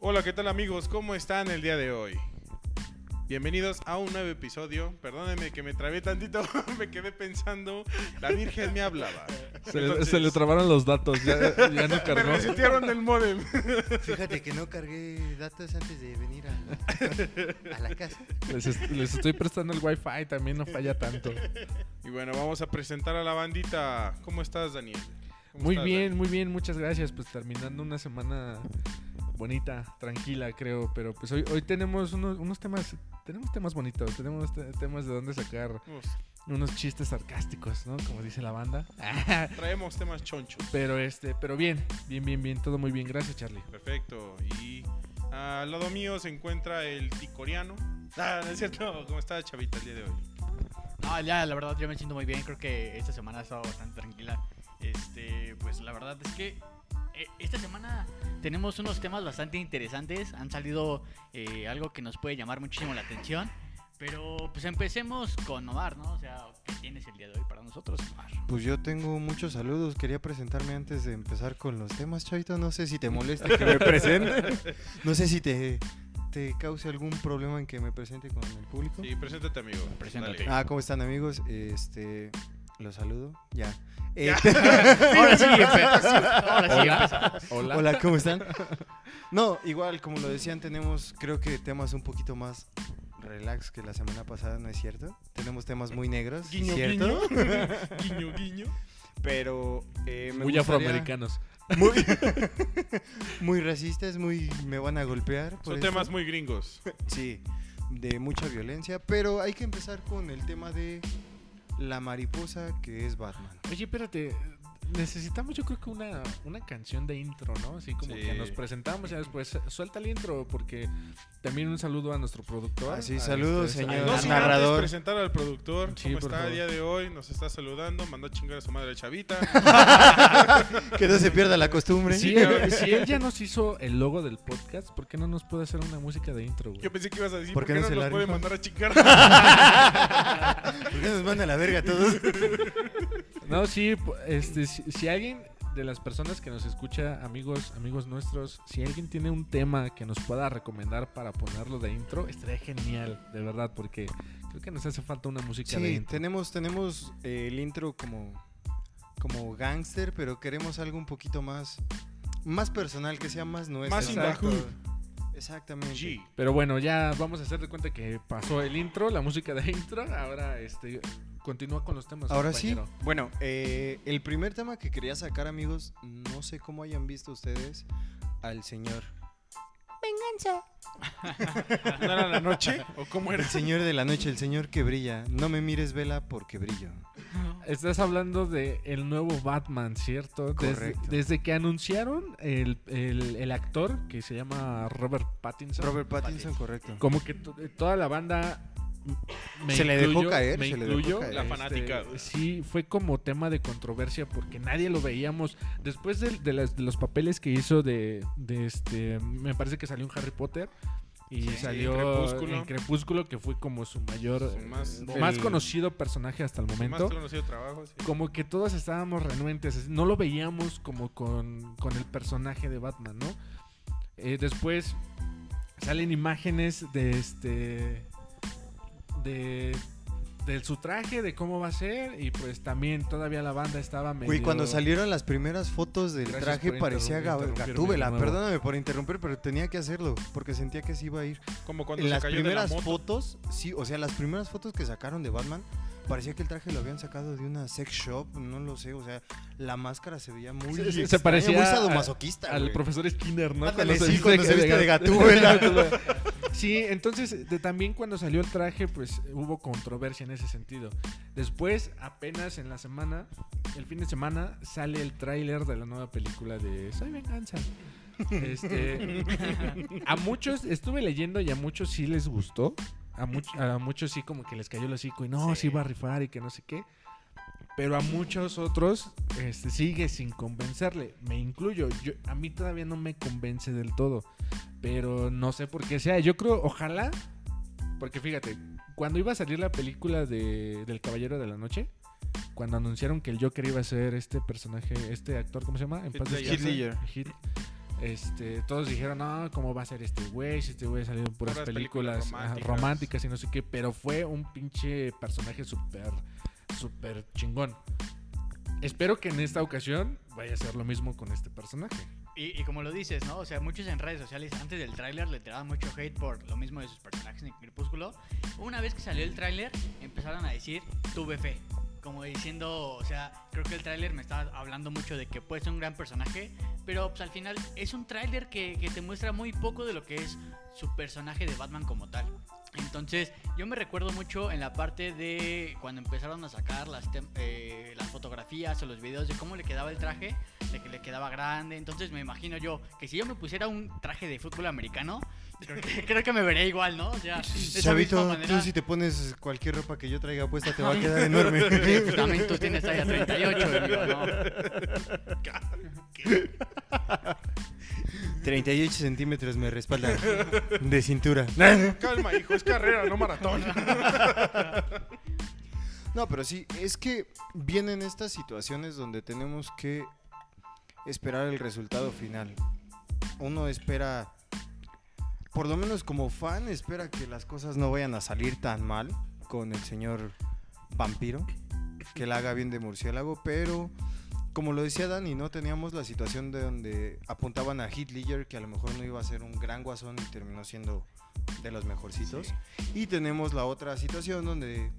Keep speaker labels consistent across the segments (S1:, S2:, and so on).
S1: Hola, ¿qué tal amigos? ¿Cómo están el día de hoy? Bienvenidos a un nuevo episodio. Perdónenme que me trabé tantito, me quedé pensando. La Virgen me hablaba.
S2: Se, le,
S1: Entonces-
S2: se le trabaron los datos, ya, ya no
S1: Me
S2: cargó.
S1: resetearon el modem.
S3: Fíjate que no cargué datos antes de venir a, a la casa.
S2: Les, est- les estoy prestando el wifi, también no falla tanto.
S1: Y bueno, vamos a presentar a la bandita. ¿Cómo estás, Daniel? ¿Cómo
S2: Muy
S1: estás,
S2: bien,
S1: Dani?
S2: muy bien, muchas gracias. Pues terminando una semana bonita, tranquila, creo. Pero pues hoy, hoy tenemos unos, unos temas, tenemos temas bonitos, tenemos te- temas de dónde sacar
S1: Vamos,
S2: unos chistes sarcásticos, ¿no? Como dice la banda.
S1: Traemos temas chonchos.
S2: Pero este, pero bien, bien, bien, bien, todo muy bien. Gracias, Charlie.
S1: Perfecto. Y al lado mío se encuentra el ticoreano. Ah, no es cierto. ¿Cómo está, chavita, el día de hoy?
S4: Ah, ya, la verdad, yo me siento muy bien. Creo que esta semana ha estado bastante tranquila. Este, pues la verdad es que eh, esta semana tenemos unos temas bastante interesantes. Han salido eh, algo que nos puede llamar muchísimo la atención. Pero pues empecemos con Omar, ¿no? O sea, ¿qué tienes el día de hoy para nosotros, Omar?
S3: Pues yo tengo muchos saludos. Quería presentarme antes de empezar con los temas, Chavito. No sé si te molesta que me presente. No sé si te, te cause algún problema en que me presente con el público.
S1: Sí, preséntate, amigo.
S4: Preséntate.
S1: Dale.
S3: Ah, ¿cómo están, amigos? Este, los saludo. Ya. Eh,
S4: Ahora sí, empe- ahora sí, empezamos.
S2: Hola.
S3: Hola, ¿cómo están? No, igual, como lo decían, tenemos creo que temas un poquito más relax que la semana pasada, ¿no es cierto? Tenemos temas muy negros,
S1: Guiño,
S3: ¿cierto?
S1: guiño, guiño.
S3: Pero eh, me
S2: Muy
S3: gustaría-
S2: afroamericanos.
S3: Muy, muy racistas, muy me van a golpear. por
S1: Son
S3: esto.
S1: temas muy gringos.
S3: Sí, de mucha violencia, pero hay que empezar con el tema de la mariposa que es Batman.
S2: Oye, espérate. Necesitamos, yo creo que una, una canción de intro, ¿no? Así como
S1: Sí.
S2: que nos presentamos y después suelta el intro, porque también un saludo a nuestro productor.
S3: Ah, sí,
S2: a
S3: saludos,
S2: este-
S3: señor.
S2: a-
S1: No
S3: Ah,
S1: sin
S3: narrador.
S1: antes presentar al productor.
S2: Sí,
S1: ¿Cómo
S2: por
S1: está el
S2: favor.
S1: día de hoy? Nos está saludando. Mandó a chingar a su madre chavita.
S3: Que no se pierda la costumbre.
S2: Si, él- si él ya nos hizo el logo del podcast, ¿por qué no nos puede hacer una música de intro, güey?
S1: Yo pensé que ibas a decir,
S3: ¿Por
S1: ¿por
S3: qué
S1: qué
S3: no
S1: no
S3: se
S1: nos
S3: la
S1: puede
S3: rifa?
S1: mandar a chingar?
S3: ¿Por qué nos van a la verga todos?
S2: No, sí, po- este, si, si alguien de las personas que nos escucha, amigos, amigos nuestros, si alguien tiene un tema que nos pueda recomendar para ponerlo de intro, estaría genial, de verdad, porque creo que nos hace falta una música de
S3: Sí,
S2: intro.
S3: tenemos, tenemos eh, el intro como, como gangster, pero queremos algo un poquito más, más personal, que sea más nuestro.
S1: Más in the
S3: Exacto.
S1: hood.
S3: Exactamente.
S1: G.
S2: Pero bueno, ya vamos a hacer de cuenta que pasó el intro, la música de intro. Ahora este continúa con los temas.
S3: Ahora sí,
S2: compañero.
S3: bueno, eh, el primer tema que quería sacar, amigos, no sé cómo hayan visto ustedes al señor.
S1: Ah, ¿No era la noche? ¿O cómo
S3: El
S1: era?
S3: señor de la noche, el señor que brilla. No me mires vela porque brillo.
S2: Estás hablando de el nuevo Batman, ¿cierto? Desde-
S3: Correcto.
S2: Desde, que anunciaron el, el- el actor que se llama Robert Pattinson.
S3: Robert Pattinson, correcto.
S2: Como que to- eh, toda la banda me
S3: Se le dejó
S2: incluyo-
S3: caer,
S2: me
S3: se le dejó
S2: incluyo,
S3: caer.
S1: La
S2: este,
S1: fanaticada.
S2: sí, fue como tema de controversia porque nadie lo veíamos. Después del- de, las- de los papeles que hizo de, de este, me parece que salió en Harry Potter y
S1: Sí,
S2: salió
S1: en Crepúsculo.
S2: en Crepúsculo que fue como su mayor,
S1: Su más-
S2: eh,
S1: el-
S2: más conocido personaje hasta el
S1: Más
S2: momento.
S1: conocido trabajo. sí.
S2: Como que todos estábamos renuentes, así, no lo veíamos como con, con el personaje de Batman, ¿no? Eh, después salen imágenes de este. de. de su traje, de cómo va a ser, y pues también todavía la banda estaba medio.
S3: Güey, cuando salieron las primeras fotos del
S2: Gracias
S3: traje
S2: por
S3: parecía
S2: interrum-
S3: Ga-
S2: interrumpirme de
S3: Gatúbela.
S2: nuevo.
S3: Perdóname por interrumpir, pero tenía que hacerlo porque sentía que se iba a ir.
S1: Como cuando
S3: En
S1: se
S3: las
S1: cayó de la
S3: primeras
S1: moto.
S3: fotos, sí, o sea, las primeras fotos que sacaron de Batman, parecía que el traje lo habían sacado de una sex shop, no lo sé, o sea, la máscara se veía muy
S2: Se- se- se
S3: extraña,
S2: parecía
S3: muy
S2: a-
S3: sadomasoquista,
S2: Al
S3: güey.
S2: profesor Skinner, ¿no?
S3: Ándale, sí,
S2: viste
S3: cuando se viste de Gatúbela.
S2: Sí, entonces de- también cuando salió el traje, pues hubo controversia en ese sentido. Después, apenas en la semana, el fin de semana, sale el tráiler de la nueva película de Soy Venganza. Este, a muchos, estuve leyendo y a muchos sí les gustó. A, much- a muchos sí como que les cayó el hocico y no, sí.
S4: Sí.
S2: va a rifar y que no sé qué. Pero a muchos otros este, sigue sin convencerle. Me incluyo. Yo, a mí todavía no me convence del todo. Pero no sé por qué sea. Yo creo, ojalá. Porque fíjate, cuando iba a salir la película de, del Caballero de la Noche, cuando anunciaron que el Joker iba a ser este personaje, este actor, ¿cómo se llama? En
S1: Heath
S2: paz
S1: Ledger.
S2: descanse.
S3: Heath
S2: Heath. Este, todos dijeron, no, ¿cómo va a ser este güey? Si Este güey salió en puras
S1: Puras
S2: películas,
S1: películas
S2: ajá, románticas.
S1: románticas.
S2: y no sé qué, pero fue un pinche personaje súper, súper chingón. Espero que en esta ocasión vaya a ser lo mismo con este personaje.
S4: Y, y como lo dices, ¿no? O sea, muchos en redes sociales antes del tráiler le tiraban mucho hate por lo mismo de sus personajes en Crepúsculo. Una vez que salió el tráiler, empezaron a decir, tuve fe. Como diciendo, o sea, creo que el tráiler me estaba hablando mucho de que puede ser un gran personaje, pero pues al final es un tráiler que, que te muestra muy poco de lo que es su personaje de Batman como tal. Entonces, yo me recuerdo mucho en la parte de cuando empezaron a sacar las, tem- eh, las fotografías o los videos de cómo le quedaba el traje, de que le quedaba grande. Entonces, me imagino yo que si yo me pusiera un traje de fútbol americano, creo que, creo que me veré igual, ¿no? O sea, de esa misma
S3: Chavito, tú
S4: manera-
S3: si te pones cualquier ropa que yo traiga puesta te va a quedar enorme.
S4: Sí, pues, también tú tienes talla 38, y yo, no.
S3: 38 centímetros me respaldan de cintura.
S1: Calma, hijo, es carrera, no maratón.
S3: No, pero sí, es que vienen estas situaciones donde tenemos que esperar el resultado final. Uno espera, por lo menos como fan, espera que las cosas no vayan a salir tan mal con el señor vampiro, que la haga bien de murciélago, pero como lo decía Dani, no teníamos la situación de donde apuntaban a Heath Ledger, que a lo mejor no iba a ser un gran guasón y terminó siendo de los mejorcitos. Y tenemos la otra situación donde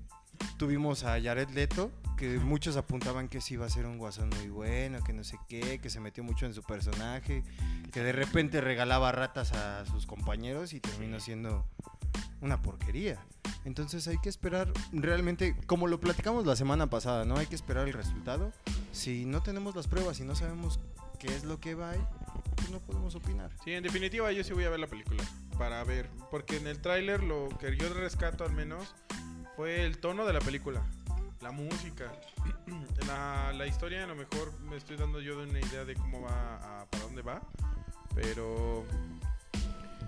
S3: tuvimos a Jared Leto, que muchos apuntaban que sí iba a ser un guasón muy bueno, que no sé qué, que se metió mucho en su personaje, que de repente regalaba ratas a sus compañeros y terminó siendo una porquería. Entonces hay que esperar realmente, como lo platicamos la semana pasada, ¿no? Hay que esperar el resultado. Si no tenemos las pruebas y no sabemos qué es lo que va ahí, pues no podemos opinar.
S1: Sí, en definitiva yo sí voy a ver la película para ver, porque en el tráiler lo que yo rescato al menos fue el tono de la película, la música, la, la historia a lo mejor me estoy dando yo de una idea de cómo va, a- para dónde va, pero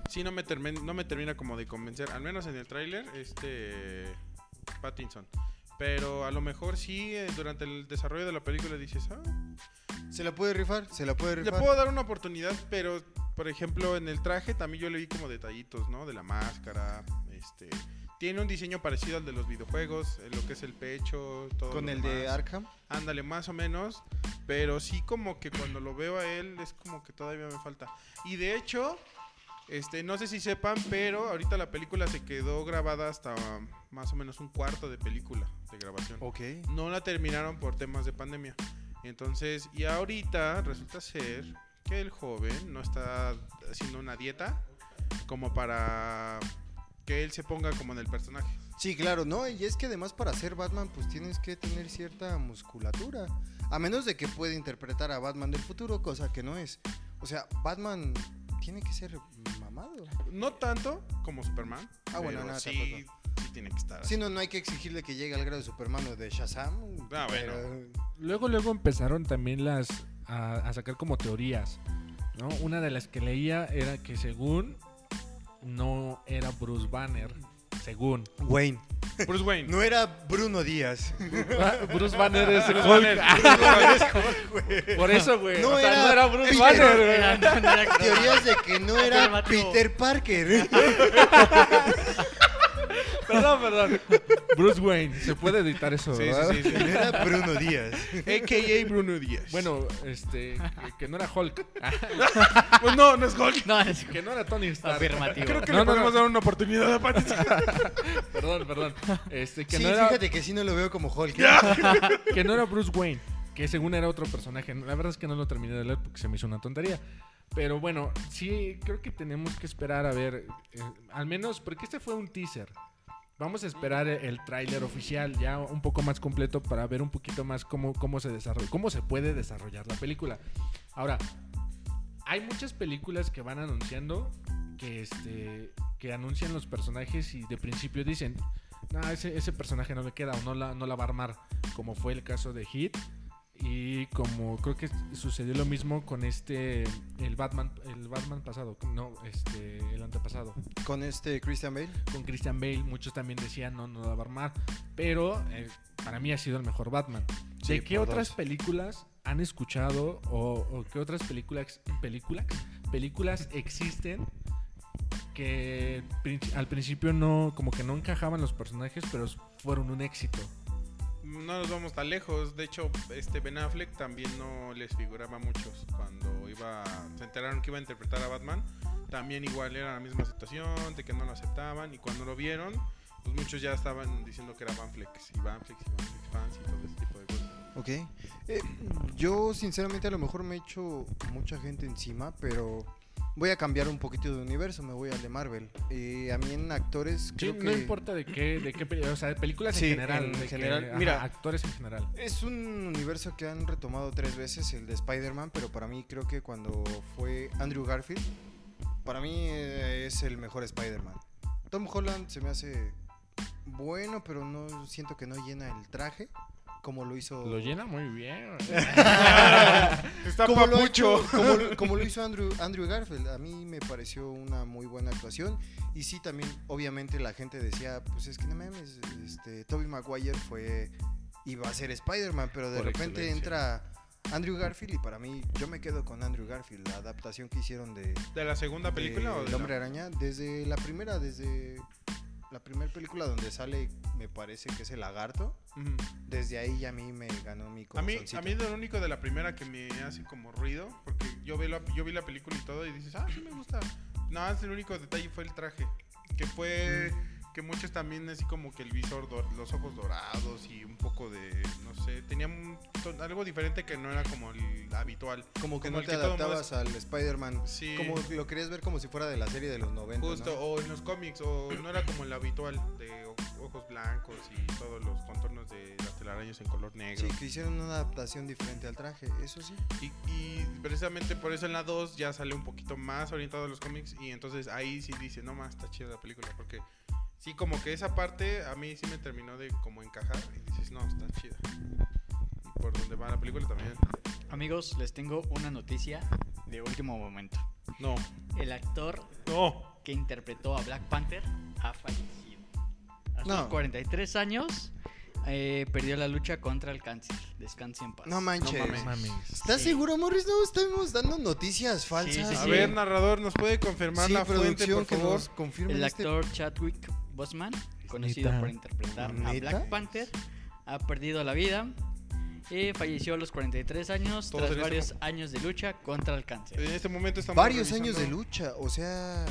S1: sí no me, termen- no me termina como de convencer, al menos en el tráiler, este Pattinson. Pero a lo mejor sí, eh, durante el desarrollo de la película dices, ah,
S3: ¿Se la puede rifar? ¿Se la puede
S1: le
S3: rifar?
S1: puedo dar una oportunidad, pero por ejemplo en el traje también yo le vi como detallitos, ¿no? De la máscara, este, tiene un diseño parecido al de los videojuegos, en lo que es el pecho, todo.
S3: Con
S1: lo
S3: el de
S1: demás.
S3: Arkham.
S1: Ándale, más o menos, pero sí como que cuando lo veo a él es como que todavía me falta. Y de hecho, este, no sé si sepan, pero ahorita la película se quedó grabada hasta um, más o menos un cuarto de película de grabación
S3: Ok.
S1: no la terminaron por temas de pandemia. Entonces, y ahorita resulta ser que el joven no está haciendo una dieta como para que él se ponga como en el personaje.
S3: Sí, claro, no, y es que además para ser Batman pues tienes que tener cierta musculatura, a menos de que pueda interpretar a Batman del futuro, cosa que no es. O sea, Batman tiene que ser mamado.
S1: No tanto como Superman.
S3: Ah, bueno,
S1: pero
S3: no,
S1: sí, sí tiene que estar.
S3: Si no, no hay que exigirle que llegue al grado de Superman o de Shazam.
S1: Ah, bueno.
S2: Eh, Luego, luego empezaron también las a, a sacar como teorías, ¿no? Una de las que leía era que según no era Bruce Banner, según.
S3: Wayne.
S1: Bruce Wayne.
S3: No era Bruno Díaz.
S2: Bruce Banner es el
S1: Bruce
S2: Hulk.
S1: Banner.
S2: Por eso, güey.
S3: No
S2: o sea,
S3: era
S2: no era Bruce
S3: Peter.
S2: Banner, güey.
S4: Era- no, no era-
S3: Teorías de que no era
S4: Afirmativo.
S3: Peter Parker.
S2: Perdón, perdón. Bruce Wayne. Se puede editar eso,
S1: Sí,
S2: ¿verdad?
S1: sí, sí,
S3: No era Bruno Díaz.
S1: sí. AKA Bruno Díaz.
S2: Bueno, este, que- que no era Hulk,
S1: pues no, no es Hulk.
S4: No, es
S2: que no era Tony Stark.
S4: afirmativo.
S1: Creo que
S2: No,
S1: le
S2: no,
S1: podemos
S2: no.
S1: dar una oportunidad a Pattinson.
S2: Perdón, perdón. Este, que
S3: Sí,
S2: no era
S3: fíjate que sí no lo veo como Hulk. ¿eh?
S2: que no era Bruce Wayne, que según era otro personaje. La verdad es que no lo terminé de leer porque se me hizo una tontería. Pero bueno, sí, creo que tenemos que esperar a ver, eh, al menos, porque este fue un teaser. Vamos a esperar el, el tráiler oficial ya un poco más completo para ver un poquito más cómo, cómo se desarrolla, cómo se puede desarrollar la película. Ahora, hay muchas películas que van anunciando que este que anuncian los personajes y de principio dicen, no, ese, ese personaje no le queda o no la, no la va a armar, como fue el caso de Hit. Y como creo que sucedió lo mismo con este, el Batman, el Batman pasado, no, este, el antepasado,
S3: Con este Christian Bale.
S2: con Christian Bale, muchos también decían, no, no la va a armar, pero eh, para mí ha sido el mejor Batman.
S3: Sí,
S2: ¿De qué
S3: por
S2: otras
S3: dos.
S2: películas han escuchado o, o qué otras películas, películas, películas existen que prin- al principio no, como que no encajaban los personajes, pero fueron un éxito.
S1: No nos vamos tan lejos. De hecho, este Ben Affleck también no les figuraba a muchos. Cuando iba, se enteraron que iba a interpretar a Batman, también igual era la misma situación, de que no lo aceptaban. Y cuando lo vieron, pues muchos ya estaban diciendo que era Banfleck y Banfleck y Banflex fans y todo ese tipo de cosas.
S3: Ok. Eh, yo sinceramente a lo mejor me echo mucha gente encima, pero voy a cambiar un poquito de universo, me voy al de Marvel. Eh, a mí en actores
S2: Sí,
S3: creo que
S2: No importa de qué, de qué peli- o sea, de películas
S3: Sí,
S2: en general.
S3: en
S2: de que-
S3: general.
S2: ajá,
S3: Mira.
S2: actores en general.
S3: es un universo que han retomado tres veces, el de Spider-Man, pero para mí creo que cuando fue Andrew Garfield, para mí eh, es el mejor Spider-Man. Tom Holland se me hace bueno, pero no siento que no llena el traje como lo hizo
S2: Lo llena muy bien.
S1: Está
S3: como lo,
S1: papucho.
S3: hizo, como, lo- como lo hizo Andrew, Andrew Garfield. A mí me pareció una muy buena actuación. Y sí, también, obviamente, la gente decía, pues es que no mames, este, Toby Maguire fue, iba a ser Spider-Man, pero de
S2: Por
S3: repente
S2: excelencia.
S3: entra Andrew Garfield y para mí, yo me quedo con Andrew Garfield, la adaptación que hicieron de,
S1: ¿De la segunda película o
S3: de
S1: de
S3: Eh, El
S1: la-
S3: Hombre Araña, desde la primera, desde la primera película donde sale, me parece que es el lagarto,
S1: Ujú.
S3: desde ahí ya a mí me ganó mi
S1: A mí,
S3: corazoncito.
S1: a mí lo único de la primera que me hace como ruido, porque yo vi la, yo vi la película y todo y dices, ah, sí me gusta. Nada más el único detalle fue el traje, que fue que muchos también así como que el visor, do- los ojos dorados y un poco de, no sé, tenía un ton- algo diferente que no era como el habitual.
S3: Como que
S1: Como
S3: no
S1: el
S3: te
S1: que todo mundo
S3: adaptabas al Spider-Man.
S1: Sí.
S3: Como lo querías ver como si fuera de la serie de los 90. ¿no?
S1: Justo, oh, o en los cómics, o no era como el habitual de o- ojos blancos y todos los contornos de las telarañas en color negro.
S3: Sí, que hicieron una adaptación diferente al traje, eso sí.
S1: Y, y precisamente por eso en la 2 ya sale un poquito más orientado a los cómics y entonces ahí sí dice, no más, está chida la película, porque sí, como que esa parte a mí sí me terminó de como encajar y dices, no, está chida. Y por donde va la película también.
S4: Amigos, les tengo una noticia de último momento.
S1: No,
S4: El actor
S1: no.
S4: que interpretó a Black Panther ha fallecido. A sus
S3: No.
S4: 43 años eh, perdió la lucha contra el cáncer. Descanse en paz.
S3: No manches.
S1: No mames.
S2: Mames.
S3: ¿Estás
S4: Sí.
S3: seguro, Morris? No, estamos dando noticias falsas.
S4: sí,
S1: A
S4: sí.
S1: ver, narrador, ¿nos puede confirmar
S3: Sí,
S1: la fuente,
S3: producción,
S1: por
S3: que
S1: favor?
S3: nos confirmen
S4: El
S3: este-
S4: actor Chadwick Boseman, conocido
S2: ¿Neta?
S4: por interpretar a
S3: ¿Neta?
S4: Black Panther, ha perdido la vida. eh, falleció a los 43 años
S1: Todos en
S4: tras
S1: este
S4: varios años de lucha contra el cáncer.
S1: En este momento estamos
S3: Varios años de
S1: revisando-
S3: lucha, o sea...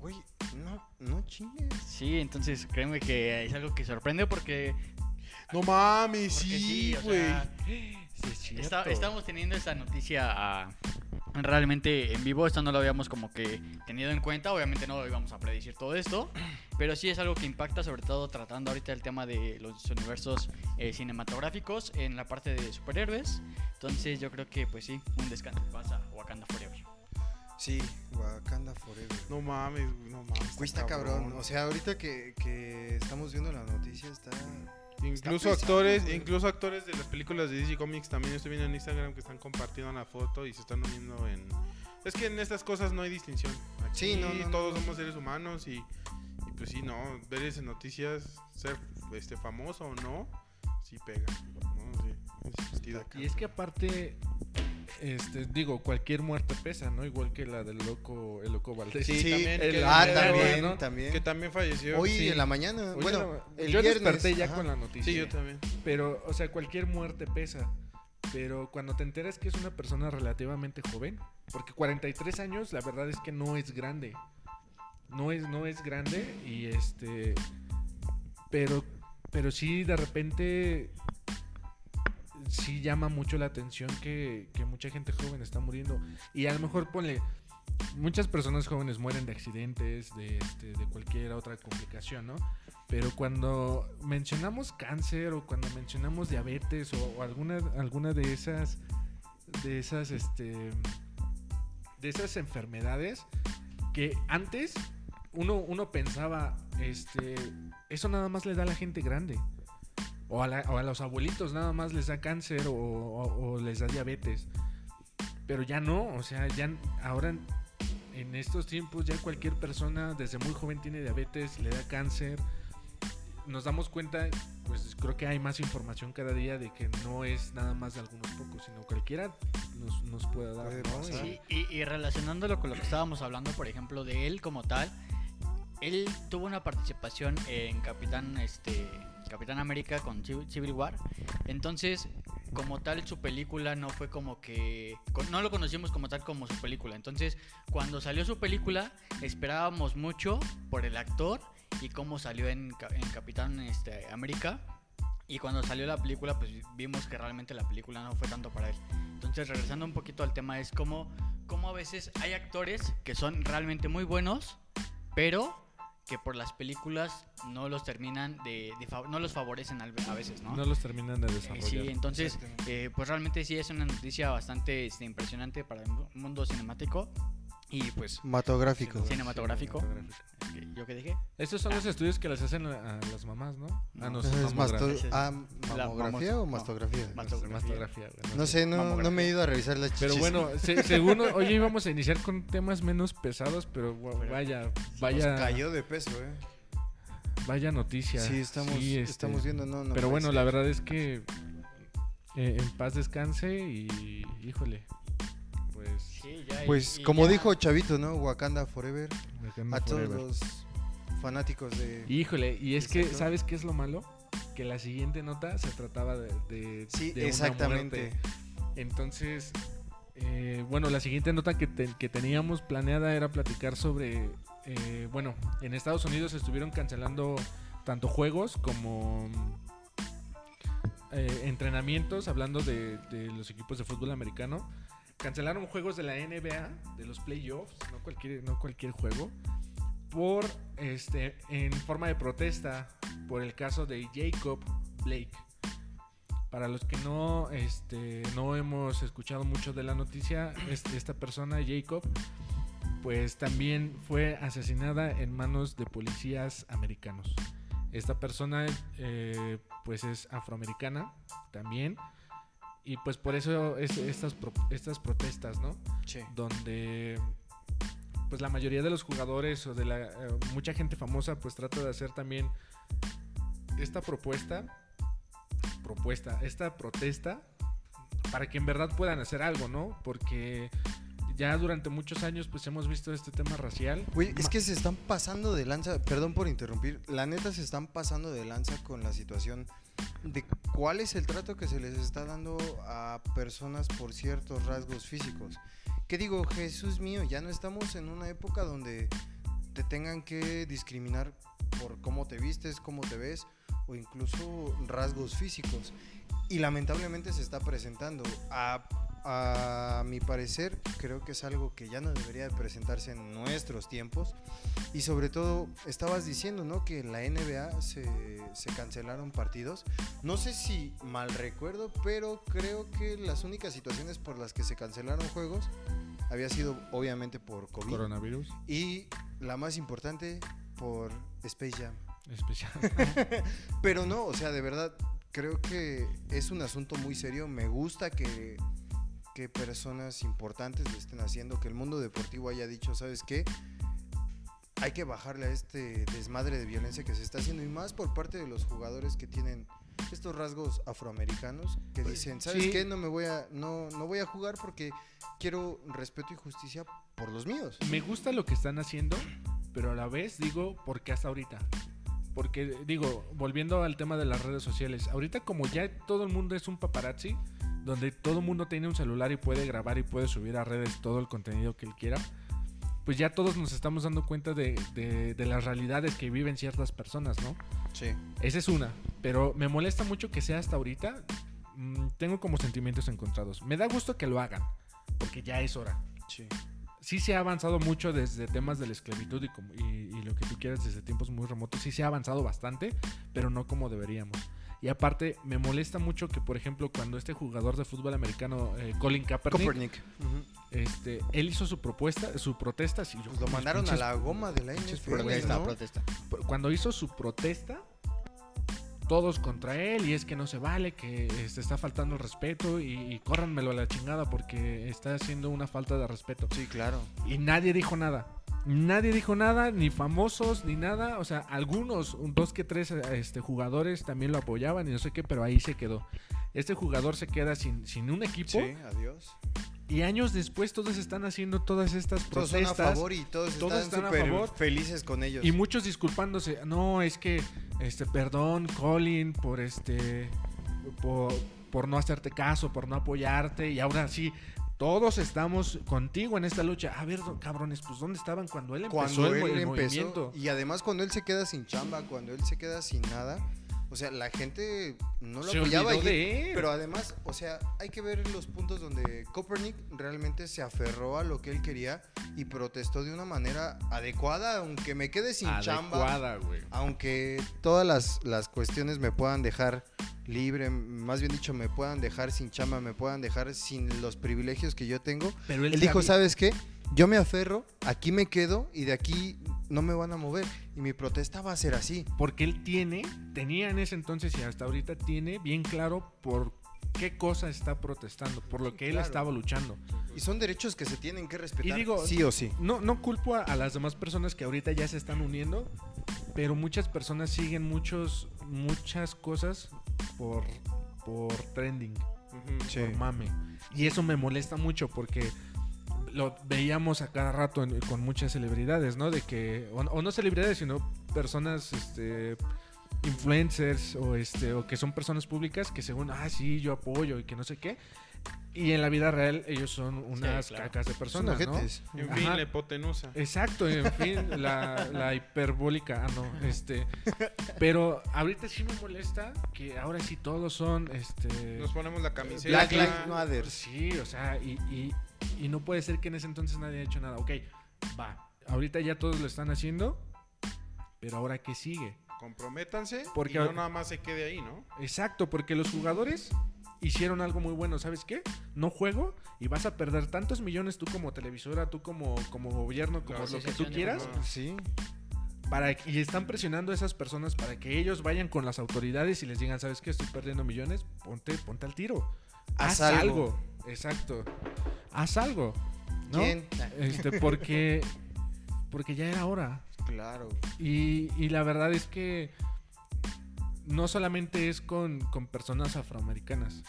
S3: Güey, no, no chingues.
S4: Sí, entonces créeme que es algo que sorprende porque,
S1: No mames,
S4: porque
S1: sí,
S4: o
S1: güey.
S4: sea, está- estamos teniendo esta noticia ah, realmente en vivo. Esto no lo habíamos como que tenido en cuenta. Obviamente no íbamos a predecir todo esto. Pero sí es algo que impacta, sobre todo tratando ahorita el tema de los universos eh, cinematográficos en la parte de superhéroes. Entonces yo creo que pues sí, un descanso pasa Wakanda Forever.
S3: Sí, Wakanda Forever.
S1: No mames, güey, no mames.
S3: Güey, está cabrón. O sea, ahorita que, que estamos viendo la noticia está...
S1: Incluso
S3: pesado,
S1: actores,
S3: güey.
S1: incluso actores de las películas de DC Comics también estoy viendo en Instagram que están compartiendo la foto y se están uniendo en. Es que en estas cosas no hay distinción. Aquí
S3: Sí, no, no, no,
S1: todos
S3: no.
S1: somos seres humanos y, y pues sí, no, ver esas noticias, ser este famoso o no, sí pega. ¿no? Sí, es sentido acá.
S2: Y es que aparte, este, digo, cualquier muerte pesa, ¿no? Igual que la del loco, el loco Valdés.
S1: Sí, también
S3: el-
S1: que-
S3: ah,
S1: que-
S3: también,
S2: ¿no?
S3: también.
S1: que también falleció.
S3: Hoy
S1: sí.
S3: en la mañana,
S2: Oye,
S3: bueno,
S2: no,
S3: el
S2: yo
S3: viernes.
S2: desperté ya
S3: ajá.
S2: con la noticia.
S1: Sí, yo también.
S2: Pero, o sea, cualquier muerte pesa. Pero cuando te enteras que es una persona relativamente joven, porque 43 años, la verdad es que no es grande. No es, no es grande y este... Pero, pero sí, de repente, sí llama mucho la atención que, que mucha gente joven está muriendo. Y a lo mejor ponle, muchas personas jóvenes mueren de accidentes, de, este, de cualquier otra complicación, ¿no? Pero cuando mencionamos cáncer o cuando mencionamos diabetes o, o alguna, alguna de esas, de esas, este, de esas enfermedades que antes uno, uno pensaba, este, eso nada más le da a la gente grande. O a, la- o a los abuelitos nada más les da cáncer o, o- o les da diabetes. Pero ya no, o sea, ya n- ahora en- en estos tiempos ya cualquier persona desde muy joven tiene diabetes, le da cáncer. Nos damos cuenta pues creo que hay más información cada día de que no es nada más de algunos pocos, sino cualquiera nos, nos puede dar.
S3: Puede
S2: ¿no?
S3: pasar.
S2: Y-
S4: Sí, y, y relacionándolo con lo que estábamos hablando, por ejemplo, de él como tal, él tuvo una participación en Capitán, este, Capitán América con Civ- Civil War. Entonces, como tal, su película no fue como que... con- No lo conocimos como tal como su película. Entonces, cuando salió su película, esperábamos mucho por el actor y cómo salió en, Ca- en Capitán este, América. Y cuando salió la película, pues vimos que realmente la película no fue tanto para él. Entonces, regresando un poquito al tema, es como, como a veces hay actores que son realmente muy buenos, pero que por las películas no los terminan de, de fa- no los favorecen al- a veces, ¿no?
S2: ¿no? los terminan de
S4: Eh,
S2: desarrollar.
S4: Sí, entonces, eh, pues realmente sí es una noticia bastante este, impresionante para el mu- mundo cinemático y pues
S3: Cinematográfico.
S4: cinematográfico. ¿Yo qué dije?
S2: Estos son los estudios que les hacen a a las mamás, ¿no?
S4: No.
S2: Ah, no,
S3: ¿Es
S2: son
S3: masto-
S2: mamografías.
S4: Ese es
S3: ah,
S4: la
S3: mamografía
S4: mamos-
S3: o mastografía?
S4: no,
S2: Mastografía.
S4: mastografía,
S2: güey,
S3: No sé, no, no me he ido a revisar las chichis.
S2: Pero bueno, se- según, oye, íbamos a iniciar con temas menos pesados, pero guau,
S4: Pero
S2: vaya,
S3: Nos
S2: vaya,
S3: cayó de peso, ¿eh?
S2: vaya noticia.
S3: Sí, estamos,
S2: Sí, este,
S3: estamos viendo, no, no
S2: pero
S3: puede
S2: bueno,
S3: ser.
S2: la verdad es que eh, en paz descanse y, híjole, pues...
S4: Sí, ya, y-
S3: Pues
S4: y
S3: como
S4: ya-
S3: dijo Chavito, ¿no? Wakanda Forever.
S2: Wakanda
S3: A todos
S2: forever.
S3: los fanáticos de...
S2: Híjole, y es que,
S3: Exacto.
S2: ¿sabes qué es lo malo? Que la siguiente nota se trataba de... de-
S3: Sí,
S2: de una
S3: exactamente.
S2: muerte. Entonces, eh, bueno, la siguiente nota que, te- que teníamos planeada era platicar sobre, eh, bueno, en Estados Unidos estuvieron cancelando tanto juegos como mm, eh, entrenamientos, hablando de, de los equipos de fútbol americano. Cancelaron juegos de la NBA, de los playoffs, no cualquier, no cualquier juego, por, este, en forma de protesta por el caso de Jacob Blake. Para los que no, este, no hemos escuchado mucho de la noticia, este- esta persona, Jacob, pues también fue asesinada en manos de policías americanos. Esta persona, eh, pues es afroamericana también. Y pues por eso es- estas, pro- estas protestas, ¿no? donde pues la mayoría de los jugadores o de la eh, mucha gente famosa pues trata de hacer también esta propuesta propuesta esta protesta para que en verdad puedan hacer algo no porque ya durante muchos años pues hemos visto este tema racial
S3: Güey, es
S2: Ma-
S3: que se están pasando de lanza, perdón por interrumpir, la neta se están pasando de lanza con la situación de cuál es el trato que se les está dando a personas por ciertos rasgos físicos. Que digo, Jesús mío, ya no estamos en una época donde te tengan que discriminar por cómo te vistes, cómo te ves o incluso rasgos físicos. Y lamentablemente se está presentando. A, a mi parecer, creo que es algo que ya no debería de presentarse en nuestros tiempos. Y sobre todo, estabas diciendo, ¿no? Que en la NBA se, se cancelaron partidos. No sé si mal recuerdo, pero creo que las únicas situaciones por las que se cancelaron juegos había sido obviamente por COVID.
S2: coronavirus
S3: Y la más importante, por Space Jam.
S2: especial
S3: Pero no, o sea, de verdad, creo que es un asunto muy serio. Me gusta que, que personas importantes lo estén haciendo, que el mundo deportivo haya dicho, ¿sabes qué? Hay que bajarle a este desmadre de violencia que se está haciendo y más por parte de los jugadores que tienen estos rasgos afroamericanos que dicen, ¿sabes
S2: sí.
S3: qué? No me voy a no no voy a jugar porque quiero respeto y justicia por los míos.
S2: me gusta lo que están haciendo, pero a la vez digo, ¿por qué hasta ahorita? Porque digo, volviendo al tema de las redes sociales, ahorita como ya todo el mundo es un paparazzi, donde todo el mundo tiene un celular y puede grabar y puede subir a redes todo el contenido que él quiera, pues ya todos nos estamos dando cuenta de, de- de las realidades que viven ciertas personas, ¿no?
S3: Sí.
S2: Esa es una, pero me molesta mucho que sea hasta ahorita. Mm, tengo como sentimientos encontrados. Me da gusto que lo hagan, porque ya es hora
S3: Sí.
S2: sí se ha avanzado mucho desde temas de la esclavitud y, como- y- y lo que tú quieras desde tiempos muy remotos. Sí se ha avanzado bastante, pero no como deberíamos. Y aparte, me molesta mucho que, por ejemplo, cuando este jugador de fútbol americano, eh, Colin Kaepernick,
S3: Copernic.
S2: este, él hizo su propuesta, su protesta. sí, yo-
S3: Pues lo mandaron a
S2: pinches-
S3: la goma de la
S2: pinches
S3: NFL,
S2: protestas,
S4: Protesta,
S3: ¿no?
S4: protesta.
S2: Cuando hizo su protesta, todos contra él, y es que no se vale, que este, está faltando el respeto, y, y córranmelo a la chingada porque está haciendo una falta de respeto.
S3: Sí, claro.
S2: Y nadie dijo nada. Nadie dijo nada, ni famosos, ni nada. O sea, algunos, un, dos que tres este, jugadores también lo apoyaban y no sé qué, pero ahí se quedó. Este jugador se queda sin, sin un equipo
S3: Sí, adiós.
S2: y años después todos están haciendo todas estas
S3: Todos son a
S2: protestas
S3: favor y todos,
S2: todos
S3: están
S2: están a
S3: súper
S2: favor.
S3: felices con ellos.
S2: y muchos disculpándose. No, es que, este, perdón, Colin, por este, por, por no hacerte caso, por no apoyarte y ahora sí. Todos estamos contigo en esta lucha. A ver, do- cabrones, pues ¿dónde estaban cuando él empezó
S3: cuando
S2: el,
S3: él
S2: mo- el
S3: empezó
S2: movimiento?
S3: y además cuando él se queda sin chamba, cuando él se queda sin nada, o sea, la gente no lo
S2: Se
S3: apoyaba.
S2: olvidó
S3: y-
S2: de él.
S3: Pero además, o sea, hay que ver los puntos donde Copernic realmente se aferró a lo que él quería y protestó de una manera adecuada, aunque me quede sin chamba,
S2: Adecuada, güey.
S3: aunque todas las, las cuestiones me puedan dejar libre, más bien dicho, me puedan dejar sin chamba, me puedan dejar sin los privilegios que yo tengo,
S2: Pero
S3: él dijo, ¿sabes qué? Yo me aferro, aquí me quedo y de aquí no me van a mover. Y mi protesta va a ser así.
S2: Porque él tiene, tenía en ese entonces y hasta ahorita tiene bien claro por qué cosa está protestando, por lo que él
S3: Claro.
S2: estaba luchando.
S3: Y son derechos que se tienen que respetar.
S2: Y digo-
S3: sí o sí.
S2: No, no culpo a, a las demás personas que ahorita ya se están uniendo, pero muchas personas siguen muchos, muchas cosas por, por trending,
S1: Ujú.
S3: Sí.
S2: por mame. Y eso me molesta mucho porque lo veíamos a cada rato en- con muchas celebridades, ¿no? De que, o, o no celebridades, sino personas, este influencers o este o que son personas públicas que según ah sí yo apoyo y que no sé qué y en la vida real ellos son unas
S4: claro.
S2: cacas de
S3: Son
S2: personas ¿no?
S3: ojetes.
S1: En
S2: Ajá.
S1: fin, la hipotenusa.
S3: Eh,
S2: Exacto, en fin, la, la hiperbólica, ah, no, este, pero ahorita sí me molesta que ahora sí todos son, este,
S1: Nos ponemos la camiseta.
S3: eh. Black Lives Matter.
S2: sí, o sea, y, y- y no puede ser que en ese entonces nadie haya hecho nada, ok, va, ahorita ya todos lo están haciendo, pero ahora qué sigue,
S1: Comprométanse
S2: Porque-
S1: y no nada más se quede ahí, ¿no?
S2: exacto, porque los jugadores hicieron algo muy bueno, ¿sabes qué? No juego y vas a perder tantos millones tú como televisora, tú como, como gobierno, como
S1: La
S2: lo que tú
S4: asociación de
S2: quieras,
S1: fútbol.
S3: Sí.
S2: para y están presionando a esas personas para que ellos vayan con las autoridades y les digan, ¿sabes qué? Estoy perdiendo millones, ponte, ponte al tiro.
S3: Haz
S2: Haz,
S3: algo".
S2: algo. Exacto. Haz algo. ¿No?
S3: ¿Quién?
S2: Este, porque. Porque ya era hora.
S3: Claro.
S2: Y, y la verdad es que no solamente es con, con personas afroamericanas.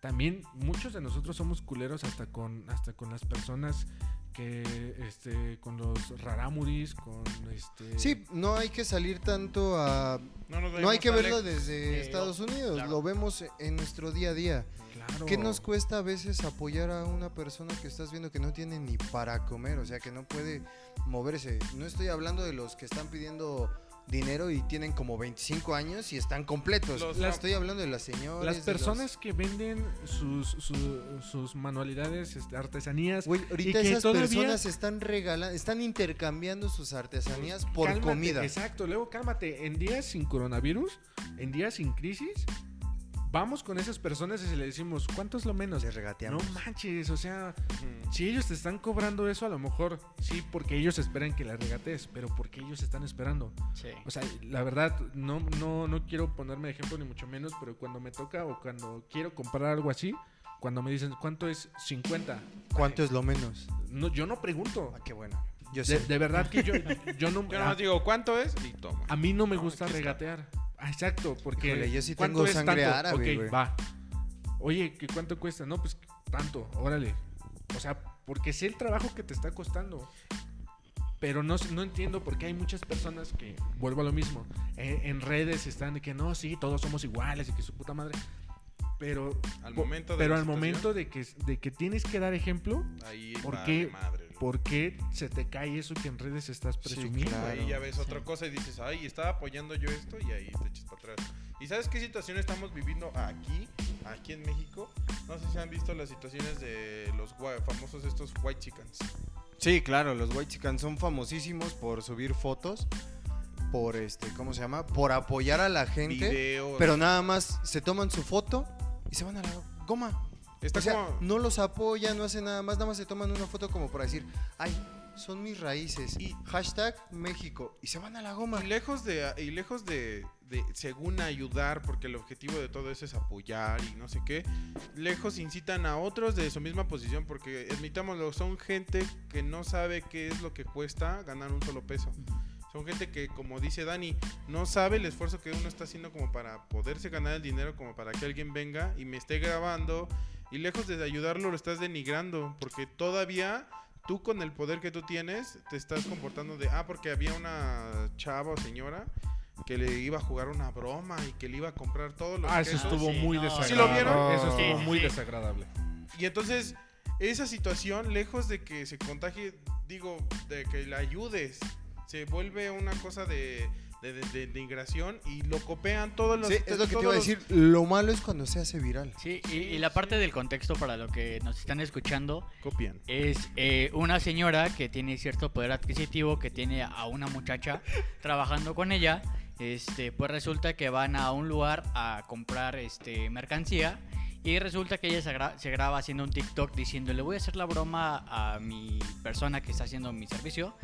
S2: También muchos de nosotros somos culeros hasta con, hasta con las personas que, este, con los raramuris, con este...
S3: Sí, no hay que salir tanto a...
S1: No, nos
S3: No
S1: vayamos
S3: hay que
S1: tan
S3: verlo
S1: lejos.
S3: desde
S4: Sí,
S3: Estados Unidos.
S4: claro.
S3: Lo vemos en nuestro día a día.
S2: claro.
S3: ¿Qué nos cuesta a veces apoyar a una persona que estás viendo que no tiene ni para comer? O sea, que no puede moverse. No estoy hablando de los que están pidiendo dinero y tienen como 25 años y están completos.
S1: Los-
S3: Las- estoy hablando de las señoras.
S2: Las
S3: de
S2: personas que venden sus, su- sus manualidades, este, artesanías...
S3: los- Güey, ahorita
S2: y que
S3: esas
S2: todavía-
S3: personas están regalando, están intercambiando sus artesanías por
S2: Pues, Cálmate,
S3: comida.
S2: Exacto, luego cálmate. En días sin coronavirus, en días sin crisis, vamos con esas personas y se le decimos, ¿cuánto es lo menos?
S3: Les
S2: No
S3: regateamos.
S2: manches, o sea,
S1: Ujú.
S2: si ellos te están cobrando eso, a lo mejor sí, porque ellos esperan que la regates, pero porque ellos están esperando.
S4: Sí.
S2: O sea, la verdad, no, no, no quiero ponerme de ejemplo ni mucho menos, pero cuando me toca o cuando quiero comprar algo así, cuando me dicen, ¿cuánto es 50?
S3: ¿Cuánto es lo menos?
S2: No, yo no pregunto.
S3: Ah, qué bueno. Yo sé.
S2: De, de verdad que yo, yo no... ah,
S1: Yo nada más digo, ¿cuánto es? Y toma.
S2: A mí no me
S1: No,
S2: gusta
S1: aquí está.
S2: regatear. Ah, Exacto, porque.
S3: Híjole, yo sí
S2: ¿cuánto
S3: tengo
S2: es
S3: sangre
S2: tanto?
S3: árabe,
S2: Ok,
S3: güey.
S2: va. Oye, ¿qué cuánto cuesta? No, pues tanto, órale. O sea, porque sé el trabajo que te está costando. Pero no, no entiendo por qué hay muchas personas que, vuelvo a lo mismo, e, en, en redes están de que no, sí, todos somos iguales y que su puta madre. Pero
S1: Al
S2: po-
S1: momento de
S2: pero
S1: la
S2: al momento de que, de que tienes que dar ejemplo,
S1: Ahí
S2: ¿Por
S1: vale
S2: qué?
S1: madre, ¿no?
S2: ¿por qué se te cae eso que en redes estás
S3: Sí,
S2: presumiendo?
S3: claro.
S1: Ahí ya ves otra
S4: Sí.
S1: cosa y dices, ay, estaba apoyando yo esto y ahí te echas para atrás. ¿Y sabes qué situación estamos viviendo aquí, aquí en México? No sé si han visto las situaciones de los gua- famosos estos white chickens.
S3: Sí, claro, los White Chicken son famosísimos por subir fotos, por este, ¿cómo se llama? Por apoyar a la gente,
S1: Videos.
S3: pero nada más se toman su foto y se van a la goma.
S1: está
S3: o sea,
S1: como...
S3: no los apoyan, no hacen nada más, nada más se toman una foto como para decir, ay,
S5: son mis raíces.
S1: Y-
S5: Hashtag México. Y se van a la goma.
S1: Y lejos de, y lejos de, de, según ayudar, porque el objetivo de todo eso es apoyar y no sé qué, lejos incitan a otros de su misma posición, porque admitámoslo, son gente que no sabe qué es lo que cuesta ganar un solo peso. Son gente que, como dice Dani, no sabe el esfuerzo que uno está haciendo como para poderse ganar el dinero, como para que alguien venga y me esté grabando. Y lejos de ayudarlo, lo estás denigrando, porque todavía tú con el poder que tú tienes, te estás comportando de, ah, porque había una chava o señora que le iba a jugar una broma y que le iba a comprar todos los
S2: Ah, eso
S1: quesos.
S2: estuvo
S4: sí,
S2: muy Ah,
S4: no.
S1: Pues
S2: desagradable.
S1: ¿Sí lo vieron?
S2: Eso
S4: Sí,
S2: estuvo
S4: sí,
S2: muy
S4: sí.
S2: desagradable.
S1: Y entonces, esa situación, lejos de que se contagie, digo, de que la ayudes, se vuelve una cosa de, de, de- de- de migración y lo copian todos los...
S5: Sí, es lo que te
S1: todos
S5: iba a
S1: los-
S5: decir. Lo malo es cuando se hace viral.
S4: Sí, y, y la parte del contexto para lo que nos están escuchando
S1: Copian.
S4: es eh, una señora que tiene cierto poder adquisitivo, que tiene a una muchacha trabajando con ella. Este, pues resulta que van a un lugar a comprar este, mercancía y resulta que ella se, gra- se graba haciendo un TikTok diciendo le voy a hacer la broma a mi persona que está haciendo mi servicio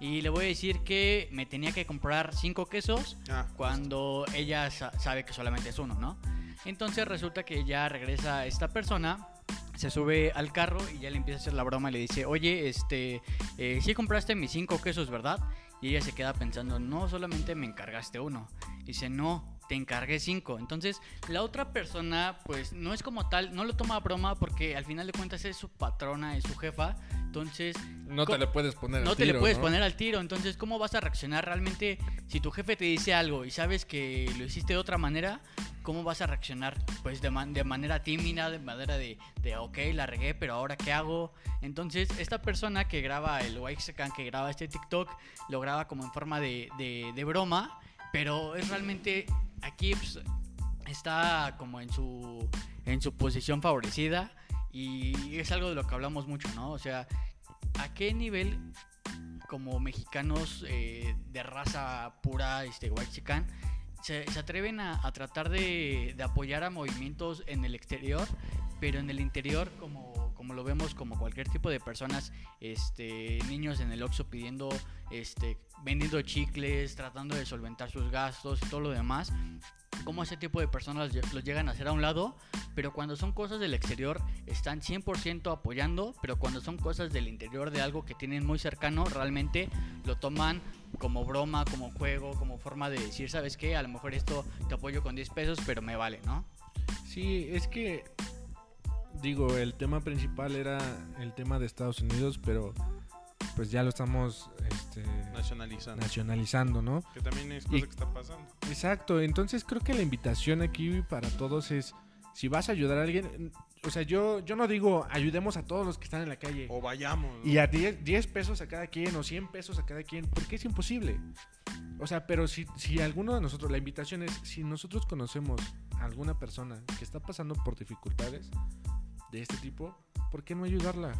S4: y le voy a decir que me tenía que comprar cinco quesos
S1: Ah,
S4: cuando ella sa- sabe que solamente es uno, ¿no? Entonces resulta que ya regresa esta persona, se sube al carro y ya le empieza a hacer la broma y le dice, oye, este, eh, sí compraste mis cinco quesos, ¿verdad? Y ella se queda pensando, no, solamente me encargaste uno. Dice, no, te encargué cinco. Entonces la otra persona, pues no es como tal, no lo toma a broma porque al final de cuentas es su patrona, es su jefa. Entonces
S2: No te
S4: Co-
S2: le puedes poner
S4: no
S2: al
S4: te le
S2: tiro,
S4: puedes
S2: ¿no?
S4: poner al tiro. Entonces, ¿cómo vas a reaccionar realmente si tu jefe te dice algo y sabes que lo hiciste de otra manera? ¿Cómo vas a reaccionar? Pues de, man- de manera tímida, de manera de, de, ok, la regué, pero ahora qué hago. Entonces, esta persona que graba el Waxican, que graba este TikTok, lo graba como en forma de, de- de broma, pero es realmente aquí pues, está como en su, en su posición favorecida y es algo de lo que hablamos mucho, ¿no? O sea, ¿a qué nivel como mexicanos eh, de raza pura, este, huachican, se, se atreven a, a tratar de, de apoyar a movimientos en el exterior, pero en el interior, como, como lo vemos, como cualquier tipo de personas, este, niños en el Oxxo pidiendo, este, vendiendo chicles, tratando de solventar sus gastos y todo lo demás. Cómo ese tipo de personas lle- los llegan a hacer a un lado, pero cuando son cosas del exterior están 100% apoyando, pero cuando son cosas del interior de algo que tienen muy cercano, realmente lo toman como broma, como juego, como forma de decir, ¿sabes qué? A lo mejor esto te apoyo con 10 pesos, pero me vale, ¿no?
S2: Sí, es que digo, el tema principal era el tema de Estados Unidos, pero pues ya lo estamos este,
S1: Nacionalizando.
S2: nacionalizando, ¿no?
S1: que también es cosa
S2: Y-
S1: que está pasando.
S2: Exacto, entonces creo que la invitación aquí para todos es si vas a ayudar a alguien, o sea, yo yo no digo ayudemos a todos los que están en la calle.
S1: O vayamos. ¿no?
S2: Y a 10, 10 pesos a cada quien o 100 pesos a cada quien, porque es imposible. O sea, pero si, si alguno de nosotros, la invitación es, si nosotros conocemos a alguna persona que está pasando por dificultades de este tipo, ¿por qué no ayudarla?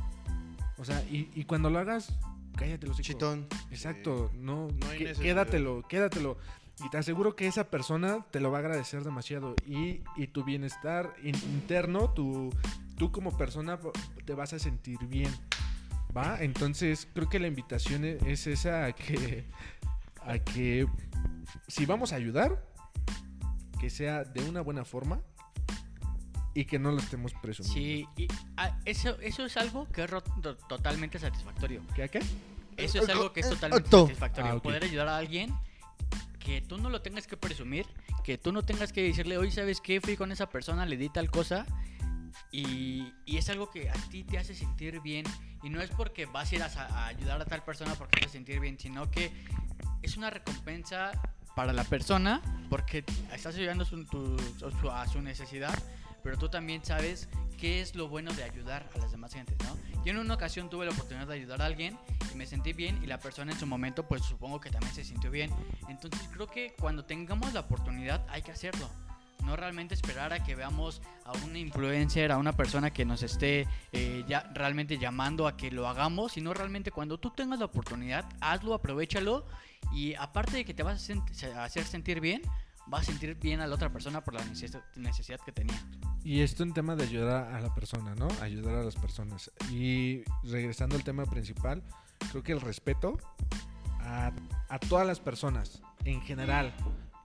S2: O sea, y, y cuando lo hagas, cállate los
S5: Chitón.
S2: Exacto, no,
S1: Eh, No hay
S2: que-
S1: necesidad.
S2: quédatelo, quédatelo. Y te aseguro que esa persona te lo va a agradecer demasiado. Y, y tu bienestar in- interno, tu, tú como persona po- te vas a sentir bien. ¿Va? Entonces creo que la invitación e- es esa a que, a que si vamos a ayudar, que sea de una buena forma y que no lo estemos presumiendo.
S4: Sí, y ah, eso, eso es algo que es ro- to- totalmente satisfactorio.
S2: ¿Qué a qué?
S4: Eso es algo que es totalmente
S5: Exacto.
S4: satisfactorio.
S2: Ah, ok.
S4: Poder ayudar a alguien que tú no lo tengas que presumir, que tú no tengas que decirle, hoy sabes qué, fui con esa persona, le di tal cosa. Y, y es algo que a ti te hace sentir bien. Y no es porque vas a ir a, sa- a ayudar a tal persona porque te hace sentir bien, sino que es una recompensa para la persona porque estás ayudando su- tu- a su- a su necesidad, pero tú también sabes qué es lo bueno de ayudar a las demás gentes, ¿no? Yo en una ocasión tuve la oportunidad de ayudar a alguien y me sentí bien y la persona en su momento pues supongo que también se sintió bien. Entonces creo que cuando tengamos la oportunidad hay que hacerlo. No realmente esperar a que veamos a un influencer, a una persona que nos esté eh, ya realmente llamando a que lo hagamos, sino realmente cuando tú tengas la oportunidad, hazlo, aprovechalo y aparte de que te vas a sent- a hacer sentir bien, vas a sentir bien a la otra persona por la necesidad- necesidad que tenía.
S2: Y esto en tema de ayudar a la persona, ¿no? Ayudar a las personas. Y regresando al tema principal, creo que el respeto a, a todas las personas, en general,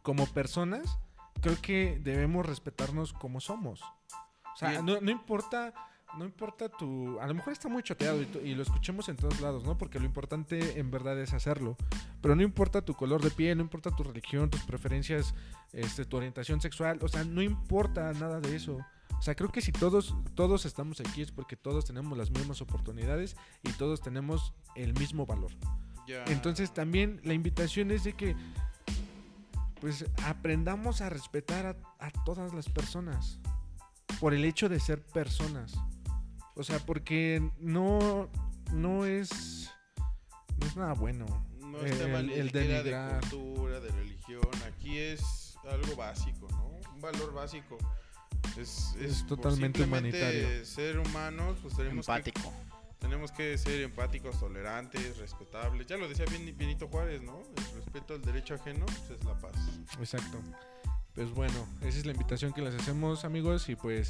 S2: como personas, creo que debemos respetarnos como somos. O sea,
S1: Bien.
S2: no, no importa... No importa tu... A lo mejor está muy choteado y, tu- y lo escuchemos en todos lados, ¿no? Porque lo importante en verdad es hacerlo. Pero no importa tu color de piel, no importa tu religión, tus preferencias, este, tu orientación sexual. O sea, no importa nada de eso. O sea, creo que si todos, todos estamos aquí es porque todos tenemos las mismas oportunidades y todos tenemos el mismo valor.
S1: Ya.
S2: Entonces también la invitación es de que pues aprendamos a respetar a, a todas las personas por el hecho de ser personas. O sea, porque no, no es no es nada bueno.
S1: No
S2: el-
S1: está mal
S2: el,
S1: el, de
S2: denigrar.
S1: cultura, de religión. Aquí es algo básico, ¿no? Un valor básico. Es,
S2: Es
S1: por
S2: totalmente
S1: simplemente
S2: humanitario.
S1: Ser humanos, pues tenemos que,
S4: Empático.
S1: tenemos que ser empáticos, tolerantes, respetables. Ya lo decía bien, Benito Juárez, ¿no? El respeto al derecho ajeno pues, es la paz.
S2: Exacto. Pues bueno, esa es la invitación que les hacemos, amigos. Y pues,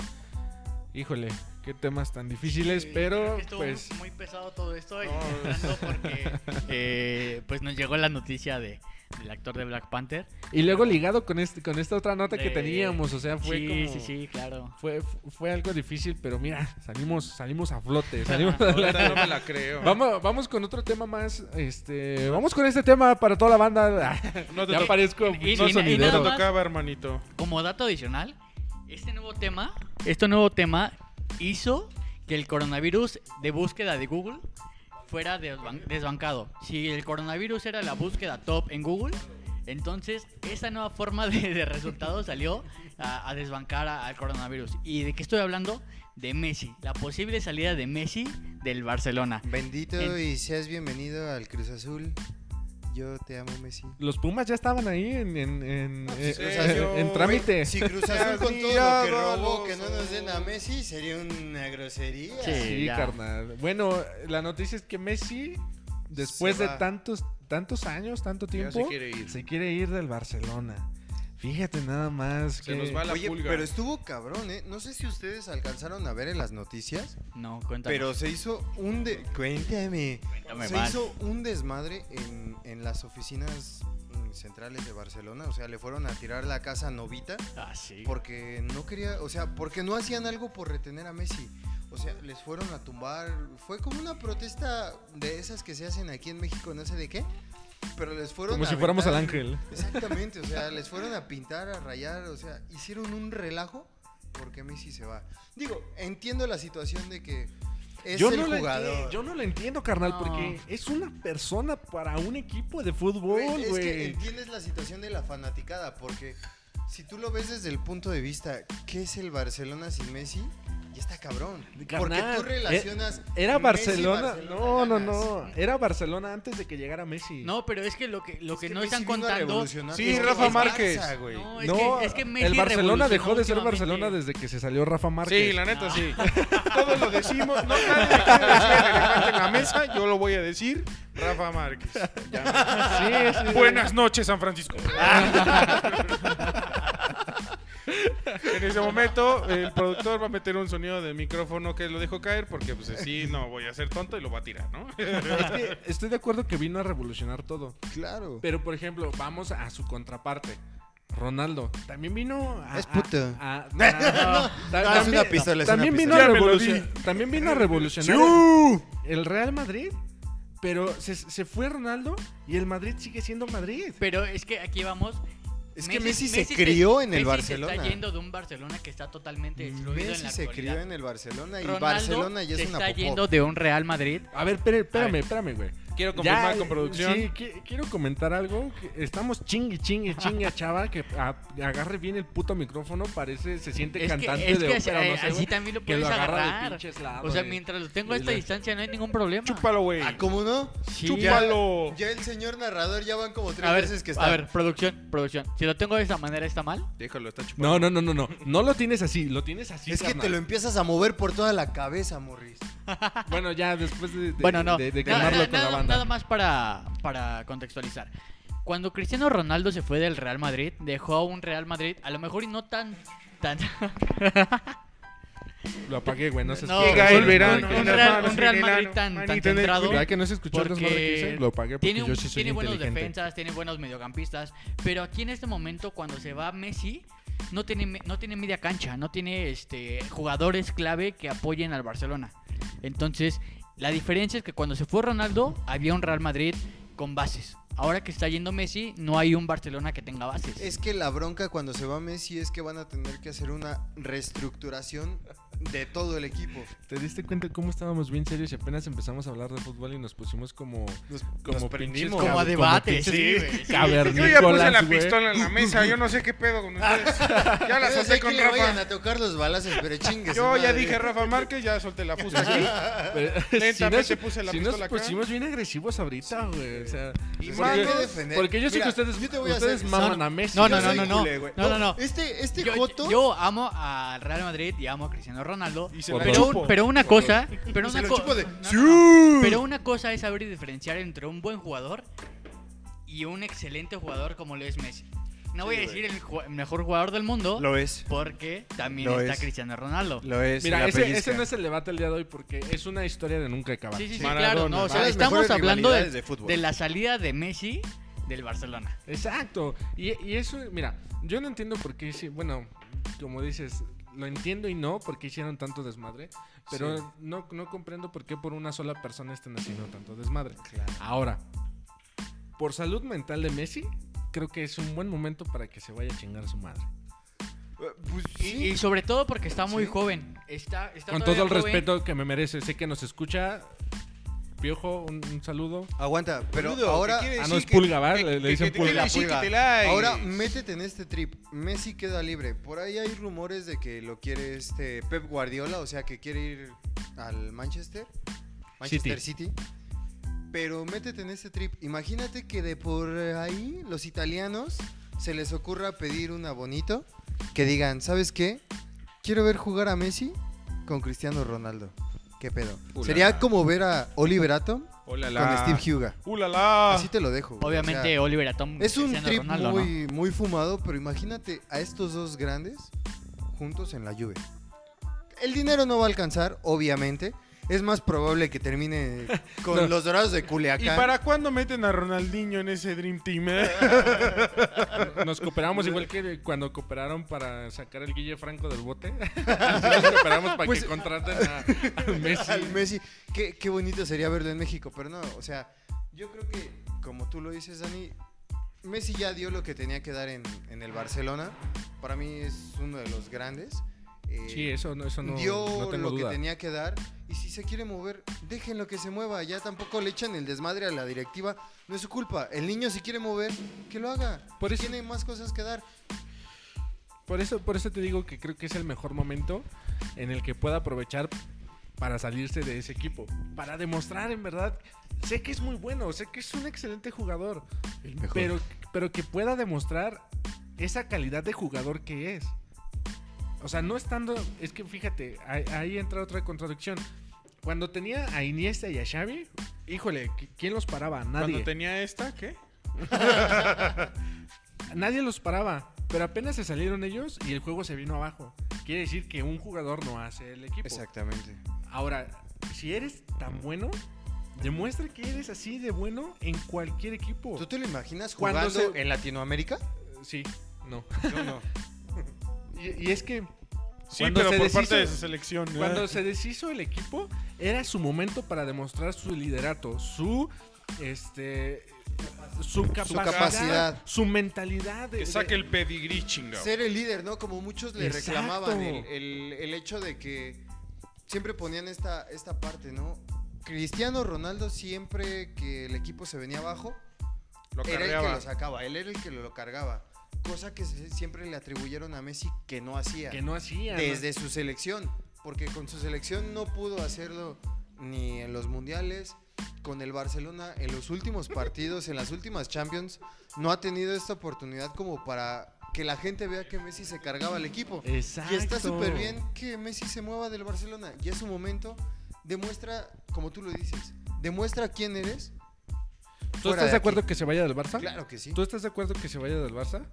S2: híjole, qué temas tan difíciles,
S1: Sí,
S2: pero
S4: Creo que estuvo
S2: pues.
S4: muy pesado todo esto y
S1: No.
S4: entrando porque eh, pues nos llegó la noticia de, del actor de Black Panther.
S2: Y luego ligado con este, con esta otra nota que
S4: Eh,
S2: teníamos, o sea, fue
S4: sí,
S2: como.
S4: sí, sí, claro.
S2: Fue, fue algo difícil, pero mira, salimos, salimos a flote. salimos
S1: Ahorita no me la creo.
S2: Vamos, vamos con otro tema más, este, vamos con este tema para toda la banda.
S1: No te
S2: ya
S1: to-
S2: parezco
S4: y- y-
S2: no
S1: no
S4: y
S2: sonidero.
S1: te
S4: nada más.
S1: tocaba, hermanito.
S4: Como dato adicional, este nuevo tema, este nuevo tema hizo que el coronavirus de búsqueda de Google fuera desban- desbancado. Si el coronavirus era la búsqueda top en Google, entonces esa nueva forma de, de resultado salió a, a desbancar a- al coronavirus. ¿Y de qué estoy hablando? De Messi, la posible salida de Messi del Barcelona.
S3: Bendito
S4: En-
S3: y seas bienvenido al Cruz Azul. Yo te amo, Messi.
S2: Los Pumas ya estaban ahí en, en, en,
S1: pues,
S2: en-
S1: sí,
S2: en-
S1: yo-
S2: en trámite.
S3: Si Cruz Azul con todo lo que robó, que no nos den a
S1: Admirábamos.
S3: Messi, sería una grosería.
S4: Sí.
S2: Sí,
S4: ya.
S2: carnal. Bueno, la noticia es que Messi, después
S3: Se
S2: de
S3: va.
S2: tantos, tantos años, tanto
S1: Ya
S2: tiempo,
S1: se quiere ir.
S2: se quiere ir del Barcelona. Fíjate nada más
S1: Se
S2: que-
S1: nos va la
S3: Oye,
S1: pulga.
S3: pero estuvo cabrón, ¿eh? No sé si ustedes alcanzaron a ver en las noticias,
S4: No, cuéntame.
S3: pero se hizo un... De... Cuéntame.
S4: Cuéntame
S3: se
S4: más.
S3: hizo un desmadre en, en las oficinas mm, centrales de Barcelona. O sea, le fueron a tirar la casa a Novita
S4: Ah, sí.
S3: porque no quería... O sea, porque no hacían algo por retener a Messi. O sea, les fueron a tumbar... Fue como una protesta de esas que se hacen aquí en México, no sé de qué. Pero les fueron
S2: como
S3: a
S2: si fuéramos al
S3: aventar-
S2: ángel.
S3: Exactamente, o sea, les fueron a pintar, a rayar, o sea, hicieron un relajo porque Messi se va. Digo, entiendo la situación de que es el
S2: la
S3: jugador.
S2: entiendo, yo no lo entiendo, carnal,
S4: No.
S2: porque es una persona para un equipo de fútbol,
S3: Güey, es que
S2: güey.
S3: entiendes la situación de la fanaticada, porque si tú lo ves desde el punto de vista, ¿qué es el Barcelona sin Messi? Y está cabrón. Porque
S2: Carnal,
S3: tú
S2: eh,
S3: relacionas.
S2: Era
S3: Messi,
S2: Barcelona. No, no,
S3: ganas.
S2: no. Era Barcelona antes de que llegara Messi.
S4: No, pero es que lo que, lo
S3: Es
S4: que,
S3: que
S4: no
S3: Messi
S4: están
S3: vino a
S4: contando.
S3: revolucionar
S1: Sí,
S3: es que
S1: Rafa
S3: es Barça,
S1: Márquez.
S3: güey.
S4: No, es
S2: No,
S4: que, es que Messi
S2: el Barcelona
S4: revolucionó
S2: dejó de ser
S4: últimamente.
S2: Barcelona desde que se salió Rafa Márquez. Ah.
S1: Sí, la neta
S4: No.
S1: sí. Todos lo decimos. No, nadie me quiere decir elefante en la mesa. Yo lo voy a decir. Rafa Márquez. Ya.
S2: Sí, sí, sí.
S1: Buenas noches, San Francisco. en ese momento, el productor va a meter un sonido del micrófono que lo dejo caer porque, pues, sí, no voy a ser tonto y lo va a tirar, ¿no?
S2: Es que estoy de acuerdo que vino a revolucionar todo.
S3: Claro.
S2: Pero, por ejemplo, vamos a su contraparte. Ronaldo también vino a.
S3: Es puto.
S2: a- a- a- ta-
S3: No, es una pistola, es una
S2: también
S1: pistola.
S2: vino a
S1: Ya me lo
S2: revolucion- También vino a revolucionar el, el Real Madrid, pero se, se fue Ronaldo y el Madrid sigue siendo Madrid.
S4: Pero es que aquí vamos.
S3: Es que Messi se crió en el
S4: Messi se
S3: Barcelona.
S4: está yendo de un Barcelona que está totalmente destruido en
S3: Messi
S4: la
S3: se
S4: actualidad.
S3: crió en el Barcelona y
S4: Ronaldo
S3: Barcelona ya
S4: se
S3: es una
S4: está
S3: popó.
S4: yendo de un Real Madrid.
S2: A ver, espérame, espérame, espérame, güey.
S1: Quiero
S2: Ya, eh,
S1: confirmar con producción.
S2: Sí, qui- quiero comentar algo. que estamos chingue, chingue, chingue a Chava que a- agarre bien el puto micrófono. Parece, se siente
S4: Es que,
S2: cantante
S4: es
S2: de
S4: que
S2: ópera,
S4: así,
S2: no sé,
S4: así
S2: güey,
S4: también lo
S2: que
S4: puedes
S2: lo agarra de
S4: agarrar.
S2: pinches lados,
S4: O sea,
S2: güey.
S4: mientras lo tengo a esta
S2: Y lo-
S4: distancia no hay ningún problema.
S1: Chúpalo, güey.
S3: Ah, ¿cómo no?
S4: Sí.
S1: Chúpalo.
S3: Ya el señor narrador ya van como tres
S4: A ver,
S3: veces que está.
S4: a ver, producción, producción. Si lo tengo de esa manera, ¿está mal?
S1: Déjalo, está chupado.
S2: No, no, no, no, no. No lo tienes así, lo tienes así.
S3: es que te
S2: carnal.
S3: lo empiezas a mover por toda la cabeza, Morris.
S2: Bueno, ya después de, de-
S4: bueno, no.
S2: de- de
S4: Na-
S2: quemarlo
S4: na-
S2: con
S4: nada,
S2: la banda.
S4: nada más para, para contextualizar. Cuando Cristiano Ronaldo se fue del Real Madrid, dejó a un Real Madrid, a lo mejor y no tan. tan
S2: Lo apagué, güey. No se
S4: No,
S2: escuchó.
S1: Llega el
S4: no,
S1: verano.
S4: no, un
S1: las
S4: Real-
S1: manos
S4: un Real
S1: en el
S4: Madrid
S1: ano,
S4: tan- tan
S1: manito en el
S4: centrado.
S1: culo.
S2: Ya que no se escuchó los nombres que
S4: Porque
S2: hice, lo apagué porque
S4: tiene, un-
S2: yo sí soy
S4: tiene buenos
S2: inteligente.
S4: defensas, tiene buenos mediocampistas, pero aquí en este momento cuando se va Messi no tiene me- no tiene media cancha, no tiene este jugadores clave que apoyen al Barcelona. Entonces, la diferencia es que cuando se fue Ronaldo había un Real Madrid con bases. Ahora que está yendo Messi, no hay un Barcelona que tenga bases.
S3: Es que la bronca cuando se va Messi es que van a tener que hacer una reestructuración de todo el equipo.
S2: ¿Te diste cuenta cómo estábamos bien serios y apenas empezamos a hablar de fútbol y nos pusimos como.
S3: Nos,
S2: Como pinches
S3: nos prendimos.
S4: como a
S2: como
S4: debate,
S2: pinches
S4: sí,
S1: Yo
S4: güey. sí.
S1: ya puse
S2: Cavernícolas,
S1: la
S2: güey.
S1: pistola en la mesa, yo no sé qué pedo con ustedes. Ya la
S3: Yo sé
S1: solté
S3: que
S1: con
S3: le vayan
S1: Rafa.
S3: a tocar los balazos, pero chingues.
S1: Yo ya dije Rafa Márquez, ya solté la puse aquí.
S2: Pero- si
S1: Lentamente
S2: nos,
S1: puse la
S2: si nos
S1: pistola acá.
S2: pusimos bien agresivos ahorita, güey. O sea,
S3: Y
S2: porque-
S3: hay que defender.
S2: porque yo sé
S3: Mira,
S2: que ustedes,
S3: yo te voy a
S2: ustedes
S3: hacer-
S2: maman
S4: Son-
S2: a Messi.
S4: No,
S2: yo
S4: no,
S2: sé
S4: no, no, no.
S3: culé, güey.
S4: No, no, no.
S3: Este, este
S4: Yo,
S3: Joto.
S4: yo amo al Real Madrid y amo a Cristiano Ronaldo.
S1: Y se
S2: la
S4: pero,
S1: chupo.
S4: pero una cosa. Pero
S3: se
S4: una
S3: lo
S4: co-
S3: chupo de-
S4: no, no, no. Pero una cosa es saber diferenciar entre un buen jugador y un excelente jugador como lo es Messi. No voy a
S3: Sí,
S4: decir el ju- mejor jugador del mundo
S3: Lo es.
S4: porque también
S3: Lo
S4: está
S3: es.
S4: Cristiano Ronaldo.
S3: Lo es.
S2: Mira,
S3: la
S2: ese, ese
S3: pellizca.
S2: no es el debate el día de hoy porque es una historia de nunca acabar.
S4: Sí, sí, sí,
S1: Maradona.
S4: claro. no, o sea,
S3: Son las
S4: estamos
S3: mejores
S4: hablando de,
S3: rivalidades de fútbol.
S4: de la salida de Messi del Barcelona.
S2: Exacto. Y, y eso, mira, yo no entiendo por qué, hici- bueno, como dices, lo entiendo y no, porque hicieron tanto desmadre, pero
S3: Sí.
S2: no, no comprendo por qué por una sola persona están haciendo tanto desmadre. Ahora, por salud mental de Messi, creo que es un buen momento para que se vaya a chingar su madre.
S3: Eh, pues,
S4: Y,
S3: sí.
S4: y sobre todo porque está muy
S3: Sí.
S4: joven. Está, está
S2: Con todo
S4: todavía
S2: el
S4: joven.
S2: respeto que me merece, sé que nos escucha. Piojo, un, un saludo.
S3: Aguanta, pero
S1: Boludo,
S3: ahora.
S1: ¿qué quiere
S2: Ah,
S1: decir
S2: no, es
S1: que-
S2: pulga, ¿va?
S1: que-
S2: Le- le
S1: que-
S2: dicen
S1: que te
S2: pulga.
S1: la
S3: Sí,
S1: pulga.
S3: que te
S1: Ay.
S3: Ahora, métete en este trip. Messi queda libre. Por ahí hay rumores de que lo quiere este Pep Guardiola, o sea, que quiere ir al Manchester. Manchester City. Pero métete en este trip. Imagínate que de por ahí los italianos se les ocurra pedir un abonito que digan, ¿sabes qué? Quiero ver jugar a Messi con Cristiano Ronaldo. ¿Qué pedo?
S1: Ulala.
S3: Sería como ver a Oliver Atom
S1: Hola,
S3: con Steve Huga.
S1: Ulala.
S3: Así te lo dejo. güey. O sea,
S4: Obviamente Oliver Atom
S3: es un
S4: Cristiano
S3: trip
S4: Ronaldo, ¿no?
S3: muy, muy fumado, pero imagínate a estos dos grandes juntos en la lluvia. El dinero no va a alcanzar, obviamente. Es más probable que termine con
S2: No.
S3: los dorados de
S1: ¿Y
S3: Culiacán.
S1: para cuándo meten a Ronaldinho en ese Dream Team? eh?
S2: Nos cooperamos igual que cuando cooperaron para sacar el Guille Franco del bote. Así nos cooperamos para
S3: Pues-
S2: que contraten a, a Messi.
S3: Al Messi. Qué, qué bonito sería verlo en México, pero no, o sea, yo creo que, como tú lo dices, Dani, Messi ya dio lo que tenía que dar en, en el Barcelona. Para mí es uno de los grandes. Eh,
S2: Sí, eso no, eso no,
S3: dio
S2: no tengo
S3: lo
S2: duda.
S3: que tenía que dar y si se quiere mover, déjenlo que se mueva, ya tampoco le echan el desmadre a la directiva, no es su culpa, el niño si quiere mover, que lo haga,
S2: Por
S3: Si
S2: eso-
S3: tiene más cosas que dar.
S2: Por eso, por eso te digo que creo que es el mejor momento en el que pueda aprovechar para salirse de ese equipo. Para demostrar, en verdad, sé que es muy bueno, sé que es un excelente jugador. Pero, pero que pueda demostrar esa calidad de jugador que es. O sea, no estando. Es que fíjate, ahí, ahí entra otra contradicción. Cuando tenía a Iniesta y a Xavi, híjole, ¿qui- ¿quién los paraba? Nadie.
S1: Cuando tenía esta, ¿qué?
S2: Nadie los paraba. Pero apenas se salieron ellos y el juego se vino abajo. Quiere decir que un jugador no hace el equipo.
S3: Exactamente.
S2: Ahora, si eres tan bueno, demuestra que eres así de bueno en cualquier equipo.
S3: ¿Tú te lo imaginas
S2: Pues. Cuando
S3: jugando
S2: se-
S3: en Latinoamérica?
S2: Sí, no.
S3: Yo no.
S2: Y- y es que
S1: Sí,
S2: Cuando
S1: pero
S2: se
S1: por parte
S2: deshizo-
S1: de su selección. ¿eh?
S2: Cuando se deshizo el equipo, era su momento para demostrar su liderato, su este su capacidad, su,
S3: capacidad.
S2: mentalidad de,
S1: Que saque el pedigrí, chingado.
S3: Ser el líder, ¿no? Como muchos le
S2: Exacto.
S3: reclamaban el, el- el hecho de que siempre ponían esta, esta parte, ¿no? Cristiano Ronaldo siempre que el equipo se venía abajo,
S1: Lo
S3: era el que
S1: carreaba.
S3: lo sacaba, él era el que lo, lo cargaba. Cosa que se- siempre le atribuyeron a Messi que no hacía
S2: que no hacía. ¿no?
S3: desde su selección, porque con su selección no pudo hacerlo ni en los mundiales, con el Barcelona en los últimos partidos, en las últimas Champions, no ha tenido esta oportunidad como para que la gente vea que Messi se cargaba al equipo.
S2: Exacto.
S3: Y está súper bien que Messi se mueva del Barcelona. Y es su momento. Demuestra, como tú lo dices, demuestra quién eres.
S2: ¿Tú
S3: fuera
S2: estás
S3: de
S2: de acuerdo
S3: aquí.
S2: que se vaya del Barça?
S3: Claro que sí.
S2: ¿Tú estás de acuerdo que se vaya del Barça?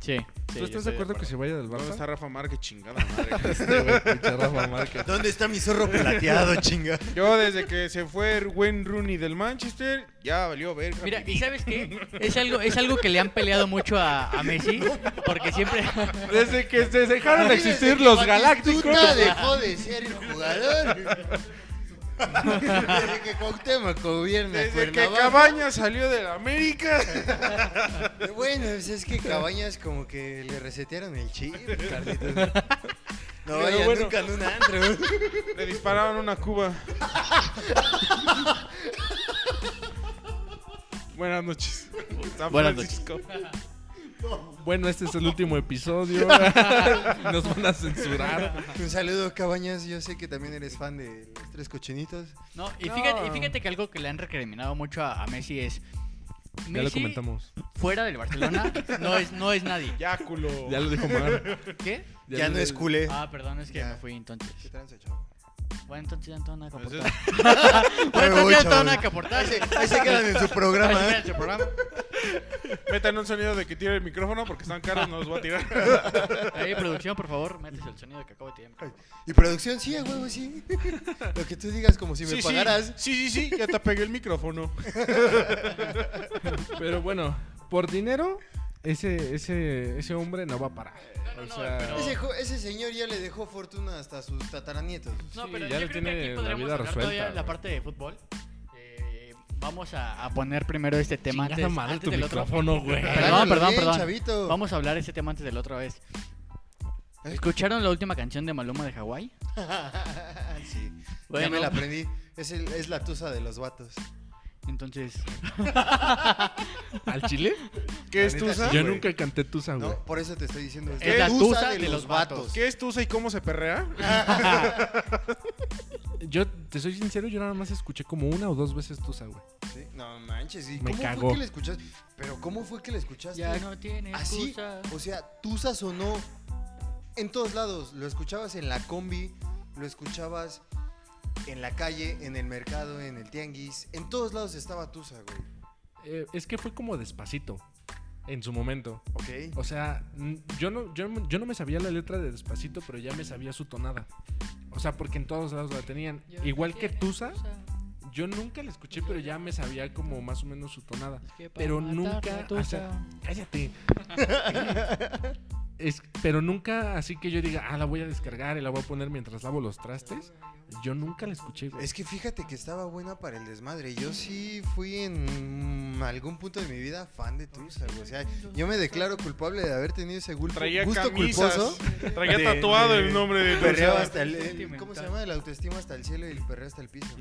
S4: Sí.
S2: ¿Tú estás de acuerdo que se vaya del
S1: ¿Dónde está
S2: Barça?
S1: Rafa Márquez? Chingada madre.
S2: Pinche Rafa Márquez.
S3: ¿Dónde está mi zorro plateado, chinga?
S1: Yo desde que se fue Wayne Rooney del Manchester, ya valió verga.
S4: Mira, ¿y sabes qué? Es algo, es algo que le han peleado mucho a, a Messi, porque siempre...
S2: Desde que se dejaron de existir los Galácticos.
S3: Batistuta dejó de ser el jugador. Desde que Cuauhtémoc gobierna
S1: Desde que
S3: Cuernavaca.
S1: Cabañas salió del América.
S3: Bueno, pues es que Cabañas como que le resetearon el chip, Carlitos. No vayan
S1: bueno.
S3: nunca en un antro.
S1: Le dispararon una cuba. Buenas noches. San
S4: Buenas
S1: Francisco.
S2: Bueno, este es el último episodio. Nos van a censurar.
S3: Un saludo, Cabañas. Yo sé que también eres fan de los tres cochinitos.
S4: No, y fíjate, y fíjate que algo que le han recriminado mucho a, a Messi es...
S2: Ya lo
S4: Messi
S2: comentamos.
S4: fuera del Barcelona no es, no es nadie.
S1: Ya, culo.
S2: Ya lo dijo Mar.
S4: ¿Qué?
S3: Ya, no es culé.
S4: Ah, perdón, es que
S3: Ya.
S4: me fui entonces.
S3: ¿Qué tranza, chavo?
S4: Bueno, entonces ya no tengo nada
S2: Pues
S4: que
S1: Entonces,
S4: aportar. Bueno,
S3: voy,
S4: entonces ya no tengo
S3: chavos.
S4: nada que aportar.
S3: Ahí se- ahí se quedan en su programa.
S4: Ahí se
S3: ¿eh?
S4: queda su programa.
S1: metan un sonido de que tire el micrófono porque están caros, no los voy a tirar.
S4: Ahí, producción, por favor, métese el sonido que acabo de tirar. mi micrófono.
S3: Y producción, sí, a huevo, sí. Lo que tú digas, como si me
S1: sí,
S3: pagaras.
S1: sí, sí, sí, ya te pegué el micrófono.
S2: Pero bueno, por dinero, ese, ese, ese hombre no va a parar.
S4: No, no, no,
S2: O sea,
S4: pero-
S3: Ese, jo- ese señor ya le dejó fortuna hasta a sus tataranietos.
S4: No,
S2: Sí,
S4: pero
S2: ya
S4: yo
S2: lo
S4: creo
S2: tiene
S4: que aquí
S2: la
S4: podríamos
S2: vida
S4: hablar
S2: resuelta,
S4: todavía de la
S2: güey.
S4: parte de fútbol. Eh, vamos a, a poner primero este tema
S2: Chingada
S4: antes,
S2: madre
S4: antes
S2: tu
S4: del otro.
S2: micrófono, güey.
S4: Perdón, perdón,
S3: Bien,
S4: perdón.
S3: chavito.
S4: Vamos a hablar este tema antes del otro vez.
S3: ¿Eh?
S4: ¿Escucharon la última canción de Maluma de Hawái?
S3: sí. Ya
S4: Bueno.
S3: me la aprendí. Es, el- es la tusa de los vatos.
S4: Entonces,
S2: ¿Al Chile?
S1: ¿Qué es
S3: neta,
S1: Tusa?
S2: Yo
S3: güey.
S2: nunca canté Tusa, güey.
S3: No, por eso te estoy diciendo.
S4: Es la tusa de los vatos.
S1: ¿Qué es Tusa y cómo se perrea?
S3: Ah,
S2: Yo te soy sincero, yo nada más escuché como una o dos veces Tusa, güey.
S3: Sí, No manches, ¿y
S2: Me
S3: cómo
S2: cagó.
S3: fue que la escuchaste? Pero ¿cómo fue que la
S2: ¿Ah,
S3: escuchaste?
S4: ya no tiene
S3: Así,
S4: excusa.
S3: o sea, tusa sonó en todos lados. Lo escuchabas en la combi, lo escuchabas en la calle, en el mercado, en el tianguis. En todos lados estaba tusa, güey.
S2: Eh, es que fue como despacito en su momento.
S3: Ok.
S2: O sea, n- yo no, yo, no- yo no me sabía la letra de despacito, pero ya me sabía su tonada. O sea, porque en todos lados la tenían. Igual que Tusa, yo nunca la escuché, pero ya me sabía como más o menos su tonada. Pero nunca. o sea, cállate. Es- pero nunca así que yo diga, ah, la voy a descargar y la voy a poner mientras lavo los trastes. Yo nunca la escuché, güey.
S3: Es que fíjate que estaba buena para el desmadre. Yo sí fui en algún punto de mi vida fan de Tusa, güey. O sea, yo me declaro culpable de haber tenido ese gul-
S1: Traía
S3: gusto
S1: camisas.
S3: culposo.
S1: Traía
S3: de-
S1: tatuado
S3: de-
S1: el nombre de
S3: Perreo
S1: Tusa.
S3: hasta el, el- ¿Cómo se llama? El autoestima hasta el cielo y el perreo hasta el piso.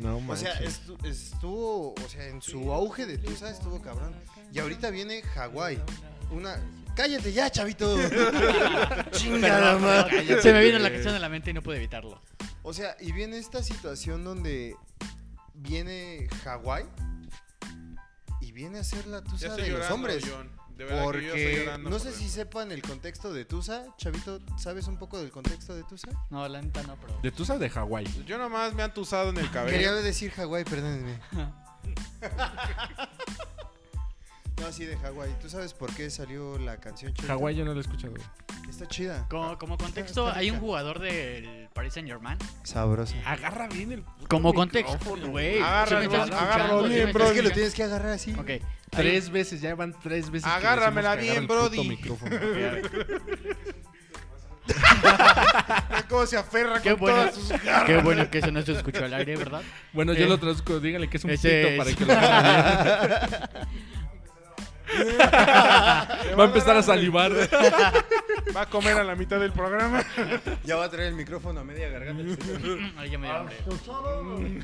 S2: No,
S3: O sea, estu- estuvo, o sea, en su auge de Tusa estuvo cabrón. Y ahorita viene Hawái. Una. ¡Cállate ya, chavito! ¡Chingada madre!
S4: Se me vino la canción a la mente y no pude evitarlo.
S3: O sea, y viene esta situación donde viene Hawái y viene a ser la Tusa de los hombres.
S1: John. De verdad que yo estoy
S3: Porque
S1: llorando
S3: no
S1: por
S3: sé
S1: dentro.
S3: si sepan el contexto de Tusa. Chavito, ¿sabes un poco del contexto de Tusa?
S4: No, la neta no, pero.
S2: ¿De Tusa o de Hawái?
S1: Yo nomás me han tusado en el
S3: Quería
S1: cabello.
S3: decir Hawái, perdónenme. no, sí, de Hawái. ¿Tú sabes por qué salió la canción Chavito?
S2: Hawái yo no la he escuchado. güey.
S3: Está chida.
S4: Como, como contexto,
S3: está
S4: hay un
S3: rica.
S4: jugador del Paris Saint Germain.
S3: Sabrosa.
S2: Agarra bien el. puto
S4: Como
S2: micrófono.
S4: contexto, güey.
S1: Agárralo,
S4: sí me estás
S1: agárralo
S4: escuchando, sí
S1: bien,
S4: me
S1: bro.
S3: Es que
S4: estás
S3: lo
S4: escuchando.
S3: tienes que agarrar así.
S4: Ok.
S2: Tres veces, ya van tres veces. que
S1: Agárramela
S2: decimos
S1: bien, Brody.
S2: que agarra el puto micrófono.
S1: ¿Cómo se aferra
S4: Qué
S1: con
S4: bueno,
S1: todas
S4: qué bueno que eso no se escuchó al aire, ¿verdad?
S2: Bueno, yo
S4: Eh,
S2: lo traduzco, dígale que es un pito
S4: ese
S2: para
S4: es-
S2: que lo agarre bien. Va a empezar a salivar.
S1: Va a comer a la mitad del programa.
S3: Ya va a traer el micrófono a media garganta.
S4: Mm, Ay, ya me dio hambre.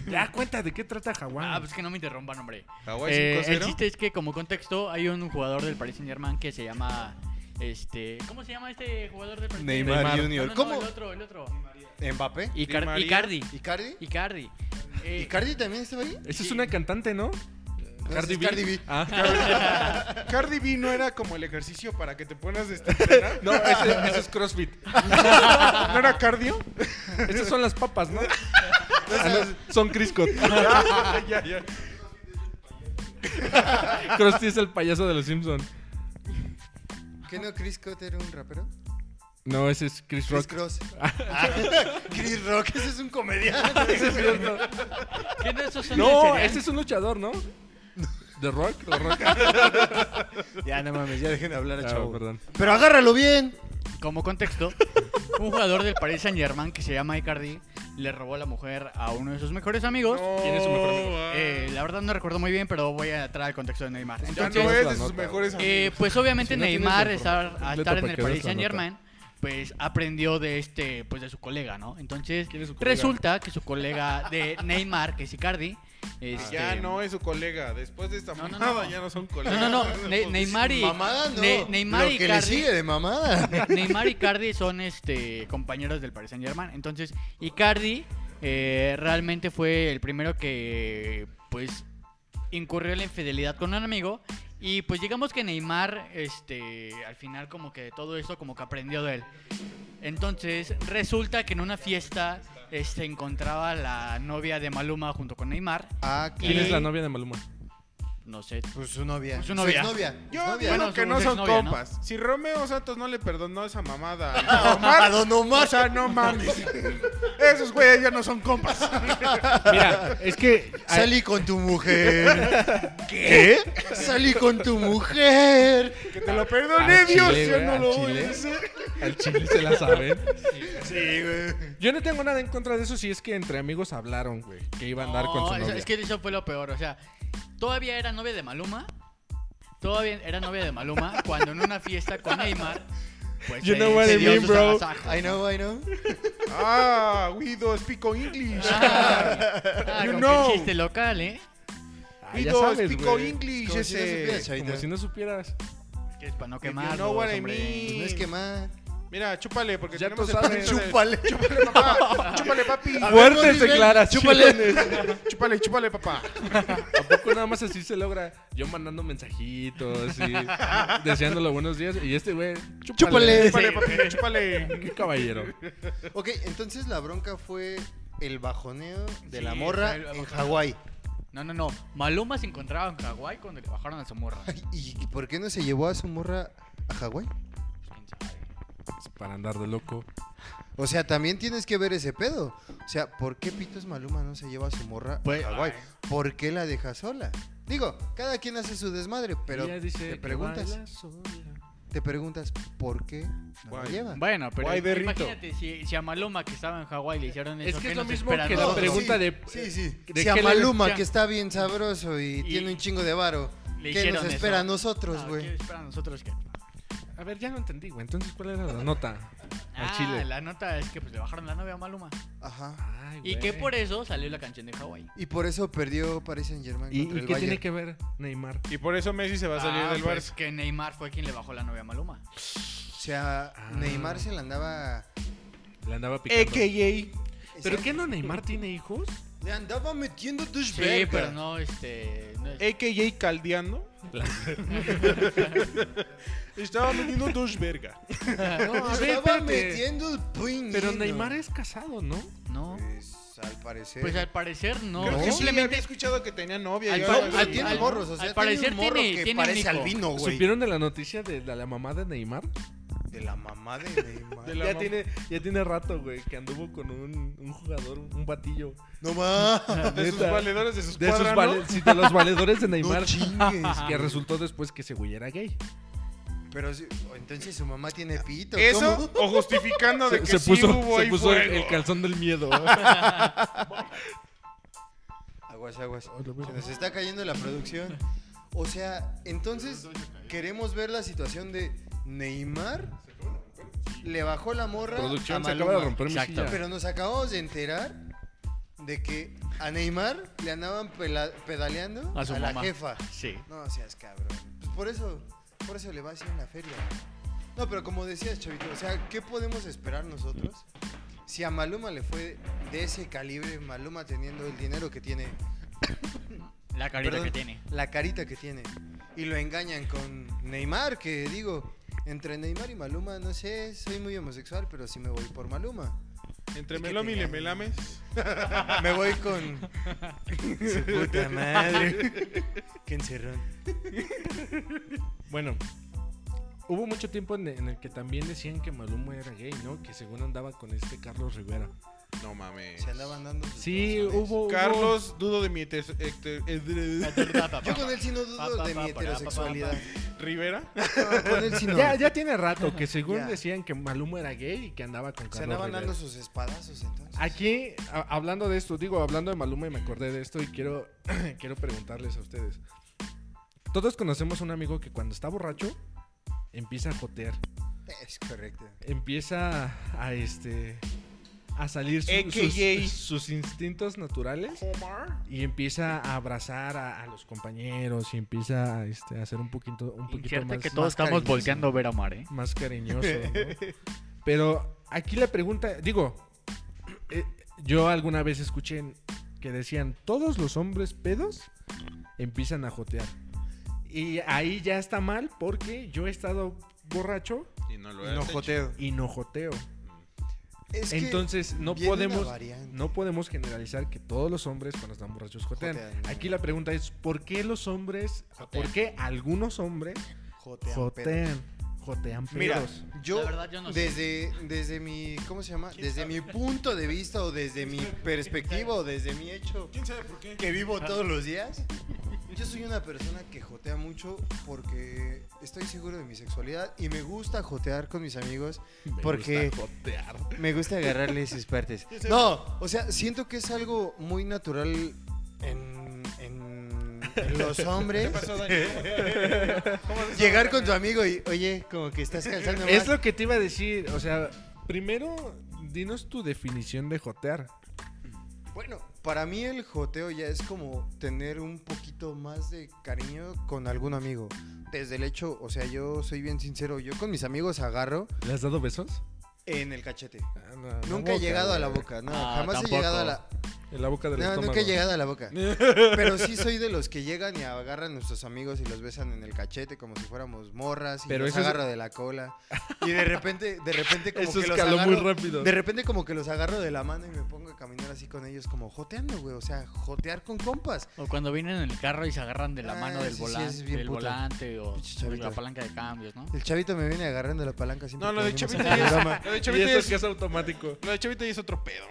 S2: ya, cuenta de qué trata Hawái.
S4: Ah, pues que no me interrumpan, hombre.
S1: Hawái
S4: Eh, el
S1: 5-0.
S4: chiste es que, como contexto, hay un jugador del Paris Saint Germain que se llama. Este, ¿Cómo se llama este jugador del Paris Saint
S3: Neymar
S4: Germain?
S3: Junior.
S4: No, no, no,
S3: ¿Cómo?
S4: el otro, el otro.
S3: ¿Mbappé?
S1: Di
S4: Icar-
S1: María.
S4: Icardi.
S3: ¿Icardi?
S4: Icardi. Eh,
S3: ¿Icardi también estaba ahí?
S2: Esa es una cantante, ¿no?
S3: es Cardi B.
S2: Ah.
S1: Cardi B no era como el ejercicio para que te pones este entrenar?
S2: No, ese, ese es CrossFit.
S1: ¿No era cardio?
S2: Esas son las papas, ¿no? Ah, no, son Criscot.
S3: Ah.
S1: ya, ya.
S2: Krusty es el payaso de los Simpsons.
S3: ¿Qué no Chris Cotter era un rapero?
S2: No, ese es Chris
S3: Chris
S2: Rock.
S3: Cross. Ah, Chris Rock, ese es un comediante.
S2: Ese es cierto.
S4: ¿Qué no esos son de
S2: No,
S4: cereal?
S2: ese es un luchador, ¿no? The Rock, Ah, The Rock.
S3: ya, no mames, ya dejen de hablar a
S2: Ah,
S3: chavo.
S2: perdón.
S3: Pero agárralo bien.
S4: Como contexto, un jugador del Paris Saint Germain que se llama Icardi le robó la mujer a uno de sus mejores amigos.
S2: ¿Quién es su mejor amigo?
S1: ah.
S4: Eh, la verdad no recuerdo muy bien, pero voy a entrar al contexto de Neymar.
S1: ya
S4: Entonces,
S1: no es
S2: la
S1: de sus
S2: nota,
S1: mejores amigos.
S4: eh, pues obviamente
S2: Si no tienes
S4: Neymar
S2: la información
S4: estar- al
S2: completa
S4: estar en
S2: para
S4: el
S2: que veas
S4: Paris
S2: la
S4: Saint
S2: nota.
S4: Germain, pues aprendió de este, pues de su colega, ¿no? Entonces
S2: ¿Quién es su colega?
S4: resulta que su colega de Neymar, que es Icardi,
S2: Ah,
S4: este,
S1: Ah, Ya no es su colega. Después de esta
S4: No, no,
S1: mamada
S4: no.
S1: ya no son
S4: no,
S1: colegas.
S4: no, no, Ne- Neymar y
S3: Mamada, no.
S4: Ne- Neymar
S3: Lo
S4: y
S3: que le
S4: Icardi-
S3: sigue de mamada.
S4: Neymar y Icardi son este compañeros del Paris Saint Germain. Entonces, Icardi eh, realmente fue el primero que pues incurrió en la infidelidad con un amigo. Y pues digamos que Neymar, este, al final como que de todo eso como que aprendió de él. Entonces, resulta que en una fiesta eh, se encontraba la novia de Maluma junto con Neymar.
S3: Ah,
S2: ¿Quién es la
S4: Y-
S2: novia de Maluma?
S4: No sé.
S3: Pues su novia.
S4: Pues su novia.
S3: Su novia.
S1: Yo
S3: su novia.
S1: digo
S4: Bueno,
S1: que
S4: su-
S1: no
S4: su
S1: son
S4: exnovia, ¿no?
S1: compas. Si Romeo Santos no le perdonó esa mamada a Omar,
S3: A Don Omar.
S1: o sea, no mames. Esos güeyes ya no son compas.
S2: Mira, es que
S3: Salí con tu mujer. ¿Qué? Salí con tu mujer.
S1: Que te lo perdoné,
S2: Al
S1: Dios.
S2: chile,
S1: yo
S2: güey,
S1: no
S2: al
S1: lo voy
S2: chile.
S1: a hacer.
S2: al chile se la saben.
S3: Sí, güey.
S2: Yo no tengo nada en contra de eso si es que entre amigos hablaron, güey, que iba a andar con
S4: No,
S2: su
S4: eso-
S2: novia.
S4: Es que eso fue lo peor, o sea, todavía era novia de Maluma. Todavía era novia de Maluma cuando en una fiesta con Neymar. Pues,
S2: You
S4: se-
S2: know what
S4: se
S2: I
S4: dio
S2: mean,
S4: sus
S2: bro.
S4: agasajos,
S3: I
S4: ¿no?
S3: know, I know.
S1: Ah, Guido, pico English.
S4: Ah, ah,
S1: You
S4: con
S1: know.
S4: que chiste local, ¿eh?
S2: Ah, ya
S1: Guido,
S2: sabes,
S1: pico
S2: güey.
S1: English.
S3: Como si no
S1: ese.
S3: supieras, chavita.
S2: Como si no supieras.
S4: Es que es para no
S1: If you
S4: quemar.
S1: know what I
S3: Pues no es que más.
S1: Mira, chúpale, porque
S2: Ya
S1: tenemos
S2: tú
S1: el
S2: sabes.
S1: permiso de-
S3: Chúpale.
S1: Chúpale, papá. Chúpale, papi.
S2: Fuertes declaraciones.
S1: Chúpale, chúpale, papá.
S2: Tampoco nada más así se logra. Yo mandando mensajitos y deseándole buenos días. Y este güey, chúpale.
S3: Chúpale.
S1: Chúpale, papi, chúpale.
S2: Qué caballero.
S3: Ok, entonces la bronca fue el bajoneo de la
S4: Sí,
S3: morra
S4: fue el
S3: en
S4: bajoneo.
S3: Hawái.
S4: No, no, no. Maluma se encontraba en Hawái cuando le bajaron a su morra.
S3: Ay, ¿Y por qué no se llevó a su morra a Hawái?
S4: Quién sabe.
S2: Para andar de loco.
S3: O sea, también tienes que ver ese pedo. O sea, ¿por qué Pitos Maluma no se lleva a su morra
S4: Pues,
S3: a Hawái?
S4: ay.
S3: ¿Por qué la deja sola? Digo, cada quien hace su desmadre, pero
S2: Ella dice
S3: te
S2: que
S3: preguntas,
S2: baila sola.
S3: te preguntas por qué no la
S1: Guay.
S3: lleva.
S4: Bueno, pero
S1: Guay de rito.
S4: imagínate si, si a Maluma que estaba en Hawái le hicieron eso.
S2: Es que es
S4: ¿qué
S2: lo
S4: nos Ah,
S2: mismo
S4: espera
S2: que
S4: a
S2: la
S3: No,
S4: nosotros?
S2: pregunta de.
S3: Sí, sí.
S2: ¿de
S3: si a
S2: qué le-
S3: Maluma,
S4: ya.
S3: que está bien sabroso y, tiene un chingo de varo,
S4: Le
S3: ¿qué nos
S4: hicieron
S3: espera
S4: eso.
S3: a nosotros,
S4: Ah,
S3: güey?
S4: ¿Qué espera a nosotros que
S2: A ver, ya no entendí, güey. Entonces, ¿cuál era la nota? Al
S4: Ah,
S2: chile.
S4: la nota es que pues, le bajaron la novia a Maluma.
S3: Ajá.
S2: Ay,
S4: Y
S2: güey.
S4: que por eso salió la canción de Hawái.
S3: Y por eso perdió Paris Saint Germain
S2: ¿Y,
S3: contra
S2: y
S3: el
S2: qué tiene
S3: Bayern.
S2: que ver Neymar?
S1: Y por eso Messi se va a salir
S4: Ah,
S1: del
S4: pues,
S1: Barça.
S4: que Neymar fue quien le bajó la novia a Maluma.
S3: O sea,
S2: Ah.
S3: Neymar se la andaba...
S2: Le andaba
S1: Eh,
S2: picando. ¿Pero
S3: se-
S2: qué no Neymar tiene hijos?
S3: Le andaba metiendo tus
S4: Sí, pero no, este. no es-
S1: AKJ caldeando. Estaba metiendo dos verga.
S2: No, a ver,
S3: Estaba
S2: espérate.
S3: metiendo el puño.
S2: Pero Neymar es casado, ¿no?
S4: no.
S3: Pues, al parecer...
S4: Pues al parecer no.
S1: Creo que sí,
S4: Simplemente.
S1: había escuchado que tenía novia.
S4: Al
S1: yo
S4: pa-
S1: algo
S3: No,
S1: así.
S3: ah, tiene
S4: al-
S3: morros, o sea,
S4: al parecer
S3: tiene un morro
S4: tiene-
S3: que
S4: tiene un
S3: parece
S4: hijo.
S3: albino, Oh, güey.
S2: ¿Supieron de la noticia de la, la mamá de Neymar?
S3: De la mamá de Neymar.
S1: De la
S2: ya,
S1: mam-
S2: tiene, ya tiene rato, güey, que anduvo con un, un jugador, un batillo.
S3: No mames.
S1: De sus
S2: Neta.
S1: valedores, de sus
S2: De, sus
S1: cuadras,
S2: vale- sí, de los valedores de Neymar.
S3: No chingues.
S2: que resultó después que ese güey era gay.
S3: Pero si- o entonces su mamá tiene pito.
S1: ¿no? Eso
S3: ¿cómo?
S1: o justificando de que
S2: se
S1: sí
S2: puso,
S1: hubo
S2: se
S1: ahí
S2: puso el,
S1: fuego. Ah,
S2: el calzón del miedo.
S3: Aguas, aguas.
S2: Oh, lo
S3: Se
S2: mismo.
S3: nos está cayendo la producción. O sea, entonces queremos ver la situación de Neymar. Le bajó la morra. a
S2: Producción se
S3: Maluma.
S2: acaba de romper mi
S4: Exacto.
S2: silla.
S3: Pero nos acabamos de enterar de que a Neymar le andaban pela- pedaleando a,
S4: A su
S3: la
S4: mamá.
S3: jefa.
S4: Sí.
S3: No seas cabrón. Pues por eso, por eso le va así en la feria. No, pero como decías, Chavito, o sea, ¿qué podemos esperar nosotros? Si a Maluma le fue de ese calibre, Maluma teniendo el dinero que tiene,
S4: La carita
S3: Perdón.
S4: que tiene.
S3: la carita que tiene, y lo engañan con Neymar, que digo, entre Neymar y Maluma, no sé, soy muy homosexual, pero sí me voy por Maluma.
S1: Entre
S3: Es que
S1: Melomi y
S3: tenía-
S1: Lemelames.
S3: Me voy con. Su puta madre. Qué encerrón.
S2: Bueno, hubo mucho tiempo en, en el que también decían que Maluma era gay, ¿no? Que según andaba con este Carlos Rivera.
S1: No mames.
S3: Se andaban dando. sus
S2: Sí,
S3: corazones.
S2: hubo. hubo-
S1: Carlos, dudo de mi heter- heter-
S3: Yo con él sí no
S4: Pa,
S3: dudo
S4: pa,
S3: de
S4: pa,
S3: mi
S4: pa, pa, pa,
S3: heterosexualidad.
S1: Rivera.
S3: No, Con él sí no.
S2: Ya, ya tiene rato que según
S3: Ya.
S2: decían que Maluma era gay y que andaba con
S3: Se
S2: Carlos
S3: andaban
S2: Rivera.
S3: dando sus espadazos entonces.
S2: Aquí, a- hablando de esto, digo, hablando de Maluma y me acordé de esto y quiero, quiero preguntarles a ustedes. Todos conocemos a un amigo que cuando está borracho empieza a jotear,
S3: Es correcto.
S2: empieza a, a, este a salir su-
S1: AKA.
S2: sus, sus instintos naturales
S1: Omar.
S2: y empieza a abrazar a, a los compañeros y empieza a, este, a ser un poquito un poquito
S4: Invierte
S2: más
S4: que todos
S3: más
S4: estamos
S3: cariñoso.
S4: volteando a ver a Omar, ¿eh?
S2: más cariñoso. ¿no? Pero aquí la pregunta, digo, eh, yo alguna vez escuché en- que decían, todos los hombres pedos empiezan a jotear. Y ahí ya está mal porque yo he estado borracho
S1: Y no lo
S3: No
S1: has hecho.
S3: joteo.
S2: y no joteo.
S3: Es que
S2: Entonces no
S3: viene una
S2: podemos,
S3: variante.
S2: no podemos generalizar que todos los hombres cuando están borrachos jotean.
S3: Jotean, no.
S2: Aquí la pregunta es, ¿por qué los hombres, por qué algunos hombres
S3: jotean, pero-
S2: jotean? Jotean pedos.
S3: Mira, yo,
S4: La verdad, yo no sé.
S3: desde, desde mi, ¿cómo se llama? Desde mi punto de vista o desde mi perspectiva o desde mi hecho
S1: ¿Quién sabe por qué? Ah.
S3: que vivo todos los días. Yo soy una persona que jotea mucho porque estoy seguro de mi sexualidad y me gusta jotear con mis amigos porque me gusta agarrarle sus partes. No, o sea, siento que es algo muy natural en, en- en los hombres. Llegar con tu amigo y, oye, como que estás calzando
S2: Es
S3: más".
S2: lo que te iba a decir, o sea, primero dinos tu definición de jotear.
S3: Bueno, para mí el joteo ya es como tener un poquito más de cariño con algún amigo. Desde el hecho, o sea, yo soy bien sincero, yo con mis amigos agarro
S2: ¿Le has dado besos?
S3: en el cachete.
S2: Ah, No, en la
S3: Nunca he
S2: boca,
S3: llegado a la
S2: güey.
S3: boca, no,
S4: Ah,
S3: jamás
S4: tampoco.
S3: he llegado a la...
S2: En la boca del
S3: No,
S2: estómago.
S3: nunca he llegado a la boca. Pero sí soy de los que llegan y agarran a nuestros amigos y los besan en el cachete como si fuéramos morras y
S2: Pero
S3: los
S2: eso es-
S3: agarro de la cola. Y de repente, de repente como
S2: Eso
S3: que los
S2: escaló
S3: agarro,
S2: muy rápido.
S3: De repente como que los agarro de la mano y me pongo a caminar así con ellos como joteando, güey, o sea, jotear con compas.
S4: O cuando vienen en el carro y se agarran de la
S3: Ah,
S4: mano del
S3: sí, sí,
S4: volante,
S3: es bien
S4: del
S3: puto.
S4: volante o
S3: Pinche
S4: de
S3: chavito.
S4: la palanca de cambios, ¿no?
S3: El chavito me viene agarrando la palanca siempre.
S1: No, lo
S3: que
S1: de
S3: venimos
S1: Chavita
S3: al
S1: ya
S3: programa.
S1: es- lo de
S2: Y
S1: Chavita
S2: eso
S1: ya
S2: es que
S1: es-
S2: es automático.
S1: lo de Chavita ya es otro pedo.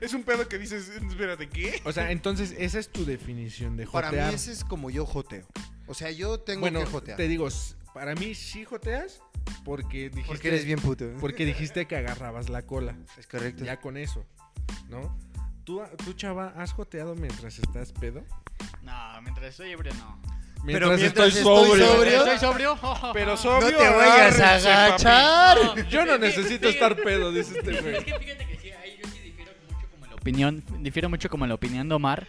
S1: es un pedo que dices, espérate, ¿qué?
S2: O sea, entonces esa es tu definición de
S3: Para
S2: jotear.
S3: mí ese es como yo joteo. O sea, yo tengo
S2: bueno,
S3: que jotear.
S2: te digo, s- para mí sí joteas porque dijiste
S3: Porque eres bien puto. ¿eh?
S1: pues,
S2: porque dijiste que agarrabas la cola.
S3: Es correcto.
S2: Ya con eso, ¿no? ¿Tú, tú chava, has joteado mientras estás pedo?
S4: No, mientras estoy ebrio, no.
S3: Pero mientras estoy sobrio-
S4: ¿Estoy sobrio?
S1: Pero
S3: No
S1: sobrio.
S3: te vayas a
S1: agárrense, papi.
S3: agachar.
S2: Yo no necesito estar
S4: pedo
S2: pedo, dice este
S4: Es
S2: güey.
S4: que fíjate que sí, ahí yo sí difiero mucho como en la opinión, difiero mucho como en la opinión de Omar.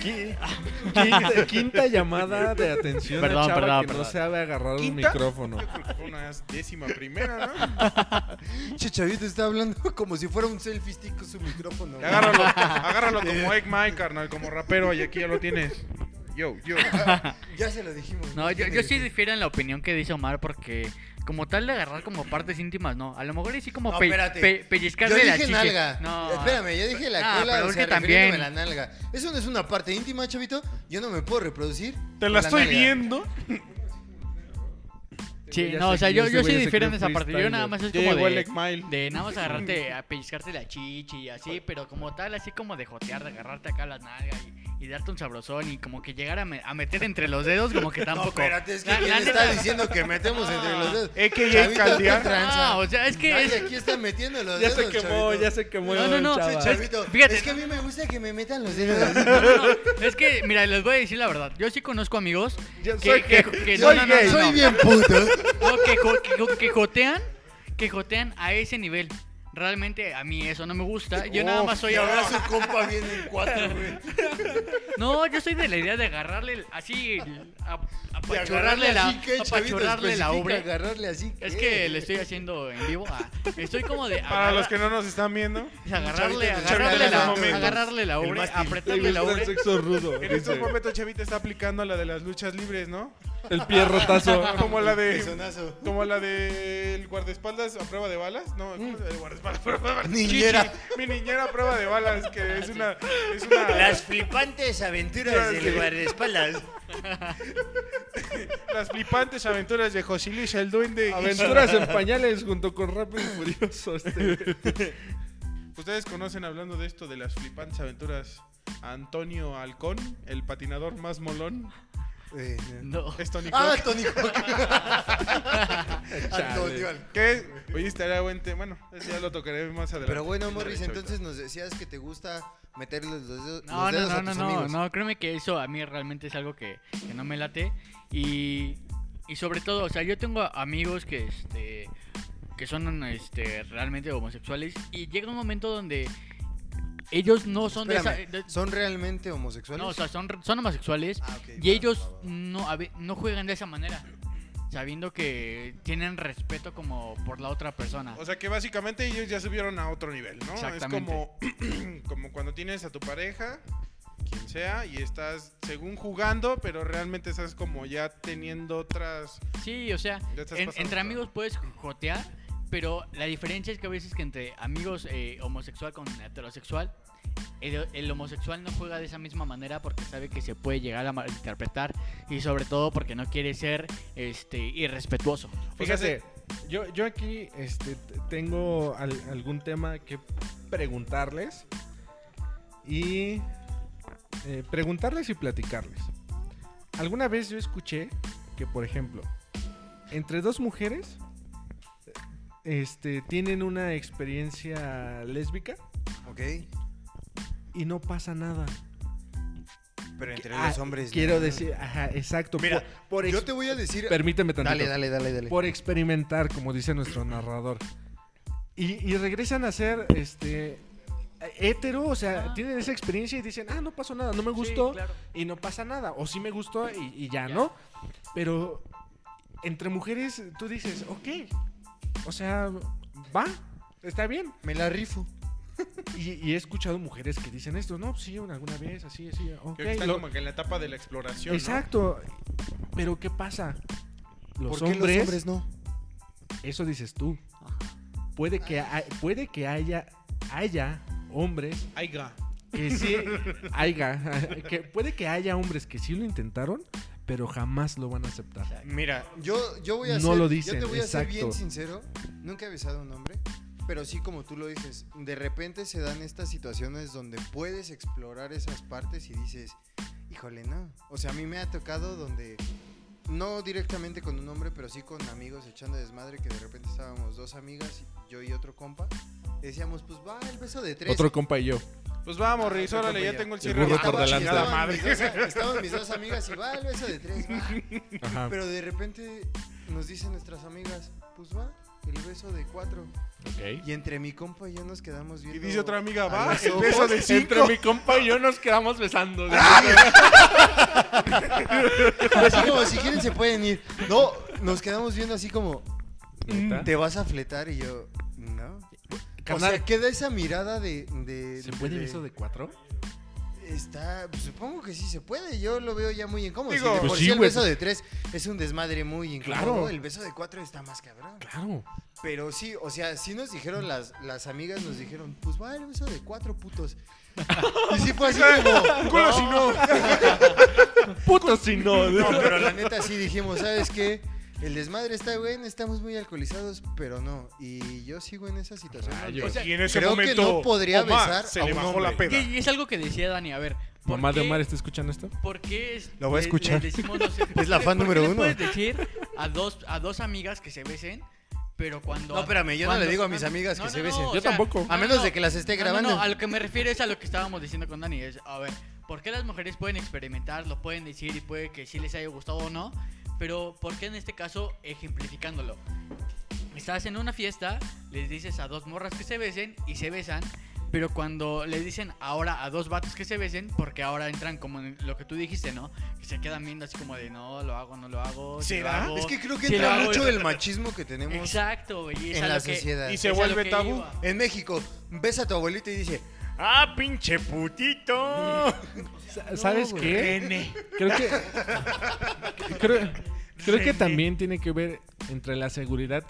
S2: Quinta, quinta llamada de atención a
S4: Perdón,
S2: chava
S4: perdón,
S2: que no
S4: perdón.
S2: sabe agarrar
S1: ¿Quinta?
S2: un micrófono.
S1: Yo creo que fue una décima primera, ¿no?
S3: Che, Chavito está hablando como si fuera un selfie stick con su micrófono. güey.
S1: Agárralo, agárralo como Egg Mike, carnal, como rapero, y aquí ya lo tienes. Yo, yo.
S3: Ya se lo dijimos.
S4: No, yo, yo sí difiero en la opinión que dice Omar porque como tal de agarrar como partes íntimas, no. A lo mejor es sí como
S3: No,
S4: pe-
S3: espérate.
S4: pe-
S3: Yo
S4: pellizcarle la
S3: dije
S4: chiche.
S3: nalga.
S4: No,
S3: Espérame, yo dije la
S4: Ah,
S3: cola,
S4: pero
S3: o
S4: es
S3: sea,
S4: que
S3: refiriéndome
S4: también.
S3: a la nalga. Eso no es una parte íntima, chavito. Yo no me puedo reproducir.
S1: Te
S3: con
S1: la estoy
S3: nalga.
S1: viendo.
S4: Sí,
S2: Ya
S4: no,
S2: sé
S4: o sea,
S2: que
S4: yo,
S2: ese
S4: yo
S2: güey
S4: sí
S2: ya se
S4: difiero en
S2: cree
S4: esa parte. Yo
S2: freestyler.
S4: nada más es
S1: Yo
S4: como
S1: llegó
S4: de,
S1: el Ekmail.
S4: de nada más agarrarte, a pellizcarte la chichi y así, pero como tal, así como de jotear, de agarrarte acá las nalgas y, y darte un sabrosón y como que llegar a, me- a meter entre los dedos, como que
S3: No,
S4: tampoco.
S3: espérate, es que
S4: La-
S3: ¿quién
S4: la
S3: está
S4: neta-
S3: diciendo que metemos entre los dedos?
S1: AKA
S3: Chavito, ¿qué
S1: caldear.
S3: tranza?
S4: Ah, o sea, es que
S3: Nadie
S4: es...
S3: aquí está metiendo los
S2: Ya
S3: dedos.
S2: se quemó,
S3: chavito.
S2: ya se quemó.
S4: No, no, no,
S2: chava.
S4: se- se-
S3: Chavito,
S4: Fíjate,
S3: es que a mí me gusta que me metan los dedos.
S4: no, no, no, es que, mira, les voy a decir la verdad. Yo sí conozco amigos
S2: Yo
S4: que,
S2: soy
S4: que,
S2: gay.
S4: que-
S3: soy
S4: no, no, no,
S3: gay,
S4: no,
S3: soy
S4: no.
S3: bien puto.
S4: No, que, jo- que jo- que jotean, que jotean a ese nivel. Realmente a mí eso no me gusta. Yo nada más soy ahora.
S3: Ahora su compa viene en Oh, cuatro, güey.
S4: No, yo soy de la idea de agarrarle el- así, el- a-
S3: De
S4: apachurrarle la,
S3: así, ¿qué, chavito?
S4: apachurrarle la
S3: Especifica,
S4: obra.
S3: Agarrarle así.
S4: Es
S3: ¿qué?
S4: que le estoy haciendo en vivo. ah, estoy como de
S1: Para
S4: agarra-
S1: los que no nos están viendo,
S4: agarrarle,
S3: Chavito,
S4: agarrarle,
S1: en
S4: la,
S1: estos momentos.
S4: agarrarle la
S3: El
S4: obra,
S3: mástil.
S2: Le
S4: apretarle la
S2: gusta el
S4: obra.
S2: sexo rudo.
S1: en estos
S2: dice.
S1: momentos Chavita está aplicando la de las luchas libres, ¿no?
S2: El pie rotazo.
S1: Como la de.
S3: Pezonazo.
S1: Como la del guardaespaldas a prueba de balas. No, ¿cómo
S3: Mm.
S1: se llama? El guardaespaldas a prueba de balas.
S3: Niñera.
S1: Chichi. Mi niñera a prueba de balas,
S3: Ah,
S1: que es una. Es una
S3: flipantes aventuras
S1: del
S3: guardaespaldas.
S1: Las flipantes aventuras de José Luis el Duende. y-
S2: Aventuras en pañales junto con Rápido y Furioso. este.
S1: Ustedes conocen hablando de esto de las flipantes aventuras a Antonio Halcón, el patinador más molón.
S3: Eh, no.
S4: No.
S1: Es Tony
S3: Ah,
S1: Hawk.
S3: Tony Hawk. Antonio Al-
S1: ¿Qué? Oye, estaría buen tema. Bueno, eso ya lo tocaré más adelante.
S3: Pero bueno,
S1: De
S3: Morris,
S1: hecho,
S3: entonces nos decías que te gusta meterle los dedos,
S4: No,
S3: los
S4: no,
S3: dedos
S4: no,
S3: a
S4: no,
S3: tus
S4: no,
S3: amigos.
S4: no, créeme que eso a mí realmente es algo que, que no me late. Y, y sobre todo, o sea, yo tengo amigos que, este, que son este, realmente homosexuales y llega un momento donde ellos no son de
S3: Espérame,
S4: esa... de-
S3: ¿Son realmente homosexuales?
S4: no, o sea, son, son homosexuales
S3: Ah, ok,
S4: y
S3: va,
S4: ellos
S3: va, va.
S4: no, a ve- no juegan de esa manera, sabiendo que tienen respeto como por la otra persona.
S1: O sea que básicamente ellos ya subieron a otro nivel, ¿no? Es
S4: Exactamente.
S1: como, como cuando tienes a tu pareja, quien sea, y estás según jugando, pero realmente estás como ya teniendo otras...
S4: Sí, o sea,
S1: Ya estás
S4: en-
S1: pasando,
S4: entre
S1: claro.
S4: amigos puedes jotear, pero la diferencia es que a veces que entre amigos eh, homosexual con heterosexual, el, el homosexual no juega de esa misma manera porque sabe que se puede llegar a malinterpretar y sobre todo porque no quiere ser este irrespetuoso.
S2: Fíjate, yo, yo aquí este, t- tengo al- algún tema que preguntarles y eh, preguntarles y platicarles. Alguna vez yo escuché que, por ejemplo, entre dos mujeres este, tienen una experiencia lésbica
S3: Ok,
S2: y no pasa nada.
S3: pero entre
S2: Ah,
S3: los hombres.
S2: Quiero
S3: no.
S2: decir, ajá, exacto.
S3: Mira,
S2: por, por
S3: Yo
S2: ex-
S3: te voy a decir.
S2: Permíteme tantito.
S3: Dale, dale, dale, dale.
S2: por experimentar, como dice nuestro narrador. Y, y regresan a ser este hetero, o sea,
S4: Ah.
S2: tienen esa experiencia y dicen, ah, no pasó nada, no me gustó y no pasa nada, o sí me gustó y, y ya,
S4: Ya.
S2: ¿no? Pero entre mujeres tú dices, ok, o sea, va, está bien.
S3: Me la rifo.
S2: Y, y he escuchado mujeres que dicen esto, no, sí, una- alguna vez, así, así,
S1: Creo
S2: ok.
S1: que están
S2: lo-
S1: como que en la etapa de la exploración. ¿no?
S2: exacto, pero ¿qué pasa?
S3: ¿Por
S2: Los
S3: qué
S2: hombres,
S3: los hombres no?
S2: eso dices tú. Puede que, hay- puede que haya, haya hombres
S1: Aiga.
S2: que sí haya, que puede que haya hombres que sí lo intentaron, pero jamás lo van a aceptar.
S1: Mira,
S3: Yo, yo voy a
S2: No
S3: ser,
S2: lo
S3: yo
S2: dicen,
S3: te voy a ser bien
S2: exacto.
S3: sincero. Nunca he besado a un hombre, pero sí como tú lo dices, de repente se dan estas situaciones donde puedes explorar esas partes y dices, híjole, no. O sea, a mí me ha tocado donde no directamente con un hombre, pero sí con amigos echando desmadre que de repente estábamos dos amigas, yo y otro compa. Decíamos, pues va, el beso de tres.
S2: Otro compa y yo.
S1: pues vamos,
S3: Ah,
S1: Riz,
S3: qué
S1: órale, ya
S3: compañía.
S1: tengo el
S2: El
S1: cierre.
S2: burro
S1: Ah,
S2: por
S1: va,
S2: delante.
S1: chingada
S3: estaban,
S1: madre.
S3: Mis dos, estaban mis dos amigas y va, el beso de tres, va.
S1: Ah.
S2: Ajá.
S3: Pero de repente nos dicen nuestras amigas, pues va, el beso de cuatro. Y entre mi compa y yo nos quedamos viendo.
S1: Y dice otra amiga,
S3: a
S1: va,
S3: los
S1: el
S3: ojos.
S1: beso de cinco.
S2: Entre mi compa y yo nos quedamos besando.
S3: Así como si quieren se pueden ir. No, nos quedamos viendo así como,
S2: ¿Neta?
S3: ¿te vas a fletar? Y yo, no.
S2: ¿Ah? Carnal,
S3: O sea, queda esa mirada de. de-
S2: ¿se puede beso de cuatro?
S3: Está, pues, supongo que sí se puede. Yo lo veo ya muy incómodo.
S1: Digo,
S3: Si de
S2: Pues
S3: por
S2: sí,
S3: sí, el
S2: güey.
S3: beso de tres es un desmadre muy incómodo.
S2: Claro.
S3: El beso de cuatro está más cabrón.
S2: Claro.
S3: Pero sí, o sea, sí nos dijeron las, las amigas, nos dijeron, pues va el beso de cuatro putos. y sí fue así como,
S1: Culo si no.
S2: Puto si no.
S3: no, pero la neta sí dijimos, ¿sabes qué? El desmadre está bueno, estamos muy alcoholizados, pero no. Y yo sigo en esa situación. donde
S2: Rayos.
S1: y en ese
S3: creo que
S1: momento
S3: no podría
S1: Omar
S3: besar
S1: se
S3: a
S1: le
S3: un
S1: bajó
S3: hombre.
S1: la peda.
S4: Y, y es algo que decía Dani, a ver. ¿por
S2: ¿Mamá de
S4: qué-
S2: Omar está escuchando esto?
S4: ¿Por qué es-
S3: Lo voy a
S4: le-
S3: escuchar.
S4: les decimos, no sé,
S3: Es la
S4: ¿por
S3: fan
S4: qué
S3: número
S4: le
S3: uno.
S4: puedes decir a dos, a dos amigas que se besen, pero cuando...
S3: No, espérame, yo no
S4: cuando-
S3: le digo a mis amigas que se besen.
S4: o
S2: Yo tampoco.
S3: A
S4: no,
S3: menos
S4: no,
S3: de que las esté
S4: no, no,
S3: grabando.
S4: no, a lo que me refiero es a lo que estábamos diciendo con Dani. Es, a ver, ¿por qué las mujeres pueden experimentar, lo pueden decir y puede que sí les haya gustado o no? Pero ¿por qué en este caso ejemplificándolo? Estás en una fiesta, les dices a dos morras que se besen y se besan, pero cuando les dicen ahora a dos vatos que se besen, porque ahora entran como en lo que tú dijiste, ¿no? Que se quedan viendo así como de no, lo hago, no lo hago. sí lo
S1: ¿Será?
S4: hago,
S3: Es que creo que
S4: sí lo
S3: entra
S4: hago".
S3: mucho del machismo que tenemos
S4: Exacto, güey. y es a
S3: en la
S4: lo que-
S3: sociedad.
S1: Y se
S4: es a lo
S1: vuelve
S4: que
S1: tabú.
S4: iba.
S3: En México, ves a tu abuelita y dice,
S6: ¡Ah, pinche putito!
S2: ¿Sabes
S3: güey.
S2: qué? Creo que. creo, creo que también tiene que ver entre la seguridad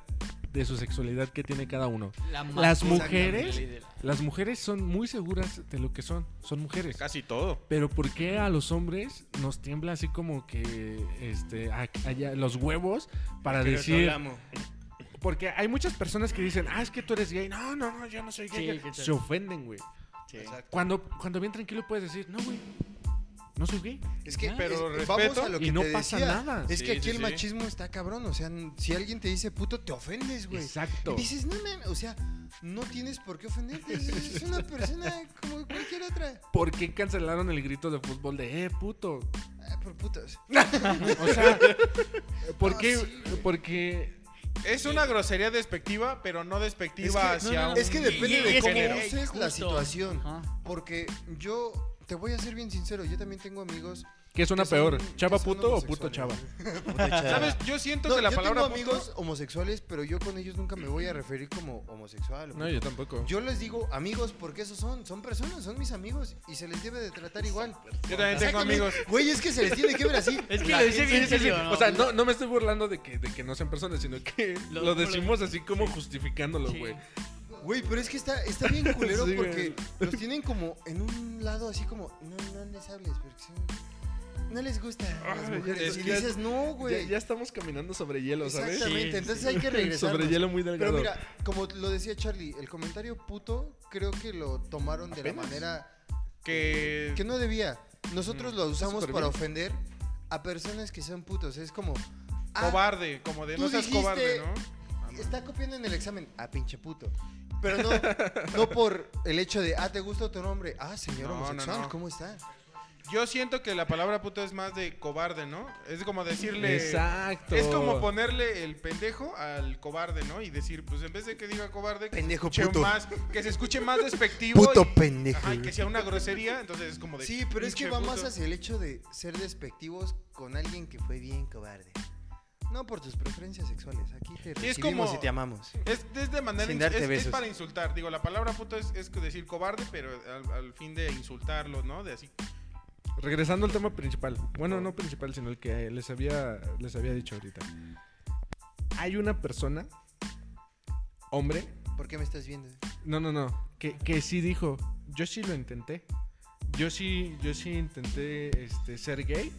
S2: de su sexualidad que tiene cada uno.
S4: La
S2: Las
S4: masculina-
S2: mujeres, las mujeres son muy seguras de lo que son, son mujeres.
S1: Casi todo.
S2: Pero ¿por qué a los hombres nos tiembla así como que este a- allá, los huevos para decir? Porque hay muchas personas que dicen, ah, es que tú eres gay. No, no, no, yo no soy
S4: Sí,
S2: gay.
S4: ¿qué tal?
S2: Se ofenden, güey.
S4: Sí.
S3: Exacto.
S2: Cuando, cuando bien tranquilo puedes decir, no, güey, no soy gay.
S3: Es que
S1: Pero
S3: es- vamos
S1: respeto
S3: a lo
S2: y
S3: que
S2: no
S3: te
S2: pasa
S3: decía.
S2: nada.
S3: Es
S1: Sí,
S3: que aquí
S1: sí,
S3: el
S1: sí.
S3: machismo está cabrón. O sea, n- si alguien te dice puto, te ofendes, güey.
S2: Exacto.
S3: Y dices, no mames, o sea, no tienes por qué ofenderte. Es una persona como cualquier otra.
S2: ¿Por qué cancelaron el grito de fútbol de, eh, puto?
S3: Ah, por putos.
S2: O sea, ¿por
S3: Ah,
S2: qué?
S3: sí, güey.
S2: Porque
S1: Es una grosería despectiva, pero no despectiva
S3: Es que- no,
S1: hacia
S4: no, no.
S1: un
S3: Es que depende
S4: Y-
S3: de
S4: y es
S3: cómo
S4: que-
S3: uses la
S4: justo.
S3: situación.
S4: Ajá.
S3: Porque yo, te voy a ser bien sincero, yo también tengo amigos.
S2: ¿Qué suena
S3: que son-
S2: peor?
S3: que
S2: ¿Chava
S3: son
S2: puto o puto
S3: homosexuales.
S2: chava?
S1: ¿Sabes? Yo siento
S3: Ah. No,
S1: que la
S3: yo
S1: palabra
S3: tengo
S1: puto-
S3: amigos homosexuales, pero yo con ellos nunca me voy a referir como homosexual. o puto.
S2: yo tampoco.
S3: Yo les digo amigos porque esos son, son personas, son mis amigos y se les debe de tratar igual.
S1: Yo también tengo
S3: Exactamente.
S1: amigos.
S3: Güey, es que se les tiene que ver así.
S4: Es que
S3: La
S4: lo dice
S3: gente-
S4: bien serio.
S2: O sea, no, no me estoy burlando de que, de que no sean personas, sino que lo,
S4: Lo-
S2: decimos así como justificándolo,
S4: Sí.
S2: güey.
S3: Güey, pero es que está, está bien culero
S2: Sí, güey.
S3: porque los tienen como en un lado así como, no, no les hables, porque son- no les gusta. a las
S2: Ah, ya
S3: mujeres".
S2: te-
S3: Y
S2: ya-
S3: dices, no,
S2: Ya,
S3: güey.
S2: ya estamos caminando sobre hielo, ¿sabes?
S3: Exactamente,
S4: Sí,
S3: entonces
S4: sí.
S3: hay que regresar. pues.
S2: Sobre hielo muy delgado.
S3: Pero mira, como lo decía Charlie, el comentario puto creo que lo tomaron de la
S2: Apenas.
S3: manera
S1: Que...
S3: que no debía. Nosotros
S2: Mm,
S3: lo usamos
S2: súper
S3: para
S2: bien.
S3: ofender a personas que sean putos. Es como. "Ah,
S1: Cobarde, como de
S3: tú
S1: no seas
S3: dijiste-
S1: cobarde, ¿no?
S3: Está copiando en el examen. Ah, pinche puto. Pero no, no por el hecho de, ah, te gusta tu nombre. Ah, señor
S1: No, no,
S3: homosexual,
S1: no.
S3: ¿cómo está?
S1: Yo siento que la palabra puto es más de cobarde, ¿no? Es como decirle...
S2: Exacto.
S1: Es como ponerle el pendejo al cobarde, ¿no? Y decir, pues en vez de que diga cobarde, que,
S3: Pendejo
S1: se, escuche
S3: puto.
S1: más, que se escuche más despectivo.
S3: Puto
S1: y-
S3: pendejo.
S1: Ajá, y que sea una grosería, entonces es como de...
S3: Sí, pero es que
S1: pinche
S3: va
S1: puto.
S3: más hacia el hecho de ser despectivos con alguien que fue bien cobarde. No por tus preferencias sexuales. Aquí te
S1: Sí, es
S3: recibimos
S1: como-
S3: y te amamos.
S1: Es, es de manera
S3: Sin
S1: ins-
S3: darte
S1: es- es
S3: besos.
S1: para insultar. Digo, la palabra puto es, es decir cobarde, pero al, al fin de insultarlo, ¿no? De así.
S2: Regresando al tema principal. Bueno, no principal, sino el que les había, les había dicho ahorita. Hay una persona, hombre,
S3: ¿Por qué me estás viendo?
S2: No, no, no. Que, que sí dijo, yo sí lo intenté. Yo sí, yo sí intenté este, ser gay,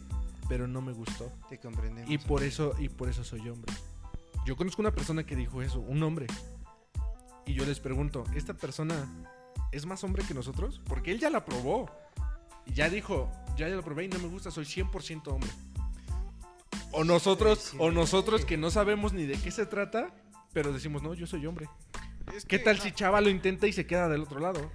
S2: pero no me gustó.
S3: Te comprendemos.
S2: Y por eso, y por eso soy hombre. Yo conozco una persona que dijo eso, un hombre. Y yo les pregunto, ¿esta persona es más hombre que nosotros? Porque él ya la probó. Y ya dijo, ya, ya la probé y no me gusta, soy 100% hombre. O nosotros, o nosotros que no sabemos ni de qué se trata, pero decimos, no, yo soy hombre.
S1: Es
S2: ¿Qué
S1: que-
S2: tal si Chava lo intenta y se queda del otro lado?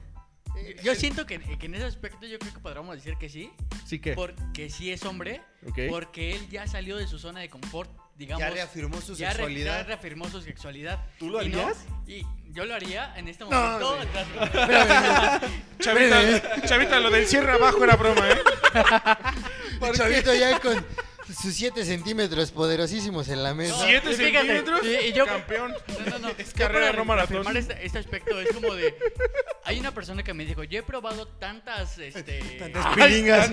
S3: Eh,
S4: Yo
S3: eh,
S4: siento que, que en ese aspecto yo creo que podríamos decir que sí,
S2: Sí que.
S4: porque sí es hombre,
S2: Ok.
S4: porque él ya salió de su zona de confort, digamos.
S3: ya reafirmó su
S4: ya re- ya
S3: sexualidad.
S4: reafirmó su sexualidad.
S2: ¿Tú lo
S4: Y no-
S2: harías?
S4: Y yo lo haría en este momento.
S1: Chavita, chavita, lo del cierre abajo era broma, ¿eh?
S3: El Chavito ya con sus 7 centímetros poderosísimos en la mesa.
S1: ¿Siete
S4: y fíjate,
S1: centímetros?
S4: y- y yo-
S1: Campeón.
S4: No, no, no.
S1: Es
S4: Yo
S1: carrera,
S4: para
S1: no maratón.
S4: reafirmar Este, este aspecto es como de. Hay una persona que me dijo: Yo he probado tantas. Este...
S3: Tantas piringas.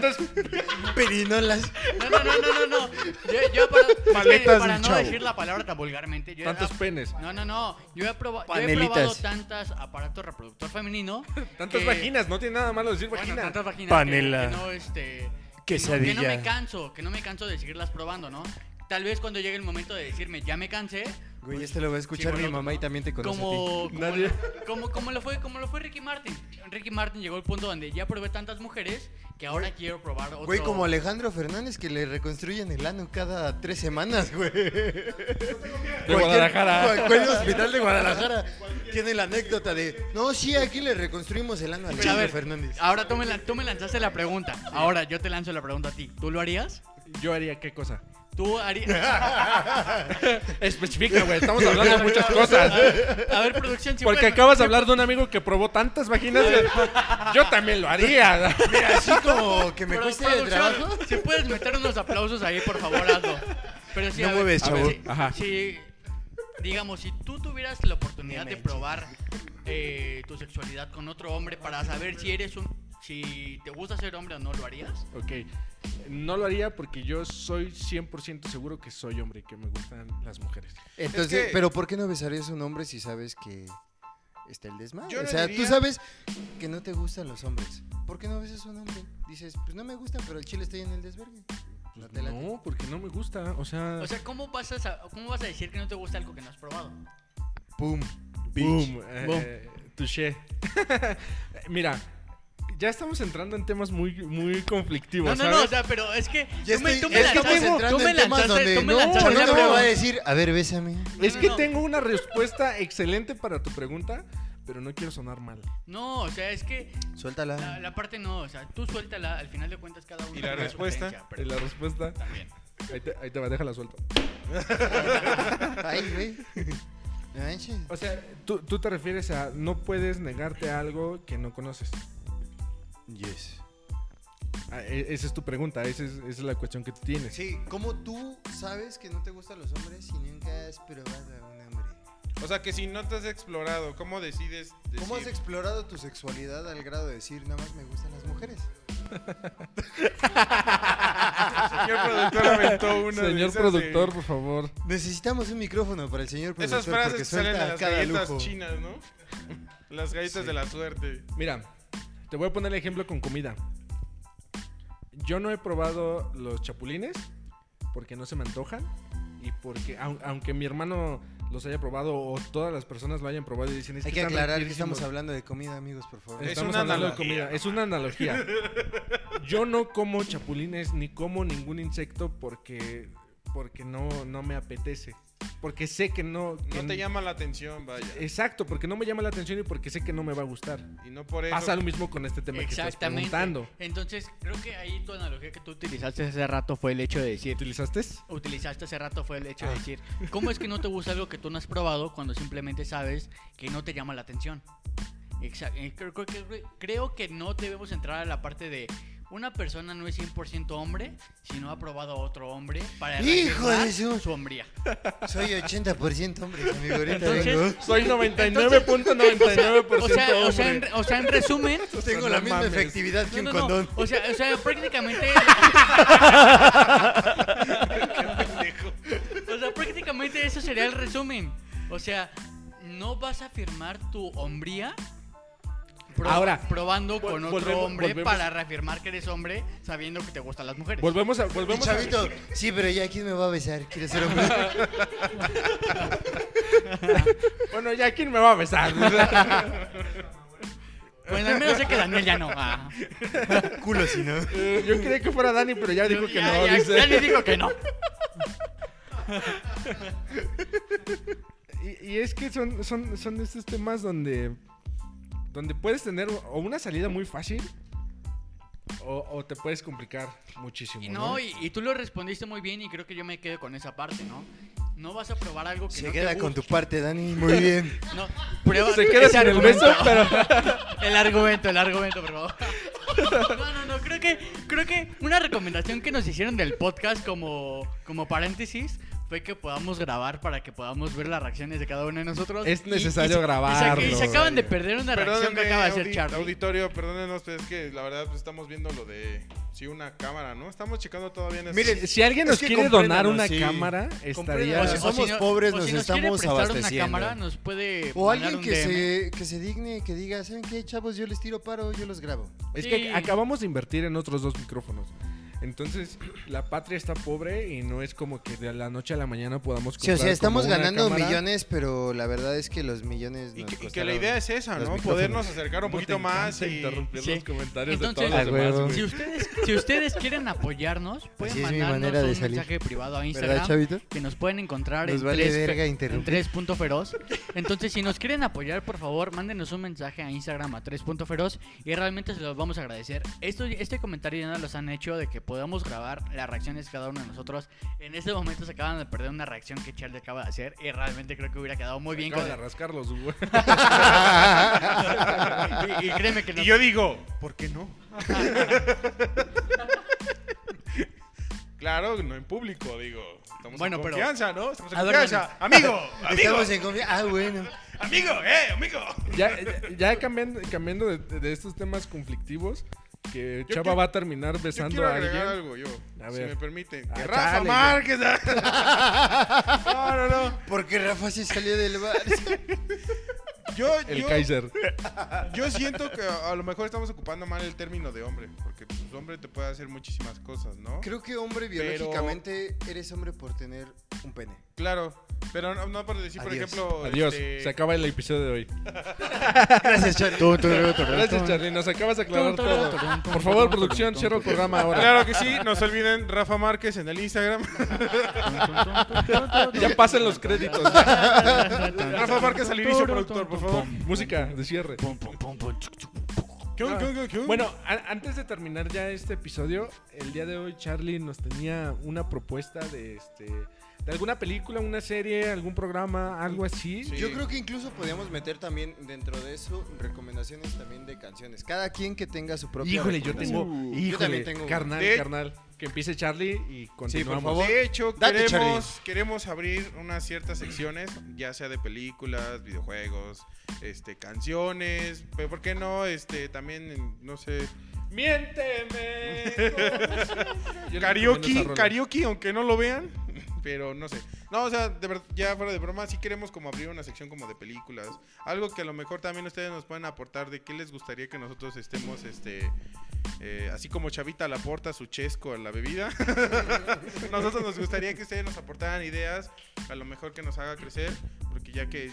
S3: perinolas.
S4: No, no, no, no, no. no. Yo, yo para, es que
S1: Paletas
S4: para
S1: del
S4: no
S1: chavo.
S4: decir la palabra tan vulgarmente. Yo
S2: Tantos
S4: ah,
S2: penes.
S4: No, no, no. Yo he, proba- yo he
S3: Panelitas.
S4: probado tantas aparatos reproductor femenino.
S2: Tantas
S4: que-
S2: vaginas, no tiene nada malo decir
S4: bueno,
S2: vagina.
S4: tantas vaginas. que-
S6: Panela.
S4: Que, no, este,
S6: Quesadilla.
S4: Que no, que no me canso, que no me canso de seguirlas probando, ¿no? Tal vez cuando llegue el momento de decirme, ya me cansé.
S3: Güey,
S4: pues,
S3: este lo va a escuchar
S4: sigo el
S3: mi
S4: otro,
S3: mamá y
S4: ¿no?
S3: también te conoce a ti.
S4: como, como,
S2: Nadie.
S4: lo- como, como lo fue, como lo fue Ricky Martin. Ricky Martin llegó al punto donde ya probé tantas mujeres que ahora quiero probar otro.
S3: Güey, como Alejandro Fernández que le reconstruyen el ano cada tres semanas, güey.
S2: De Guadalajara.
S3: Cualquier hospital de Guadalajara tiene la anécdota de, no, sí, aquí le reconstruimos el ano a
S4: Pero a
S3: Alejandro
S4: ver,
S3: Fernández.
S4: ahora tú me, la- tú me lanzaste la pregunta. Ahora yo te lanzo la pregunta a ti. ¿Tú lo harías?
S2: Yo haría qué cosa.
S4: ¿Tú harías?
S2: Especifica, güey. Estamos hablando de muchas
S4: ¿eh?
S2: cosas.
S4: A ver, producción, si
S2: Porque
S4: puedes-
S2: acabas de hablar de un amigo que probó tantas vaginas. Yo también lo haría.
S3: Mira, así como que me
S4: Pero,
S3: cueste de
S4: producción,
S3: trabajo.
S4: Si puedes meter unos aplausos ahí, por favor, hazlo. Pero sí,
S3: No
S4: a ver,
S3: mueves,
S4: a ver,
S3: chavo.
S4: si-
S2: Ajá.
S4: si, digamos, si tú tuvieras la oportunidad de probar eh, tu sexualidad con otro hombre para saber si eres un si te gusta ser hombre o no, ¿lo harías?
S2: Ok. No lo haría porque yo soy 100% seguro que soy hombre y que me gustan las mujeres.
S3: Entonces,
S1: que-
S3: pero ¿por qué no besarías a un hombre si sabes que está el desmadre?
S1: Yo
S3: o
S1: no
S3: sea,
S1: diría-
S3: tú sabes que no te gustan los hombres. ¿Por qué no besas a un hombre? Dices, pues no me gustan, pero el chile está ahí en el desvergue. No
S2: Pues
S3: te late.
S2: no, porque no me gusta. O sea,
S4: O sea, ¿cómo vas, a, sa- ¿cómo vas a decir que no te gusta algo que no has probado?
S3: Pum.
S2: boom. eh, touché. Mira, ya estamos entrando en temas muy, muy conflictivos.
S4: No, no, no, o
S2: ¿sabes?
S4: sea, pero es que
S3: Ya
S4: tú me,
S3: estoy-
S4: tú me
S3: es que
S4: lanzaste,
S3: estamos entrando
S4: tú me
S3: en temas
S4: lanzaste, tú
S3: donde
S4: me
S3: no,
S4: lanzaste
S3: no, no
S4: una
S3: me va a
S4: pregunta.
S3: decir, a ver, bésame.
S4: no,
S2: es
S4: no,
S2: que
S4: no.
S2: tengo una respuesta excelente para tu pregunta, pero no quiero sonar mal.
S4: No, o sea, es que
S3: Suéltala.
S4: la, la parte no, o sea, tú suéltala, al final de cuentas cada uno
S1: Y la
S4: tiene su
S1: respuesta,
S4: creencia, pero
S2: Y la respuesta,
S4: también.
S2: ahí te, ahí te va, déjala suelto.
S3: Ay, güey. No manches.
S2: O sea, tú, tú te refieres a no puedes negarte a algo que no conoces.
S3: Yes.
S2: Ah, e- Esa es tu pregunta, esa es, esa es la cuestión que tú tienes.
S3: Sí, ¿cómo tú sabes que no te gustan los hombres si nunca has probado a un hombre?
S1: O sea, que si no te has explorado, ¿cómo decides decir? "Pues,
S3: ¿Cómo has explorado tu sexualidad al grado de decir nada más me gustan las mujeres?
S1: Señor productor aventó una de
S2: Señor
S1: esas de-
S2: productor, por favor.
S3: Necesitamos un micrófono para el señor productor
S1: eh, Esas frases
S3: porque
S1: que salen de
S3: suelta
S1: las
S3: cada
S1: galletas
S3: lujo.
S1: chinas, ¿no? Las galletas de la suerte.
S2: Mira, te voy a poner el ejemplo con comida. Yo no he probado los chapulines porque no se me antojan y porque au- aunque mi hermano los haya probado o todas las personas lo hayan probado y dicen es
S3: Hay que
S2: están
S3: aclarar que estamos
S2: riquísimos".
S3: hablando de comida, amigos, por favor.
S1: Es
S2: Estamos
S1: una
S2: hablando de
S1: analogía,
S2: comida, es una analogía. Yo no como chapulines ni como ningún insecto porque porque no no me apetece, porque sé que no que
S1: No te
S2: n-
S1: llama la atención, vaya.
S2: Exacto, porque no me llama la atención y porque sé que no me va a gustar.
S1: Y no por eso.
S2: Pasa lo mismo con este tema que estás preguntando.
S4: Entonces, creo que ahí tu analogía que tú utilizaste hace rato fue el hecho de decir.
S2: ¿Utilizaste?
S4: Utilizaste hace rato fue el hecho
S3: Ah.
S4: de decir, ¿cómo es que no te gusta algo que tú no has probado cuando simplemente sabes que no te llama la atención? Exa- eh, creo, creo que- creo que no debemos entrar a la parte de una persona no es 100% hombre si no ha probado a otro hombre para
S3: ¡Hijo de
S4: reafirmar
S3: su-
S4: su hombría.
S3: Soy 80% hombre, amigo. Ahorita
S4: Entonces,
S3: vengo.
S2: Soy
S4: 99.99%
S2: 99.99%
S4: O sea, o sea, en, re- o sea, en resumen,
S3: Tengo la misma efectividad que
S4: no, no,
S3: un
S4: no,
S3: condón.
S4: O, sea, o sea, prácticamente O sea, prácticamente eso sería el resumen. O sea, no vas a firmar tu hombría pro-
S2: Ahora,
S4: probando
S2: vol-
S4: con otro
S2: volvemos-
S4: hombre
S2: volvemos-
S4: para reafirmar que eres hombre sabiendo que te gustan las mujeres.
S2: Volvemos a
S3: Y
S2: volvemos a-
S3: Chavito, sí, pero ya quién me va a besar. Quiere ser hombre.
S2: Bueno, ya quién me va a besar.
S4: Bueno, al menos sé que Daniel ya no. Ah.
S3: Culo, si no.
S2: Yo quería que fuera Dani, pero ya dijo que
S4: Ya-
S2: no,
S4: ya-
S2: dice.
S4: ya ni dijo que no.
S2: Y, y es que son, son, son de estos temas donde, donde puedes tener o una salida muy fácil o, o te puedes complicar muchísimo.
S4: Y
S2: ¿no?
S4: no, y, y tú lo respondiste muy bien y creo que yo me quedo con esa parte, ¿no? No vas a probar algo que
S3: Se
S4: no
S3: queda
S4: te
S3: con
S4: gusta.
S3: tu parte, Dani. Muy bien.
S4: No, prueba
S2: Se queda
S4: ese
S2: sin el
S4: argumento.
S2: beso, pero
S4: El argumento, el argumento, por favor. No, no, no, creo que, creo que una recomendación que nos hicieron del podcast como, como paréntesis fue que podamos grabar para que podamos ver las reacciones de cada uno de nosotros.
S2: Es
S4: Y-
S2: necesario
S4: y se- y se-
S2: grabarlo.
S4: Y se acaban de perder una reacción que
S3: eh,
S1: Perdónenme,
S4: acaba de hacer
S1: audi-
S4: Charlie.
S1: auditorio, perdónenos, pero es que la verdad pues, estamos viendo lo de sí una cámara, ¿no? Estamos checando todavía en eso.
S3: Miren,
S2: si alguien nos
S3: Es que
S2: quiere donar
S3: compréndanos,
S2: una
S3: sí.
S2: cámara, estaría...
S3: Compréndanos,
S4: Pues
S3: si somos pobres, nos
S4: quiere
S3: estamos
S4: prestar
S3: abasteciendo.
S4: una cámara, nos puede
S3: O
S4: mandar
S3: alguien
S4: un
S3: que
S4: DM.
S3: se, que se digne, que diga, ¿saben qué, chavos? Yo les tiro paro, yo los grabo.
S2: Es
S4: Sí.
S2: que acabamos de invertir en otros dos micrófonos. Entonces, la patria está pobre y no es como que de la noche a la mañana podamos
S3: Sí, o sea,
S2: comprar
S3: estamos
S2: como una
S3: ganando
S2: cámara.
S3: millones, pero la verdad es que los millones
S1: y,
S3: nos
S1: que, y que
S3: costaron.
S1: la idea es esa,
S3: los
S1: ¿no?
S3: micrófonos.
S1: Podernos acercar un
S2: ¿Cómo te
S1: poquito más
S2: encanta
S1: y
S2: interrumpir
S4: Sí.
S2: los comentarios
S4: Entonces-
S2: de todos los
S3: Ah,
S2: demás,
S3: huevo.
S2: güey.
S4: Si ustedes, si ustedes quieren apoyarnos, pueden
S3: Así es mi
S4: mandarnos
S3: manera de
S4: un
S3: salir.
S4: mensaje privado a
S3: ¿Verdad,
S4: Instagram.
S3: chavito?
S4: que nos pueden encontrar
S3: Nos
S4: en,
S3: vale
S4: tres, fe-
S3: verga
S4: en
S3: interrumpir.
S4: tres punto feroz. Entonces, si nos quieren apoyar, por favor, mándenos un mensaje a Instagram a tres punto feroz y realmente se los vamos a agradecer. Esto, este comentario ya nos los han hecho de que podamos grabar las reacciones de cada uno de nosotros. En este momento se acaban de perder una reacción que Charlie acaba de hacer y realmente creo que hubiera quedado muy bien
S2: Acaba
S4: con
S2: de rascarlos, güey.
S4: y, y créeme que
S1: Y
S4: nos-
S1: yo digo, ¿por qué no? Claro, no en público, digo. Estamos
S4: Bueno,
S1: en
S4: pero-
S1: confianza, ¿no? Estamos en
S4: A ver,
S1: confianza. Amigo, amigo,
S3: Estamos en confianza. Ah, bueno.
S1: amigo, eh, amigo.
S2: Ya, ya- ya cambiando, cambiando de, de estos temas conflictivos, que
S1: Yo
S2: Chava
S1: quiero-
S2: va a terminar
S1: Yo
S2: besando
S1: quiero
S2: a
S1: agregar
S2: alguien.
S1: algo yo,
S2: A
S1: si
S2: ver.
S1: me permiten.
S2: Ah,
S1: Que Rafa
S2: chale, güey.
S1: Márquez. ¿eh? no, no, no.
S3: Porque Rafa se salió del bar.
S1: Yo,
S2: El
S1: yo, este,
S2: Kaiser.
S1: yo siento que a lo mejor estamos ocupando mal el término de hombre, porque pues, hombre te puede hacer muchísimas cosas, ¿no?
S3: Creo que hombre
S1: Pero-
S3: biológicamente eres hombre por tener un pene.
S1: Claro, pero no, no por decir, por
S3: Adiós.
S1: ejemplo...
S2: Adiós.
S1: este,
S2: Se acaba el episodio de hoy.
S3: Gracias, Charlie.
S1: Ah,
S2: Gracias, Charlie. Nos acabas de aclarar todo. Por favor, producción, cierra
S1: ah,
S2: el programa ahora.
S1: Claro que sí, no se olviden Rafa Márquez en el Instagram. ah,
S2: Ya pasen los créditos.
S1: Rafa Márquez al inicio, productor, por favor.
S2: Música de cierre.
S1: ¿Qué un, qué un, qué un, qué un?
S2: Bueno, a- antes de terminar ya este episodio, el día de hoy Charlie nos tenía una propuesta de este de alguna película, una serie, algún programa, algo así.
S1: Sí.
S3: Yo creo que incluso podríamos meter también dentro de eso recomendaciones también de canciones. Cada quien que tenga su propia.
S2: Híjole, yo tengo,
S3: recomendación.
S2: híjole,
S3: Yo también tengo una.
S2: carnal,
S1: De-
S2: carnal, que empiece Charlie y continuamos.
S3: favor.
S1: De hecho,
S3: Date,
S1: queremos, queremos abrir unas ciertas secciones, ya sea de películas, videojuegos, este, canciones, pero ¿por qué no? Este, también, no sé,
S2: Miénteme. Yo
S1: karaoke,
S2: recomiendo esa rola.
S1: karaoke, aunque no lo vean, pero no sé. No, o sea, de verdad, ya fuera de broma, sí queremos como abrir una sección como de películas, algo que a lo mejor también ustedes nos pueden aportar de qué les gustaría que nosotros estemos, este... eh, así como Chavita le aporta su chesco a la bebida, nosotros nos gustaría que ustedes nos aportaran ideas, a lo mejor que nos haga crecer, porque ya que,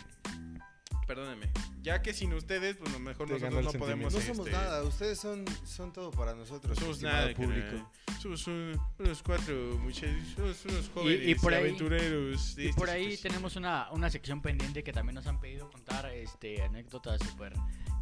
S1: perdónenme, ya que sin ustedes, pues a lo mejor
S2: Te ganó
S1: nosotros
S2: el
S1: no podemos...
S3: No somos
S1: este,
S3: nada, ustedes son, son todo para nosotros.
S1: Pues somos
S3: estimado
S1: nada,
S3: público.
S1: carnal. Somos un- unos cuatro muchachos, somos unos jóvenes
S4: y por ahí-
S1: aventureros. de
S4: Y
S1: estos
S4: por ahí
S1: hechos.
S4: tenemos una, una sección pendiente que también nos han pedido contar este, anécdotas súper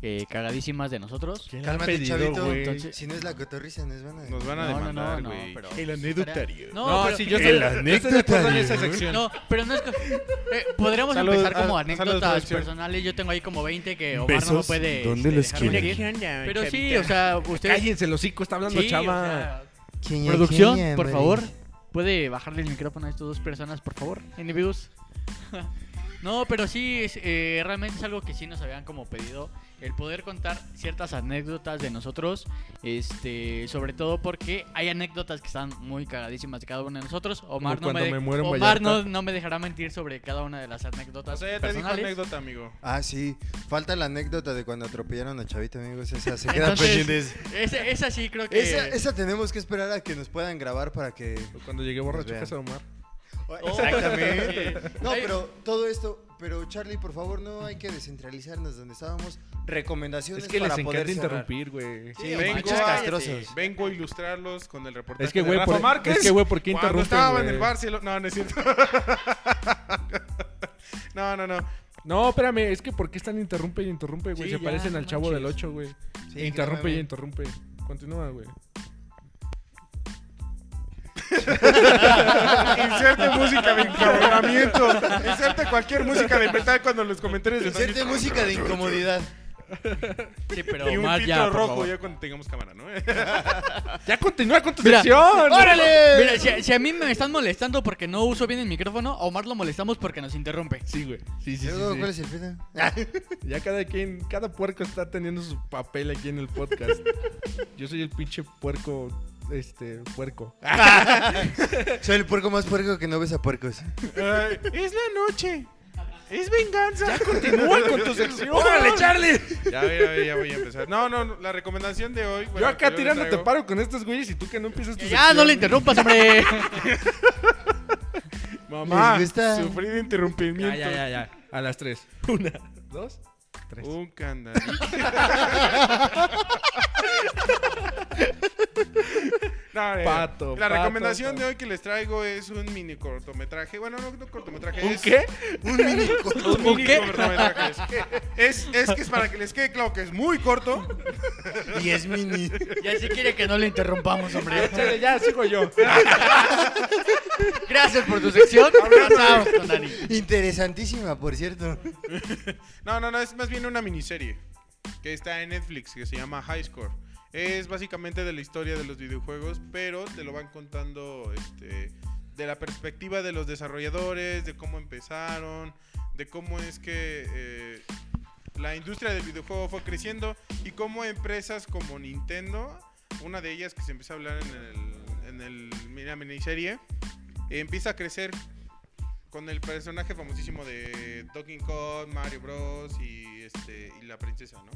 S4: eh, cagadísimas de nosotros.
S2: ¿Quién la ha
S3: Cálmate,
S2: pedido,
S3: chavito.
S2: güey?
S4: Entonces-
S3: Si no es la cotorriza, nos van a.
S1: Nos van a
S4: No, no,
S1: demandar,
S4: no, no,
S1: güey.
S4: pero-
S6: El anedutario.
S4: No,
S2: No,
S4: pero,
S2: sí, yo
S6: El
S2: estoy, yo estoy de acuerdo en esa
S6: anecdotario.
S2: sección.
S4: no, pero no es. co- eh, podríamos
S1: Salud,
S4: empezar
S1: ah,
S4: como
S1: salud,
S4: anécdotas
S1: producción.
S4: personales. Yo tengo ahí como 20 que Omar no
S6: Besos,
S4: puede.
S6: ¿dónde
S4: este,
S6: los
S4: dejarme
S6: quiere?
S4: decir. Pero sí, o sea, ustedes.
S2: Cállense el hocico, está hablando
S4: Sí, o
S2: Chava.
S4: sea, producción, por favor. ¿Puede bajarle el micrófono a estas dos personas, por favor? Enemigos. no, pero sí, es, eh, realmente es algo que sí nos habían como pedido. El poder contar ciertas anécdotas de nosotros. Este, sobre todo porque hay anécdotas que están muy cagadísimas de cada uno de nosotros. Omar, no
S2: cuando
S4: me, de-
S2: me muero en
S4: Omar no,
S2: Vallarta.
S4: no me dejará mentir sobre cada una de las anécdotas.
S1: O sea, ya te dijo
S4: personales.
S1: anécdota, amigo.
S3: Ah, sí. Falta la anécdota de cuando atropellaron a Chavita, amigos. Esa se queda
S4: Entonces, eh,
S3: pendiente.
S4: Esa, esa sí creo que.
S3: Esa, esa tenemos que esperar a que nos puedan grabar para que.
S2: Cuando llegué borracho a
S3: Pues
S2: casa de Omar.
S3: Exactamente. No,
S4: Oh, Ay.
S3: pero todo esto. Pero Charlie, por favor, no hay que descentralizarnos donde estábamos. Recomendaciones
S2: Es que les
S3: para
S2: encanta
S3: poder cerrar.
S2: interrumpir, güey.
S3: Sí,
S1: Vengo
S3: pinches
S1: a-
S3: castrosos.
S1: Vengo a ilustrarlos con el reportaje
S2: Es que,
S1: de
S2: güey,
S1: Rafa
S2: por-
S1: Márquez.
S2: es que, güey, ¿por qué
S1: Cuando
S2: interrumpen,
S1: estaba en
S2: güey?
S1: el Barcelona... No, no es cierto. no, no, no.
S2: No, espérame, es que ¿por qué están interrumpe y interrumpe, güey?
S4: Sí,
S2: Se
S4: ya,
S2: parecen
S4: no
S2: al chavo
S4: manches.
S2: del 8, güey.
S3: Sí,
S2: E interrumpe y
S3: no
S2: interrumpe. Continúa, güey.
S1: Inserte música de encadenamiento. Inserte cualquier música de metal cuando los comentarios de
S3: Inserte música de incomodidad.
S4: Sí, pero
S1: Y un
S4: Omar
S1: filtro
S4: ya. por
S1: rojo
S4: favor.
S1: ya cuando tengamos cámara, ¿no?
S2: Ya continúa con tu
S4: Mira,
S2: sección.
S4: ¡Órale! Mira, si, a- si a mí me están molestando porque no uso bien el micrófono, a Omar lo molestamos porque nos interrumpe.
S2: Sí, güey. Sí, sí, sí,
S3: Luego,
S2: sí.
S3: ¿Cuál es el pedo?
S2: Ya cada quien, cada puerco está teniendo su papel aquí en el podcast. Yo soy el pinche puerco, este, puerco.
S3: Soy el puerco más puerco que no ves a puercos.
S1: Ay, es la noche. Es venganza.
S2: Continúa con tu sección. ¡Órale, Charlie!
S1: Ya, voy, ya, voy, ya voy a empezar. No, no, no, la recomendación de hoy. bueno,
S2: Yo acá
S1: que les
S2: tirándote
S1: traigo-
S2: paro con estos güeyes y tú que no empiezas tu
S4: Ya, no le interrumpas, hombre.
S1: Mamá,
S3: Les gusta.
S1: sufrí de interrumpimiento.
S2: ya. A las tres. Una, dos, tres.
S1: Un candadito. No, no,
S2: Pato,
S1: la
S2: pato,
S1: recomendación
S2: pato.
S1: de hoy que les traigo es un mini cortometraje. Bueno, no, no cortometraje.
S2: ¿Un
S1: es-
S2: qué?
S3: Un mini
S1: Un
S4: ¿Un
S1: mini
S4: qué?
S1: cortometraje. Es, es que es para que les quede claro que es muy corto.
S3: Y es mini.
S4: ya se quiere que no le interrumpamos, hombre.
S2: Chale, ya, sigo yo.
S4: Gracias por tu sección. Pasamos con Dani.
S3: Interesantísima, por cierto.
S1: No, no, no, es más bien una miniserie que está en Netflix que se llama High Score. Es básicamente de la historia de los videojuegos, pero te lo van contando este, de la perspectiva de los desarrolladores, de cómo empezaron, de cómo es que eh, la industria del videojuego fue creciendo y cómo empresas como Nintendo, una de ellas que se empieza a hablar en, el, en el- en la miniserie, empieza a crecer con el personaje famosísimo de Donkey Kong, Mario Bros. y, este, y la princesa, ¿no?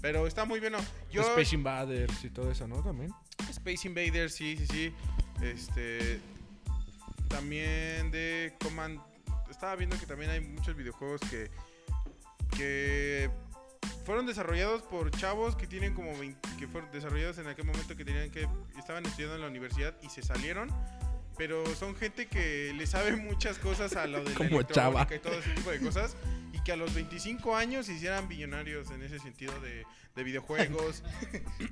S1: Pero está muy bueno. Yo,
S2: Space Invaders y todo eso, ¿no? También.
S1: Space Invaders, sí, sí, sí. Este. También de Command. Estaba viendo que también hay muchos videojuegos que. que fueron desarrollados por chavos que tienen como 20 que fueron desarrollados en aquel momento que tenían que estaban estudiando en la universidad y se salieron pero son gente que le sabe muchas cosas a lo de la
S2: Como
S1: electrónica
S2: chava.
S1: y todo ese tipo de cosas y que a los 25 años se hicieran billonarios en ese sentido de, de videojuegos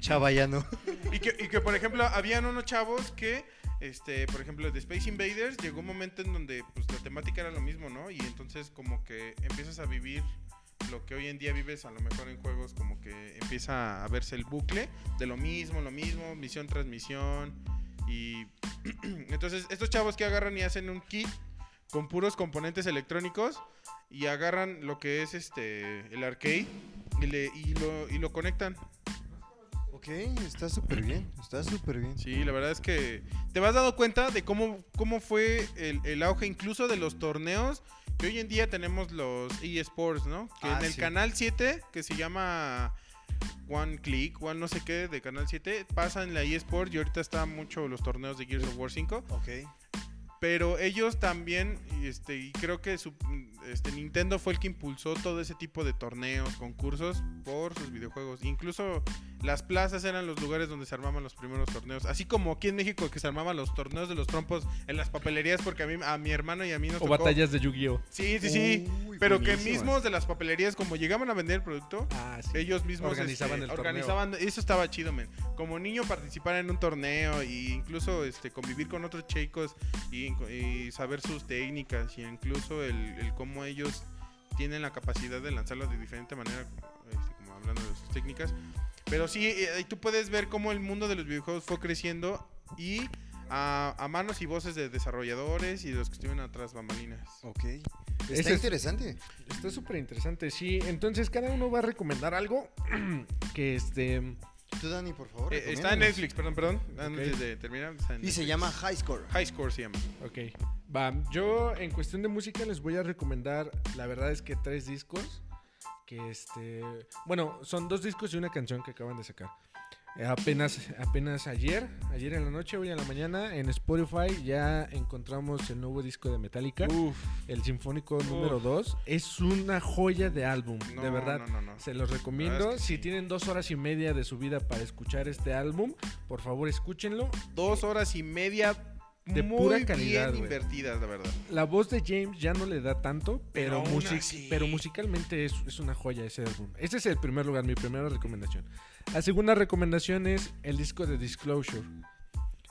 S3: Chavallano.
S1: y que, y que, por ejemplo, habían unos chavos que, este, por ejemplo, de Space Invaders, llegó un momento en donde pues, la temática era lo mismo, ¿no? Y entonces como que empiezas a vivir lo que hoy en día vives, a lo mejor en juegos, como que empieza a verse el bucle de lo mismo, lo mismo, misión, transmisión. Y entonces estos chavos que agarran y hacen un kit con puros componentes electrónicos y agarran lo que es este el arcade y, le, y, lo, y lo conectan
S3: Ok, está súper bien. Está súper bien.
S1: Sí, la verdad es que te vas dando cuenta de cómo, cómo fue el, el auge incluso de los torneos que hoy en día tenemos los eSports, ¿no? Que
S3: Ah,
S1: en el
S3: sí.
S1: canal 7, que se llama One Click, One no sé qué, de canal 7, pasan la eSports y ahorita están mucho los torneos de Gears of War 5.
S3: Ok.
S1: Pero ellos también, y este, y creo que su- este, Nintendo fue el que impulsó todo ese tipo de torneos, concursos por sus videojuegos. Incluso las plazas eran los lugares donde se armaban los primeros torneos. Así como aquí en México que se armaban los torneos de los trompos en las papelerías, porque a, mí, a mi hermano y a mí nos
S2: O
S1: tocó.
S2: batallas de Yu-Gi-Oh!
S1: Sí, sí, sí.
S3: Uy,
S1: pero que
S3: buenísimas.
S1: mismos de las papelerías, como llegaban a vender producto,
S2: Ah, sí.
S1: ellos mismos
S2: Organizaban
S1: este,
S2: el
S1: organizaban eso estaba chido men como niño participar en un torneo y incluso este convivir con otros chicos y, y saber sus técnicas y incluso el, el cómo ellos tienen la capacidad de lanzarlos de diferente manera este, como hablando de sus técnicas pero sí eh, ahí tú puedes ver cómo el mundo de los videojuegos fue creciendo y a, a manos y voces de desarrolladores y de los que estuvieron atrás bambalinas
S3: Ok. Está
S2: Ese es-
S3: interesante.
S2: Está súper interesante, sí. Entonces, cada uno va a recomendar algo que este.
S3: Tú, Dani, por favor.
S1: Eh, está en
S3: recomiéndanos.
S1: Netflix perdón perdón antes
S2: Ok.
S1: de terminar está en
S3: Y se
S1: Netflix.
S3: llama High Score.
S1: High Score se llama
S2: Ok. Va, yo en cuestión de música les voy a recomendar, la verdad es que tres discos. Que este. Bueno, son dos discos y una canción que acaban de sacar. Eh, Apenas, apenas ayer, ayer en la noche, hoy en la mañana, en Spotify ya encontramos el nuevo disco de Metallica,
S1: Uf,
S2: el Sinfónico número 2. Es una joya de álbum,
S1: no,
S2: de verdad.
S1: no, no, no.
S2: Se los recomiendo.
S1: La verdad es que
S2: si
S1: sí.
S2: tienen dos horas y media de su vida para escuchar este álbum, por favor escúchenlo.
S1: dos horas y media
S2: De
S1: muy
S2: pura
S1: bien
S2: calidad, güey.
S1: invertidas, la verdad.
S2: La voz de James ya no le da tanto,
S1: Pero
S2: pero,
S1: aún
S2: music-
S1: así.
S2: pero musicalmente es, es una joya ese álbum. Ese es el primer lugar, mi primera recomendación. La segunda recomendación es el disco de Disclosure.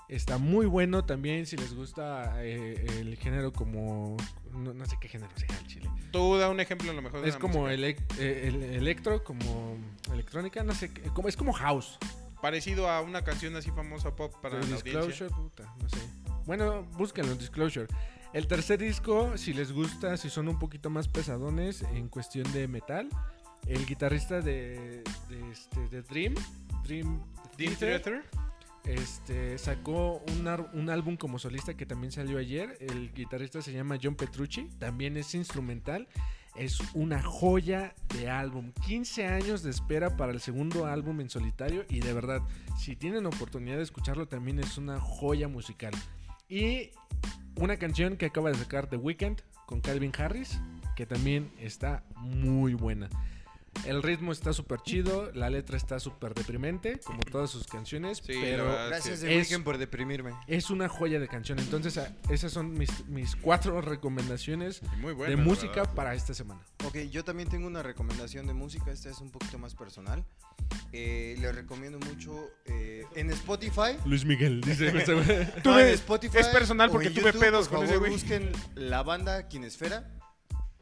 S2: Está muy bueno también si les gusta eh, el género como... No, no sé qué género sea el chile.
S1: Tú da un ejemplo a lo mejor. de
S2: Es
S1: una
S2: como
S1: música.
S2: elec- eh, el electro, como electrónica, no sé. qué- Como, es como house.
S1: parecido a una canción así famosa pop para
S2: Pero
S1: la audiencia.
S2: Disclosure, puta, no sé. Bueno, búsquenlo en Disclosure. El tercer disco, si les gusta, si son un poquito más pesadones en cuestión de metal, el guitarrista de, de, este, de Dream, Dream
S1: Dream
S2: Theater,
S1: Theater.
S2: este, sacó un, ar- un álbum como solista que también salió ayer. El guitarrista se llama John Petrucci, también es instrumental. Es una joya de álbum. 15 años de espera para el segundo álbum en solitario y de verdad, si tienen oportunidad de escucharlo, también es una joya musical. Y una canción que acaba de sacar The Weeknd con Calvin Harris, que también está muy buena. El ritmo está súper chido, la letra está súper deprimente, como todas sus canciones,
S1: Sí,
S2: pero
S1: la verdad.
S3: Gracias
S2: sí.
S3: de
S2: Es-
S3: Weekend por deprimirme.
S2: es una joya de canción. Entonces, a- esas son mis, mis cuatro recomendaciones
S1: Y Muy buena.
S2: de
S1: la
S2: música
S1: verdad.
S2: para esta semana.
S3: Ok, yo también tengo una recomendación de música, esta es un poquito más personal. Eh, le recomiendo mucho eh, en Spotify.
S2: Luis Miguel, dice.
S3: No, en Spotify
S1: es personal
S3: o
S1: porque
S3: en
S1: tuve pedos
S3: por
S1: con ese
S3: favor,
S1: güey.
S3: Busquen la banda Quinesfera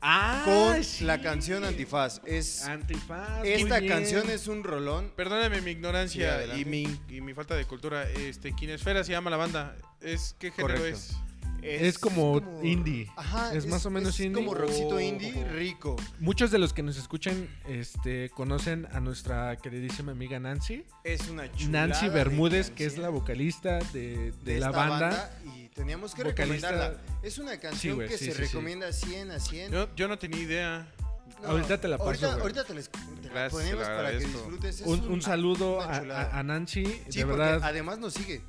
S2: Ah,
S3: con
S2: sí.
S3: la canción Antifaz. Es,
S2: Antifaz. muy
S3: esta
S2: bien.
S3: canción es un rolón.
S1: Perdóname mi
S3: Sí,
S1: ignorancia
S3: adelante.
S1: y, mi, y mi falta de cultura. Este, Kinesfera se llama la banda. ¿Es qué género
S5: Correcto.
S1: es?
S2: Es como indie.
S3: Ajá,
S2: Es más o menos indie.
S3: como rockcito
S1: Oh.
S3: indie rico.
S2: Muchos de los que nos escuchan este, conocen a nuestra queridísima amiga Nancy.
S3: Es una chulada.
S2: Nancy
S3: de
S2: Bermúdez, que es
S3: canción.
S2: la vocalista de, de
S3: de
S2: la
S3: esta
S2: banda.
S3: banda, y teníamos que
S2: vocalista-
S3: recomendarla. Es una canción
S2: güey,
S3: que
S2: sí,
S3: se
S2: sí, sí.
S3: recomienda 100 a 100.
S1: Yo, yo no tenía idea.
S3: No,
S2: ahorita te la paso,
S3: Ahorita,
S2: güey.
S3: ahorita te, les- te la
S1: Gracias, te
S3: ponemos
S1: la
S3: para que
S1: agradezco.
S3: disfrutes. Es
S2: Un, un
S3: una-
S2: saludo
S3: una
S2: a,
S3: chulada.
S2: a- a Nancy,
S3: Sí,
S2: de
S3: porque
S2: verdad.
S3: además nos sigue.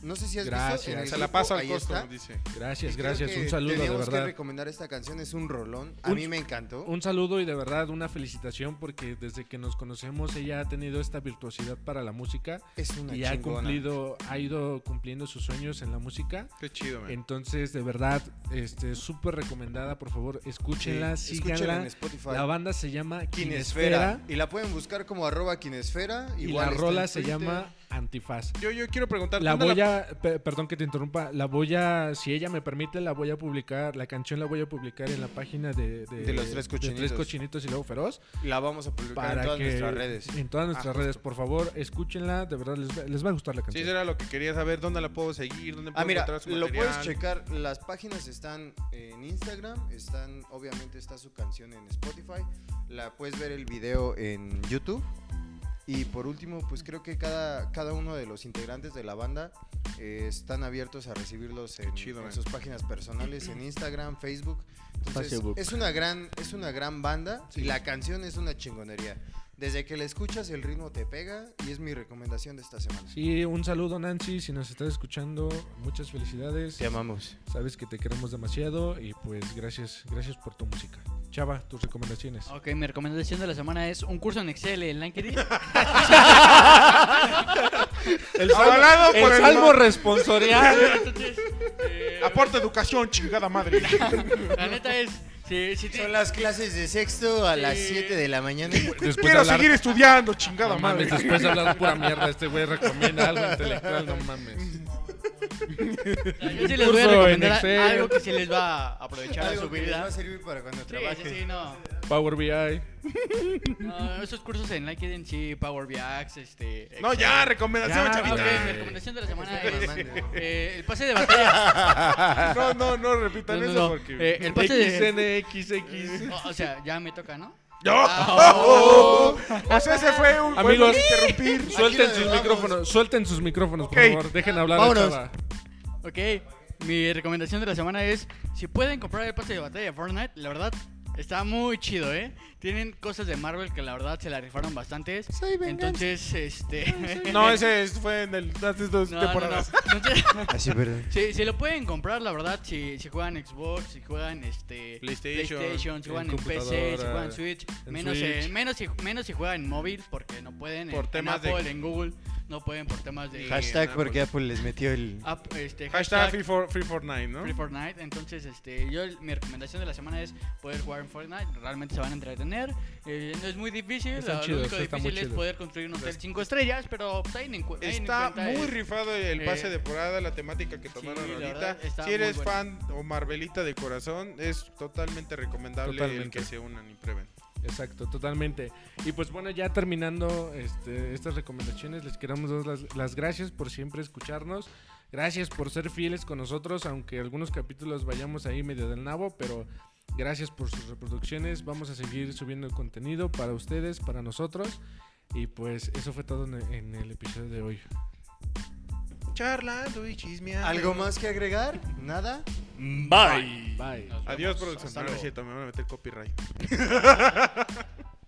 S3: No sé si has
S2: Gracias.
S3: visto. en el
S1: Se la
S3: grupo,
S1: paso al
S3: ahí
S1: costo,
S3: está.
S1: dice.
S2: Gracias,
S3: Y creo
S2: gracias.
S3: que
S2: Un saludo, de
S3: Teníamos que
S2: verdad.
S3: recomendar esta canción, es un rolón. A
S2: Un-
S3: mí me encantó.
S2: Un saludo y de verdad una felicitación porque desde que nos conocemos ella ha tenido esta virtuosidad para la música
S3: es una
S2: y
S3: chingona.
S2: ha cumplido, ha ido cumpliendo sus sueños en la música.
S1: Qué chido, man.
S2: Entonces, de verdad, este, súper recomendada, por favor, escúchenla,
S3: Sí,
S2: síganla.
S3: escúchenla en Spotify.
S2: La banda se llama
S3: Kinesfera.
S2: Kinesfera
S3: Y la pueden buscar como arroba Kinesfera.
S2: y
S3: igual
S2: la
S3: está en
S2: rola se
S3: Twitter.
S2: llama Antifaz.
S1: Yo, yo quiero preguntar.
S2: La
S1: ¿dónde
S2: voy a, pe- perdón que te interrumpa, la voy a, si ella me permite, la voy a publicar, la canción la voy a publicar en la página de,
S5: De los Tres Cochinitos.
S2: Cochinitos y luego feroz.
S3: La vamos a publicar
S2: Para
S3: en todas
S2: que
S3: nuestras redes.
S2: en todas nuestras
S1: Ah,
S2: redes, por favor, escúchenla, de verdad les va, les va a gustar la
S1: Sí,
S2: canción.
S1: eso era lo que quería saber. ¿Dónde la puedo seguir? ¿Dónde puedo
S3: Ah, mira,
S1: encontrar su
S3: lo
S1: material?
S3: puedes checar. Las páginas están en Instagram, están, obviamente está su canción en Spotify, la puedes ver el video en YouTube. Y por último, pues creo que cada, cada uno de los integrantes de la banda eh, están abiertos a recibirlos en,
S1: chido,
S3: en
S1: man.
S3: sus páginas personales, en Instagram, Facebook. Entonces,
S4: Facebook.
S3: Es, una gran, es una gran banda y la canción es una chingonería. Desde que la escuchas, el ritmo te pega y es mi recomendación de esta semana.
S2: Sí, un saludo Nancy, si nos estás escuchando, muchas felicidades.
S3: Te amamos.
S2: Sabes que te queremos demasiado y pues gracias, gracias por tu música. Chava, tus recomendaciones.
S4: Ok, mi recomendación de la semana es un curso en Excel en LinkedIn.
S2: El
S1: Avalado por el ma-
S2: responsorial.
S4: Entonces, eh,
S1: Aporta educación, chingada madre.
S4: la neta es, si, si te-
S3: Son las clases de sexto a las
S4: Sí.
S3: 7 de la mañana.
S2: Después de
S1: Quiero
S2: hablar,
S1: seguir estudiando, chingada
S2: no
S1: madre.
S2: mames, después de hablar pura mierda, este güey recomienda algo intelectual, no mames.
S4: yo sí les voy a
S2: Curso en
S4: recomendar
S2: Excel.
S4: algo que sí les va a aprovechar a
S3: Algo
S4: su
S3: que les va
S4: vida.
S3: a servir para cuando
S4: Sí,
S3: trabajen.
S4: sí, sí, no.
S2: Power BI.
S4: No, Esos cursos en LinkedIn, sí, Power BI, este...
S1: No,
S4: Excel.
S1: ya, recomendación,
S2: Ya,
S1: chavita.
S4: Ok,
S2: Ahorita.
S4: mi recomendación de la semana
S3: Estoy
S4: es
S3: mamando.
S4: eh, el pase de batalla.
S1: No, no, no repitan
S4: No, no,
S1: eso
S4: no.
S1: porque.
S4: Eh, el pase de...
S2: XNXX.
S4: O, o sea, ya me toca, ¿no?
S1: ¡No!
S4: Oh.
S1: O sea, ese fue un.
S2: Amigos,
S1: interrumpir.
S2: Suelten
S3: Aquí la
S2: sus
S3: dejamos.
S2: micrófonos, suelten sus micrófonos,
S1: Ok.
S2: por favor. Dejen hablar a
S4: Vámonos.
S2: Chava.
S4: Ok, mi recomendación de la semana es: si pueden comprar el pase de batalla de Fortnite, la verdad está muy chido, ¿eh? Tienen cosas de Marvel que la verdad se la rifaron bastantes. Entonces, este.
S1: No, ese es- fue en el, hace dos
S4: No, no, no.
S1: temporadas.
S4: Entonces,
S3: Así, verdad.
S4: si, si lo pueden comprar, la verdad, si, si juegan Xbox, si juegan este,
S1: PlayStation,
S4: PlayStation, si
S2: en
S4: juegan en, PC, si
S2: computadora,
S4: juegan Switch,
S2: en
S4: menos,
S2: Switch.
S4: eh, menos, si, menos si juegan en móvil, porque no pueden. en-
S1: Por
S4: en,
S1: temas de-
S4: Apple, en Google, no pueden por temas de.
S3: Hashtag porque Apple les metió el.
S4: App- este,
S1: Hashtag free, for, free Fortnite, ¿no?
S4: Free Fortnite. Entonces, este, yo mi recomendación de la semana es poder jugar en Fortnite. Realmente se van a entretener. Eh, no es muy difícil.
S2: Están
S4: lo,
S2: chidos,
S4: único
S2: está muy
S4: difícil es
S2: chido.
S4: poder construir un hotel 5 estrellas, pero pues, ahí ni encu- ahí ni
S1: Está
S4: cuenta
S1: muy
S4: es-
S1: rifado el pase
S4: eh,
S1: de temporada, la temática que tomaron
S4: la
S1: ahorita.
S4: verdad, está
S1: Si eres
S4: muy bueno.
S1: fan o Marvelita de corazón, es totalmente recomendable el
S2: Totalmente.
S1: que se unan y prueben.
S2: Exacto, totalmente. Y pues bueno, ya terminando este, estas recomendaciones, les queremos dar las, las gracias por siempre escucharnos. Gracias por ser fieles con nosotros, aunque algunos capítulos vayamos ahí medio del nabo, pero gracias por sus reproducciones. Vamos a seguir subiendo el contenido para ustedes, para nosotros. Y pues eso fue todo en, en el episodio de hoy.
S1: Charlando y chismeando.
S3: ¿Algo más que agregar? ¿Nada?
S6: Bye.
S2: Bye.
S4: Nos
S1: Adiós,
S4: vemos.
S1: producción.
S4: Hasta
S1: No, no es
S4: luego.
S1: cierto, me van a meter copyright.